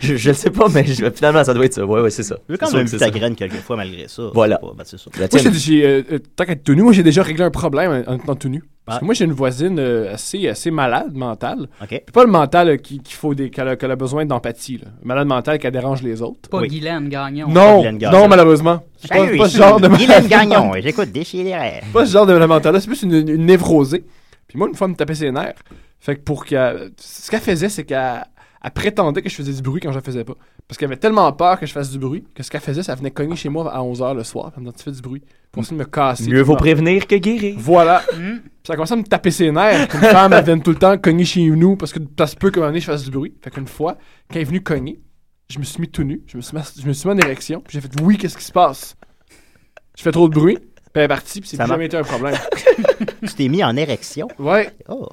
je, je le sais pas, mais je- finalement, ça doit être ça. Ouais, ouais, c'est ça.
J'ai quand
C'est
même
sûr
vu
que
ta
c'est ça.
graine quelquefois malgré ça.
Voilà.
C'est pas- ben, c'est ça.
La
Moi,
tienne.
j'ai- j'ai, euh, euh, tant qu'être tout nu, moi, j'ai déjà réglé un problème en en étant tout nu. Parce que moi, j'ai une voisine euh, assez, assez malade mentale.
OK.
Puis pas le mental euh, qui, qu'il faut des, qu'elle, a, qu'elle a besoin d'empathie. là. Malade mentale qui dérange les autres.
Pas Guylaine Gagnon.
Non,
Guylaine Gagnon.
non, malheureusement. C'est Pas,
Salut,
pas ce genre de
ici
malade
Guylaine Gagnon,
mentale.
et j'écoute Déchirer.
Pas ce genre de malade mentale-là. C'est plus une, une névrosée. Puis moi, une fois, elle me tapait ses nerfs. Fait que pour qu'elle. Ce qu'elle faisait, c'est qu'elle elle prétendait que je faisais du bruit quand je le faisais pas. Parce qu'elle avait tellement peur que je fasse du bruit que ce qu'elle faisait, ça venait cogner chez moi à 11h le soir. Elle me disait, Tu fais du bruit. Pour essayer de me casser.
Mieux vaut
Non.
prévenir que guérir.
*laughs* Voilà. Hmm. Puis ça a commencé à me taper ses nerfs. Une femme, elle vient tout le temps cogner chez nous parce que ça se peut qu'à un moment donné, je fasse du bruit. Fait qu'une fois, quand elle est venue cogner, je me suis mis tout nu. Je me suis, mas- je me suis mis en érection. Puis j'ai fait Oui, qu'est-ce qui se passe Je fais trop de bruit. Puis elle est partie. Puis c'est
Ça
plus
m'a-
jamais été un problème.
*laughs* Tu t'es mis en érection.
Ouais.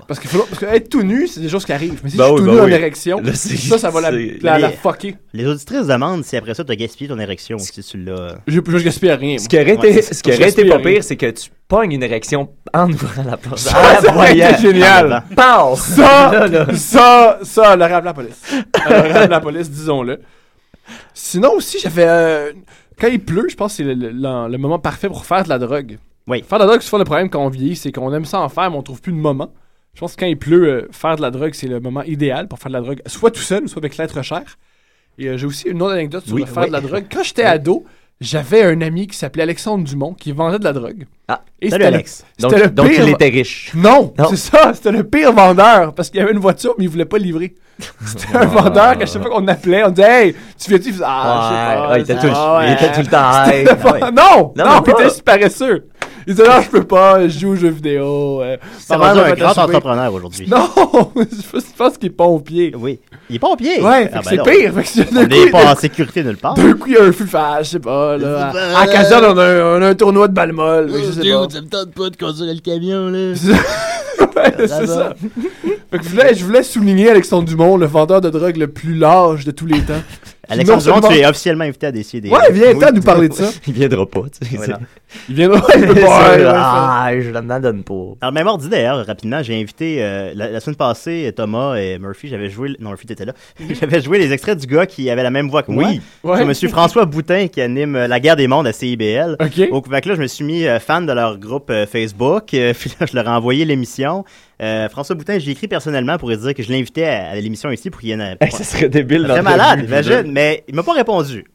Parce, qu'il faut, parce que être tout nu, c'est des choses qui arrivent. Mais si
Bah
Ben
je
oui,
suis tout
ben
nu en
oui.
érection,
Là, c'est-
ça, ça va la,
c'est-
la, la
Les-
fucker.
Les auditrices demandent si après ça, t'as gaspillé ton érection ou si tu l'as. euh.
Je, je gaspille rien.
Ce qui aurait
Ouais,
été,
c'est-
ce qui
je
aurait été
respire,
pas
oui.
pire, c'est que tu pognes une érection en ouvrant la porte.
Ça,
Ah,
ça aurait été
voyant. Ah,
génial.
Pow! Là, là.
Ça, ça, ça, le rap la police. Le rap la police, disons-le. Sinon aussi, j'avais... euh, quand il pleut, je pense que c'est le, le- le- le moment parfait pour faire de la drogue.
Oui.
Faire de la drogue, souvent le problème quand on vieillit, c'est qu'on aime ça en faire, mais on trouve plus de moment. Je pense que quand il pleut, euh, faire de la drogue, c'est le moment idéal pour faire de la drogue, soit tout seul, soit avec l'être cher. Et euh, j'ai aussi une autre anecdote sur
Oui,
le faire
oui.
de la drogue. Quand j'étais ado, j'avais un ami qui s'appelait Alexandre Dumont qui vendait de la drogue.
Ah,
Et
salut
c'était le-
Alex.
c'était
Donc,
le
donc
pire-
il était riche.
non, c'est ça, c'était le pire vendeur parce qu'il y avait une voiture mais il voulait pas livrer. C'était un vendeur qu'à chaque fois qu'on appelait, on disait Hey, tu viens-tu Il faisait, Ah,
Ouais, ouais,
je
il
sais
était
pas.
tout-
ah,
il était tout le temps,
C'était
hey,
le vend-
ouais.
Non, non,
Non, mais
il
pas.
était juste paresseux. Il disait Non, je peux pas, je joue aux jeux vidéo. euh,
Ça
ma mère
rendu
m'a
un
fait
grand
assurer.
entrepreneur aujourd'hui.
Non, *laughs* je pense qu'il est pompier.
Oui, il est pompier.
Ouais, fait que c'est pire. Fait que c'est-
Ah, ben On
d'un coup,
n'est pas en
d'un-
sécurité nulle part.
D'un coup, il y a un feu de fâche, je sais pas. Là, à à Caserne, Oh, on, a un- on a un tournoi de balle molle. fait que je sais pas.
ça me tente pas de conduire le camion, là.
Ouais, c'est ça. *laughs* Fait que je voulais, je voulais souligner Alexandre Dumont, le vendeur de drogue le plus large de tous les temps. Qui non
Alexandre Durand,
seulement-
tu es officiellement invité à décider.
Ouais, viens, t'as à nous parler
*laughs*
de ça.
Il viendra pas, tu sais.
Voilà.
Il viendra
*laughs*
pas.
C'est-
ouais,
ah, je l'en donne pas.
Alors, même ordi d'ailleurs, rapidement, j'ai invité euh, la, la semaine passée Thomas et Murphy, j'avais joué. le- Non, Murphy, t'étais là. *laughs* j'avais joué les extraits du gars qui avait la même voix que moi.
Mm-hmm. Oui.
C'est
Ouais.
Monsieur François Boutin qui anime euh, La guerre des mondes à CIBL. Au fait que là, je me suis mis euh, fan de leur groupe euh, Facebook. euh, *laughs* puis là, je leur ai envoyé l'émission. Euh, François Boutin, j'ai écrit personnellement pour lui dire que je l'invitais à, à l'émission ici pour qu'il y ait une.
*laughs* Hey, ça serait débile d'entrer-
Très malade, imagine, mais il m'a pas répondu.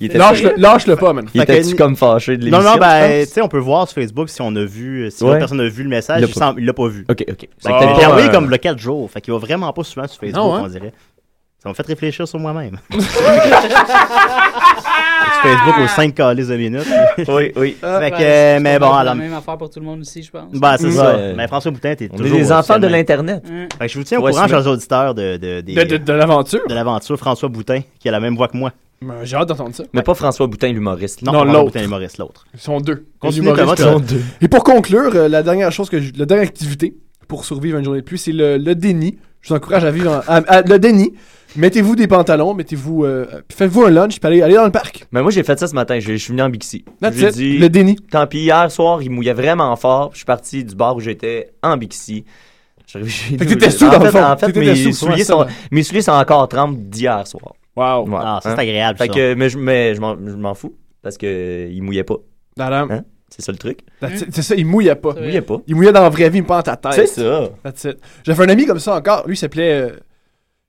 était-
Lâche-le, lâche-le pas, man.
Il
Fait que-
était-tu comme fâché de l'émission?
Non, non,
tu
ben, tu
penses?
sais, on peut voir sur Facebook si on a vu, si
Ouais.
la personne a vu le message,
Il l'a
il
pas
semble-
vu.
il l'a pas vu.
Ok, ok.
Fait
Fait que
que
t'as
j'ai
pas,
envoyé
euh,
comme le 4 jours, fait qu'il va vraiment pas souvent sur Facebook,
Ah
Non, hein?
on dirait. Ça m'a fait réfléchir
*laughs*
sur moi-même. *laughs* Sur Facebook aux 5 calices de minutes.
oui, oui.
Fait que,
Ouais,
euh,
c'est
mais
pas
bon,
mal
alors.
La même affaire pour tout le monde ici, je pense.
Bah,
Hmm.
c'est
Mm.
ça.
Ouais.
Mais François Boutin, t'es
On est
toujours.
des enfants de
officiellement-
l'Internet.
Mm.
Fait que je vous tiens au
Ouais,
courant,
c'est
chers auditeurs, de. De, des-
De, de- de l'aventure.
de l'aventure François Boutin, qui a la même voix que moi.
Mais J'ai hâte d'entendre ça.
Mais pas François Boutin, l'humoriste.
Non,
Non,
François
l'autre.
Boutin, l'humoriste, l'autre.
Ils sont deux.
Continue,
Les humoristes euh,
Thomas,
sont
t'as-
deux. Et pour conclure, euh, la dernière chose que je- la dernière activité pour survivre à une journée de pluie, c'est le, le déni. Je vous encourage à vivre en- à- à- le déni. Mettez-vous des pantalons, mettez-vous, euh, puis faites-vous un lunch, puis allez, allez dans le parc.
Mais moi, j'ai fait ça ce matin. Je, je suis venu en Bixi.
That's
J'ai
it. Le déni.
Tant pis, hier soir, il mouillait vraiment fort. Je suis parti du bar où j'étais en Bixi. Je suis arrivé chez
Fait que
nous,
t'étais
j'ai-
sous,
en
dans
fait-
le fond.
En fait,
T'étais
mes,
sous,
souliers
souvent,
sont,
ça.
mes souliers sont encore trempes d'hier soir.
Wow.
Ouais,
Ah, ça, c'est
hein.
agréable,
Fait
ça.
que, mais je, mais je m'en- je m'en fous parce qu'il mouillait pas.
Madame.
Hein? C'est ça le truc.
That's it. C'est ça, il mouillait pas.
Il mouillait pas.
Il mouillait dans la vraie vie, il me pente à tête.
C'est ça.
That's it. J'avais un ami comme ça encore. Lui, il s'appelait. euh,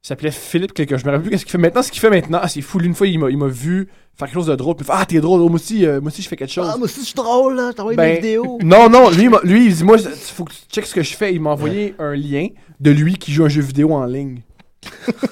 il s'appelait Philippe quelque chose. Je me rappelle plus qu'est-ce qu'il fait maintenant. Ce qu'il fait maintenant, ah, c'est fou. Une fois, il m'a il m'a vu faire quelque chose de drôle. Puis il fait, ah, t'es drôle. Moi aussi, euh, moi aussi, je fais quelque chose.
moi aussi, je suis drôle, là. T'as envoyé
Ben, Non, non, lui, il m'a- lui, il dit, moi, il faut que tu checkes ce que je fais. Il m'a envoyé un lien de lui qui joue un jeu vidéo en ligne.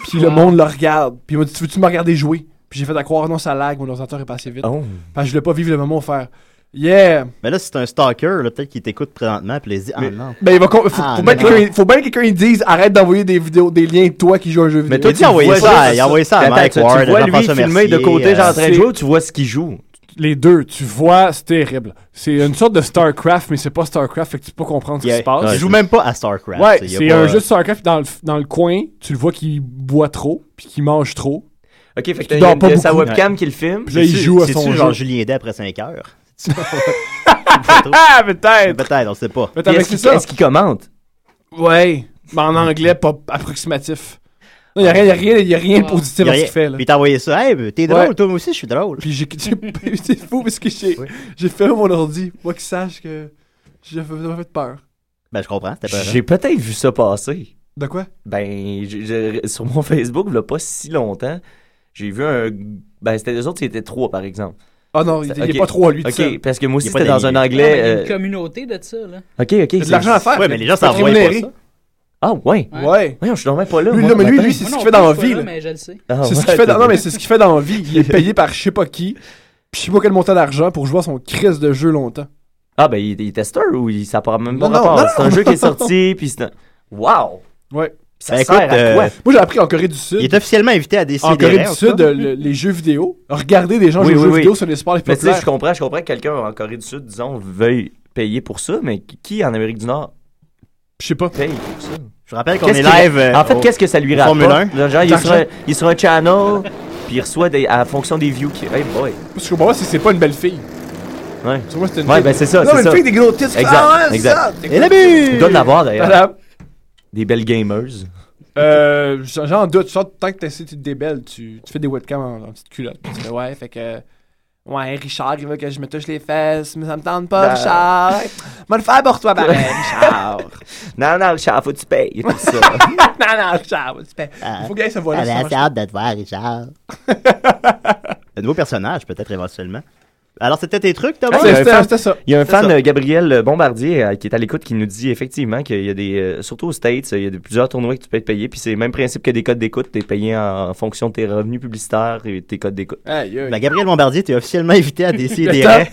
puis le monde le regarde. Puis il m'a dit, tu veux-tu me regarder jouer? Puis j'ai fait à croire, non, ça lag, mon ordinateur est passé vite.
Oh.
Parce que je voulais pas vivre le moment où faire, yeah!
Mais là, c'est un stalker, là, peut-être qu'il t'écoute présentement, puis il dit Ah
Mais-
non.
Ben, il va con- faut,
Ah,
faut bien
mais
que quelqu'un- faut bien que quelqu'un dise, arrête d'envoyer des vidéos, des liens de toi qui joue un jeu vidéo.
Mais toi,
Il a envoyé
vois
ça,
juste
il a envoyé ça à
Attends,
Mike
tu-
Ward,
Tu vois lui
Jean-François
filmé de
Mercier,
côté, genre en
euh,
train de jouer, ou tu vois ce qu'il joue.
les deux, tu vois, c'est terrible. C'est une sorte de StarCraft, mais c'est pas StarCraft, fait que tu peux pas comprendre ce qui
Yeah.
se passe.
Il joue même pas à StarCraft.
Ouais,
Il y a
c'est
pas-
un jeu de StarCraft dans le, f- dans le coin, tu le vois qu'il boit trop, puis qu'il mange trop.
Ok, fait que
Tu
t'as- il y
dors
a
pas
une- sa
beaucoup.
webcam qui le filme.
Puis là, il joue à
C'est-tu
son
genre
jeu.
Julien Day après 5 heures.
*laughs* Ah, peut-être!
Peut-être, on sait pas.
Peut-être
Puis
avec
Est-ce
c'est
qu'il
ça.
est-ce qu'il commente?
Ouais, mais en anglais, pas approximatif. Il n'y a rien, y a rien, y a rien de
Ah.
positif
Ah. Il y a
à ce
rien.
qu'il fait. là.
Puis t'as envoyé ça. Hey, ben, t'es
Ouais. *laughs*
drôle, toi moi aussi, je suis drôle.
Puis j'ai- *laughs* j'ai- c'est fou parce que j'ai j'ai fermé mon ordi, moi qui sache que j'ai fait peur.
Ben, je comprends, t'as pas.
J'ai peut-être vu ça passer.
De quoi?
Ben, j'ai- j'ai- sur mon *laughs* Facebook, il y a pas si longtemps, j'ai vu un. Ben, c'était les autres, c'était trois, par exemple.
Ah non, il il est
Ok.
pas trop à lui de
Ok,
ça.
parce que moi aussi,
Il y a pas
c'était dans un
d'amis.
Ouais, mais
anglais.
il y a une
euh,
communauté de ça, là.
Ok, ok.
Il y a de l'argent à faire.
Ouais, mais les gens
C'est
s'en voient pas
rémunéré.
ça.
Ah, ouais.
Ouais.
Voyons, je suis normal pas là.
Lui,
moi, le
là, mais lui,
matin.
lui, c'est ce
Moi
qu'il
non plus,
fait dans la
je suis
vie.
pas là,
là.
mais je le sais.
Ah,
C'est ce
ouais,
qu'il fait dans...
t'as-
Non, mais c'est ce qu'il fait dans la vie. Il est payé par je sais pas qui, puis je sais pas quel montant d'argent pour jouer à son crise de jeu longtemps.
Ah, ben, il, il est testeur ou il, ça n'a même pas
Non, non,
rapport.
non,
C'est un
non.
jeu qui est sorti, puis c'est un. Wow!
Ouais.
Puis Ça
Ben,
sert
écoute,
à quoi?
euh,
Moi, j'ai appris en Corée du Sud.
Il est officiellement invité à décider.
en Corée du Sud, euh, le- les jeux vidéo. Regardez des gens
Oui,
jouer aux
oui,
jeux
oui.
vidéo sur les sports les plus
Mais tu sais,
populaires.
je comprends, je comprends que quelqu'un en Corée du Sud, disons, veuille payer pour ça, mais qui- qui en Amérique du Nord
Je sais pas.
paye pour ça?
Je rappelle qu'on est
Qu'est-ce qu'il-
live. euh,
En fait,
au-
qu'est-ce que ça lui
au Formule
rapporte?
1?
Là, Genre, il
D'argent.
sera, il sera un channel, puis il reçoit des, à fonction des views. Qui... Hey boy!
Parce que pour moi, c'est- c'est pas une belle fille.
Ouais.
Pour moi, c'est une
Ouais,
fille.
ben c'est ça,
Non,
c'est
mais une
ça.
fille des gros titres.
Exact,
Ah, ouais,
exact.
c'est ça.
Et la bu-
Il doit l'avoir d'ailleurs.
Madame.
Des belles
*laughs*
gamers.
Euh, j'en j'en doute. Genre, tant que t'essaies, tu te débelles, tu, tu fais des webcams en, en petite culotte. Tu fais, *laughs* ouais, fait que. Ouais, Richard, il veut que je me touche les fesses, mais ça me tente pas,
Ben.
Bah.
Richard. Moi, le
*laughs*
faire pour toi, pareil, Richard. *laughs*
Non, non, Richard, faut que tu payes pour ça.
non, non, Richard, tu fais-
Ah.
Il faut gagner ce voix-là.
Ah, ben,
sinon
c'est
je-
hâte de te voir, Richard.
*laughs*
Un nouveau personnage, peut-être éventuellement. Alors, c'était tes trucs, Thomas
Ah,
C'est-
ouais,
C'était
fan-
c'était ça.
Il y a un
C'est
fan,
ça.
euh, Gabriel euh, Bombardier, euh, qui est à l'écoute, qui nous dit effectivement qu'il y a des, euh, surtout aux States, euh, il y a de- plusieurs tournois que tu peux être payé, puis c'est le même principe que des codes d'écoute, t'es payé en, en fonction de tes revenus publicitaires et tes codes d'écoute.
Aïe, aïe.
Ben, Gabriel Bombardier, t'es officiellement invité
*laughs*
à décider des
Attends,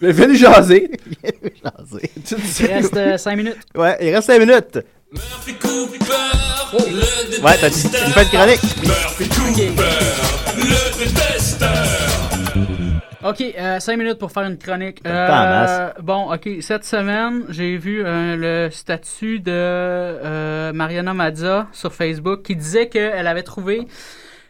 mais Viens
*laughs*
nous jaser.
*laughs*
Tu-
Il
tu-
euh,
reste 5 minutes.
Ouais, il reste 5 minutes.
Murphy
Oh.
Cooper, le détesteur.
Ouais, t'as une fête chronique.
Murphy Cooper, le détesteur.
OK, 5 minutes pour faire une chronique. Euh,
le temps en masse.
bon, OK, cette semaine, j'ai vu euh, le statut de euh, Mariana Mazza sur Facebook qui disait qu'elle avait trouvé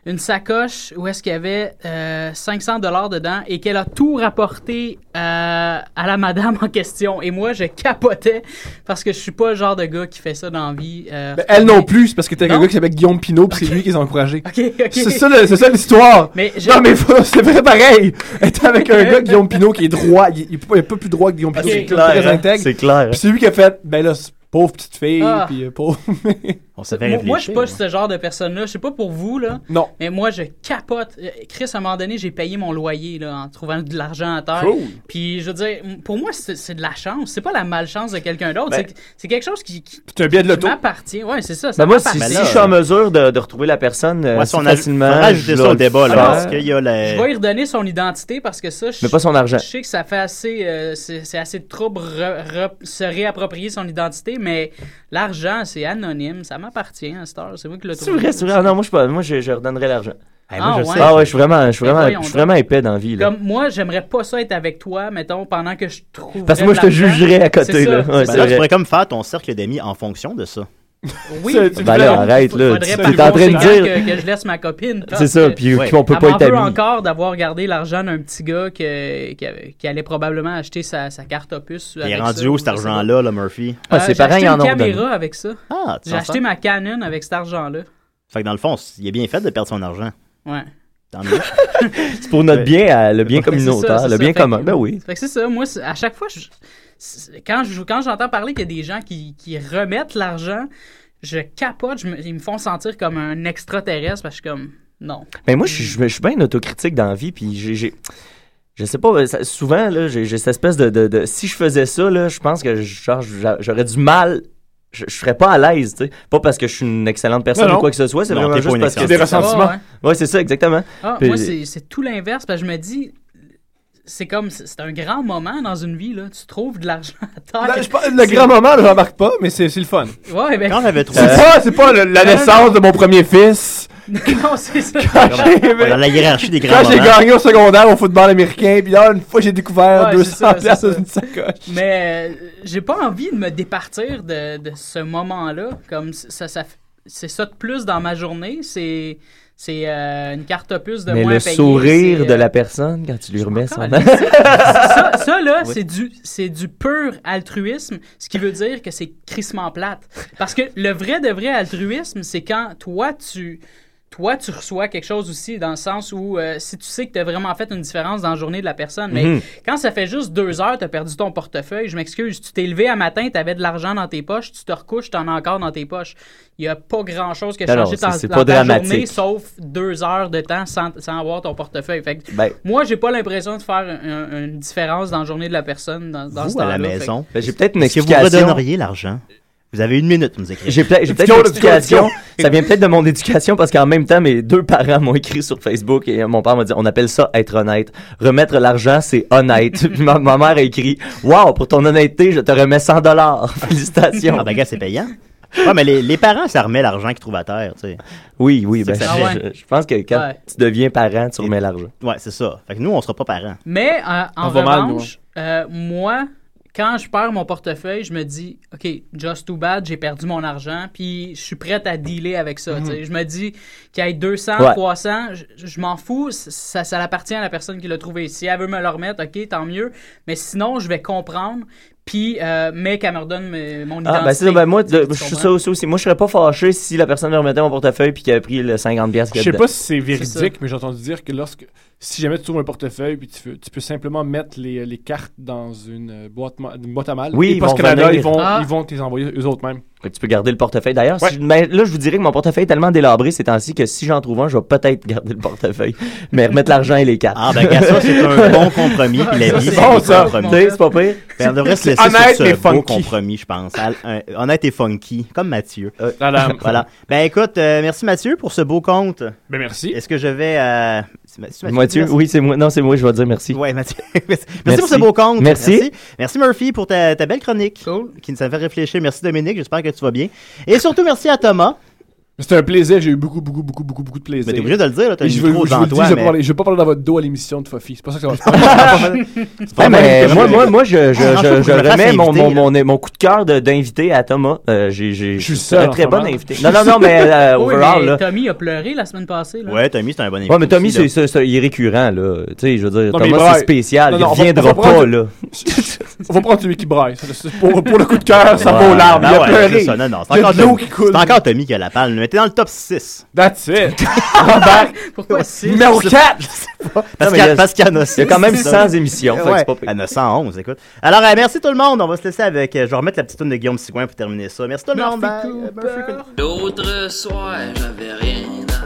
une sacoche où est-ce qu'il y avait euh, 500 dollars dedans et qu'elle a tout rapporté euh, à la madame en question. Et moi, je capotais parce que je suis pas le genre de gars qui fait ça dans la vie. euh,
Ben, elle non plus, c'est parce que t'as un gars qui s'appelle Guillaume Pinot, puis c'est lui qui les
*laughs*
a encouragés. C'est ça, le- c'est ça l'histoire.
Mais j'ai-
non, mais faut- c'est vrai pareil. Elle était avec un gars, Guillaume Pinot, qui est droit. Il, il est pas- il est pas plus droit que Guillaume Pinot.
c'est
il est
clair,
très
hein.
intègre.
C'est clair, hein.
Puis c'est lui qui a fait, ben là, c'est pauvre petite fille,
Ah.
puis euh, pauvre. *laughs*
On s'est
Moi, moi, je suis pas ce genre de personne-là. Je sais pas pour vous, là.
hein. Non.
Mais moi, je capote. Euh, Chris, à un moment donné, j'ai payé mon loyer, là, en trouvant de l'argent à terre.
Cool.
Puis, je veux dire, m- pour moi, c'est c'est de la chance. C'est pas la malchance de quelqu'un d'autre.
Ben-
C'est- C'est quelque chose qui, qui
C'est un billet de
qui m'appartient. Ouais, c'est ça. ça
Ben moi, si,
m'appartient.
si je suis en mesure de, de retrouver la personne euh,
Ouais,
assez
si on aj-
facilement,
on va ajouter
je
ça
vais
au
le
ben
débat, là,
faire.
parce qu'il y a la-
Je vais lui redonner son identité parce que ça, je,
Mais pas son argent.
je sais que ça fait assez, euh, c'est c'est assez de trouble re- re- se réapproprier son identité, mais l'argent, c'est anonyme, ça m'appartient à cette heure. C'est vous qui le
C'est vrai, c'est vrai. Ah non, moi, je, suis pas- moi, je, je redonnerais
*laughs*
l'argent.
Ah, moi, je ouais. sais.
Ah ouais, je suis vraiment, je suis
Ben,
vraiment,
voyons
je suis
donc.
vraiment épais dans la vie. Là.
Comme moi, j'aimerais pas ça être avec toi, mettons, pendant que je trouve.
Parce que moi, je te jugerais à côté, là. Ouais, c'est
Ben là,
vrai.
tu pourrais comme faire ton cercle d'amis en fonction de ça.
Oui,
Ben
tu-
là,
faudrait-
arrête, là.
faudrait
Tu-
par
t'es en train de
conséquent
dire-
Que, que je laisse ma copine.
C'est ça, puis qu'on peut
Elle
pas
m'en
être
veut
amis.
encore d'avoir gardé l'argent d'un petit gars que- qui, avait- qui allait probablement acheter sa, sa carte opus.
Il est
avec
rendu
ça,
où
ou
cet
je sais pas.
argent-là, là, Murphy?
Ah,
Euh, j'ai acheté une caméra avec ça.
Ah, tu
J'ai
t'en
acheté
sers?
ma Canon avec cet argent-là.
Fait que dans le fond, c- il est bien fait de perdre son argent.
Ouais.
Tant mieux.
C'est pour notre bien, euh, le bien
Fait que c'est ça,
communautaire,
c'est
le
ça.
bien
Fait que-
commun. Ben oui.
Fait que c'est ça. Moi, c'est- à chaque fois, je- c'est- quand je- quand j'entends parler qu'il y a des gens qui, qui remettent l'argent, je capote. je me- ils me font sentir comme un extraterrestre parce que je suis comme non.
Mais moi, je
Mm.
suis- je suis bien autocritique dans la vie, puis j'ai- j'ai... Je sais pas, ça- souvent, là, j'ai j'ai cette espèce de, de- de- Si je faisais ça, là, je pense que genre, j'a- j'aurais du mal... Je, je serais pas à l'aise, tu sais. Pas parce que je suis une excellente personne
Non,
ou quoi
non.
que ce soit, c'est
Non,
vraiment
t'es pas
juste
une
parce que...
excellente Des personne. ressentiments.
Ouais, c'est ça, exactement.
Ah,
Puis-
moi, c'est c'est tout l'inverse parce que je me dis. C'est comme, c'est c'est un grand moment dans une vie, là. Tu trouves de l'argent à terre.
Ben, je pense- le grand moment, je remarque pas, mais c'est c'est le fun.
Ouais, ben- Quand
j'avais
C'est pas, c'est pas le- la
Non, non,
naissance de mon premier fils.
*laughs* non, c'est ça.
Dans la hiérarchie des grands
Quand j'ai
moments.
gagné au secondaire au football américain, puis là, une fois, j'ai découvert
Ouais, c'est
200
ça, c'est
places
ça.
dans une sacoche.
Mais euh, j'ai pas envie de me départir de, de ce moment-là. Comme c- ça, ça, f- c'est ça de plus dans ma journée. C'est, c'est euh, une carte opus de
Mais
moins
le
payée,
sourire
c'est,
de
euh,
la personne quand tu lui remets son... *laughs*
ça, ça, là,
Oui.
c'est du, c'est du pur altruisme, ce qui veut dire que c'est crissement plate. Parce que le vrai de vrai altruisme, c'est quand toi, tu. Toi, tu reçois quelque chose aussi dans le sens où euh, si tu sais que tu as vraiment fait une différence dans la journée de la personne, mais
Mhm.
quand ça fait juste deux heures, tu as perdu ton portefeuille, je m'excuse, tu t'es levé un matin, tu avais de l'argent dans tes poches, tu te recouches, tu en as encore dans tes poches. Il n'y a pas grand-chose qui a
Non, non,
changé
c'est-
dans,
c'est
dans
pas
ta
dramatique.
journée, sauf deux heures de temps sans, sans avoir ton portefeuille. Fait que
Ben-
moi, j'ai pas l'impression de faire un- un- une différence dans la journée de la personne dans, dans ce
Vous, à la
temps-là.
maison.
Ben, j'ai peut-être une
Est-ce que
explication.
vous redonneriez l'argent? Vous avez une minute pour nous écrire.
J'ai peut- j'ai peut-être une explication. Ça vient peut-être de mon éducation parce qu'en même temps, mes deux parents m'ont écrit sur Facebook et euh, mon père m'a dit on appelle ça être honnête. Remettre l'argent, c'est honnête.
*laughs*
Puis ma, ma mère a écrit Waouh, pour ton honnêteté, je te remets 100 dollars. *laughs* Félicitations.
Ah, ben, gars, c'est payant. Ouais, mais les, les parents, ça remet l'argent qu'ils trouvent à terre, tu sais.
Oui, oui,
C'est
ben,
que ça
je-
fait.
je, je pense que quand
Ouais.
tu deviens parent, tu remets l'argent.
Ouais, c'est ça. Fait que nous, on sera pas parents.
Mais euh, en
On va mal,
revanche, euh, moi, quand je perds mon portefeuille, je me dis, OK, just too bad, j'ai perdu mon argent, puis je suis prête à dealer avec ça.
Mhm.
tu sais. Je me dis qu'il y ait 200,
Ouais.
300, je, je m'en fous, ça, ça appartient à la personne qui l'a trouvé. Si elle veut me le remettre, OK, tant mieux. Mais sinon, je vais comprendre, puis, euh, mais qu'elle me redonne mes- mon identité.
Ah, ben c'est ça, ben moi, de-
tu
je suis ça
comprends?
aussi. Moi, je serais pas fâché si la personne me remettait mon portefeuille puis qu'elle a pris le 50$ piastres qu'il
Je
y a
sais
dedans.
pas si c'est
C'est ça.
véridique, mais j'ai entendu dire que lorsque si jamais tu trouves un portefeuille puis tu, veux- tu peux simplement mettre les, euh, les cartes dans une euh, boîte, ma- une boîte à mal.
Oui,
et
ils
Post
vont
Canada,
venir.
ils vont,
Ah.
ils vont te les envoyer eux autres mêmes.
Fait que tu peux garder le portefeuille. D'ailleurs, si
Ouais.
je- ben, là, je vous dirais que mon portefeuille est tellement délabré ces temps-ci que si j'en trouve un, je vais peut-être garder le portefeuille. Mais remettre l'argent et les cartes.
Ah, ben, gars, ça, c'est
*laughs*
un bon compromis, puis la vie,
C'est
c'est
bon,
un
ça.
compromis.
Tu sais, c'est pas pire.
Ben, on devrait se
C'est
laisser
honnête,
sur
mais
ce beau
funky.
compromis, je pense. Al- un- Honnête et funky, comme Mathieu.
Euh,
voilà.
*laughs*
Ben, écoute, euh, merci Mathieu pour ce beau compte.
Ben, merci.
Est-ce que je vais. euh, c'est Ma- c'est qui
Mathieu,
dit merci?
oui, c'est moi. Non, c'est moi, je vais dire merci.
Ouais, Mathieu. merci, pour ce beau compte.
Merci.
Merci, Merci, Murphy pour ta, ta belle chronique. Cool. Qui nous a fait réfléchir. Merci Dominique, j'espère que tu vas bien. Et surtout merci à Thomas
Mais C'était un plaisir, j'ai eu beaucoup, beaucoup, beaucoup, beaucoup, beaucoup de plaisir.
Mais t'es obligé de le dire, là, t'as
Et
le
je veux-
micro
je vous
dans
le dis,
toi,
je vais
mais-
pas parler- Je vais pas parler dans votre dos à l'émission de Fofi. C'est pas ça que ça va se C'est pas
Ah,
mal
mais
que
moi,
je-
moi, moi, je, je,
Ah, non,
je-
faut
je
que je me fasse
remets mon,
inviter,
mon, mon, mon coup de cœur de- d'invité à Thomas. Euh, j'ai, j'ai,
suis
c'est
seul
un
en
très
ce
bon
moment.
invité. Non, non, non, mais euh,
*laughs* Oui,
overall,
mais
là.
Tommy a pleuré la semaine passée. Là.
Ouais, Tommy, c'est un bon invité.
Ouais, mais Tommy,
aussi, là.
c'est, c'est, c'est- il est récurrent, là. Tu sais, je veux dire,
Non, mais il
Thomas,
braille.
c'est spécial.
Non,
il
non, on va-
reviendra
on va
pas,
prendre-
là.
On va prendre celui qui braille. ça, c'est Pour, pour le coup de cœur, ça
Ouais,
vaut larmes.
ben
Il a
ouais,
pleuré.
c'est ça, non, non, c'est
Il y a
encore
de l'eau
Tommy-
qui coule.
C'est encore Tommy qui a la palme. Mais t'es dans le top Ah, ben. 6. *laughs*
That's it.
Pourquoi six?
Numéro
Je sais
4!
Parce
Non, mais
qu'il y
il y
a-
a-
parce qu'il y en a
il y a quand même 100 émissions, fait que c'est pas pire.
Il y en a 111, écoute. Alors, euh, merci tout le monde. On va se laisser avec. euh, Je vais remettre la petite tune de Guillaume Sigouin pour terminer ça. Merci tout le monde. Bye.
L'autre soir, j'avais rien.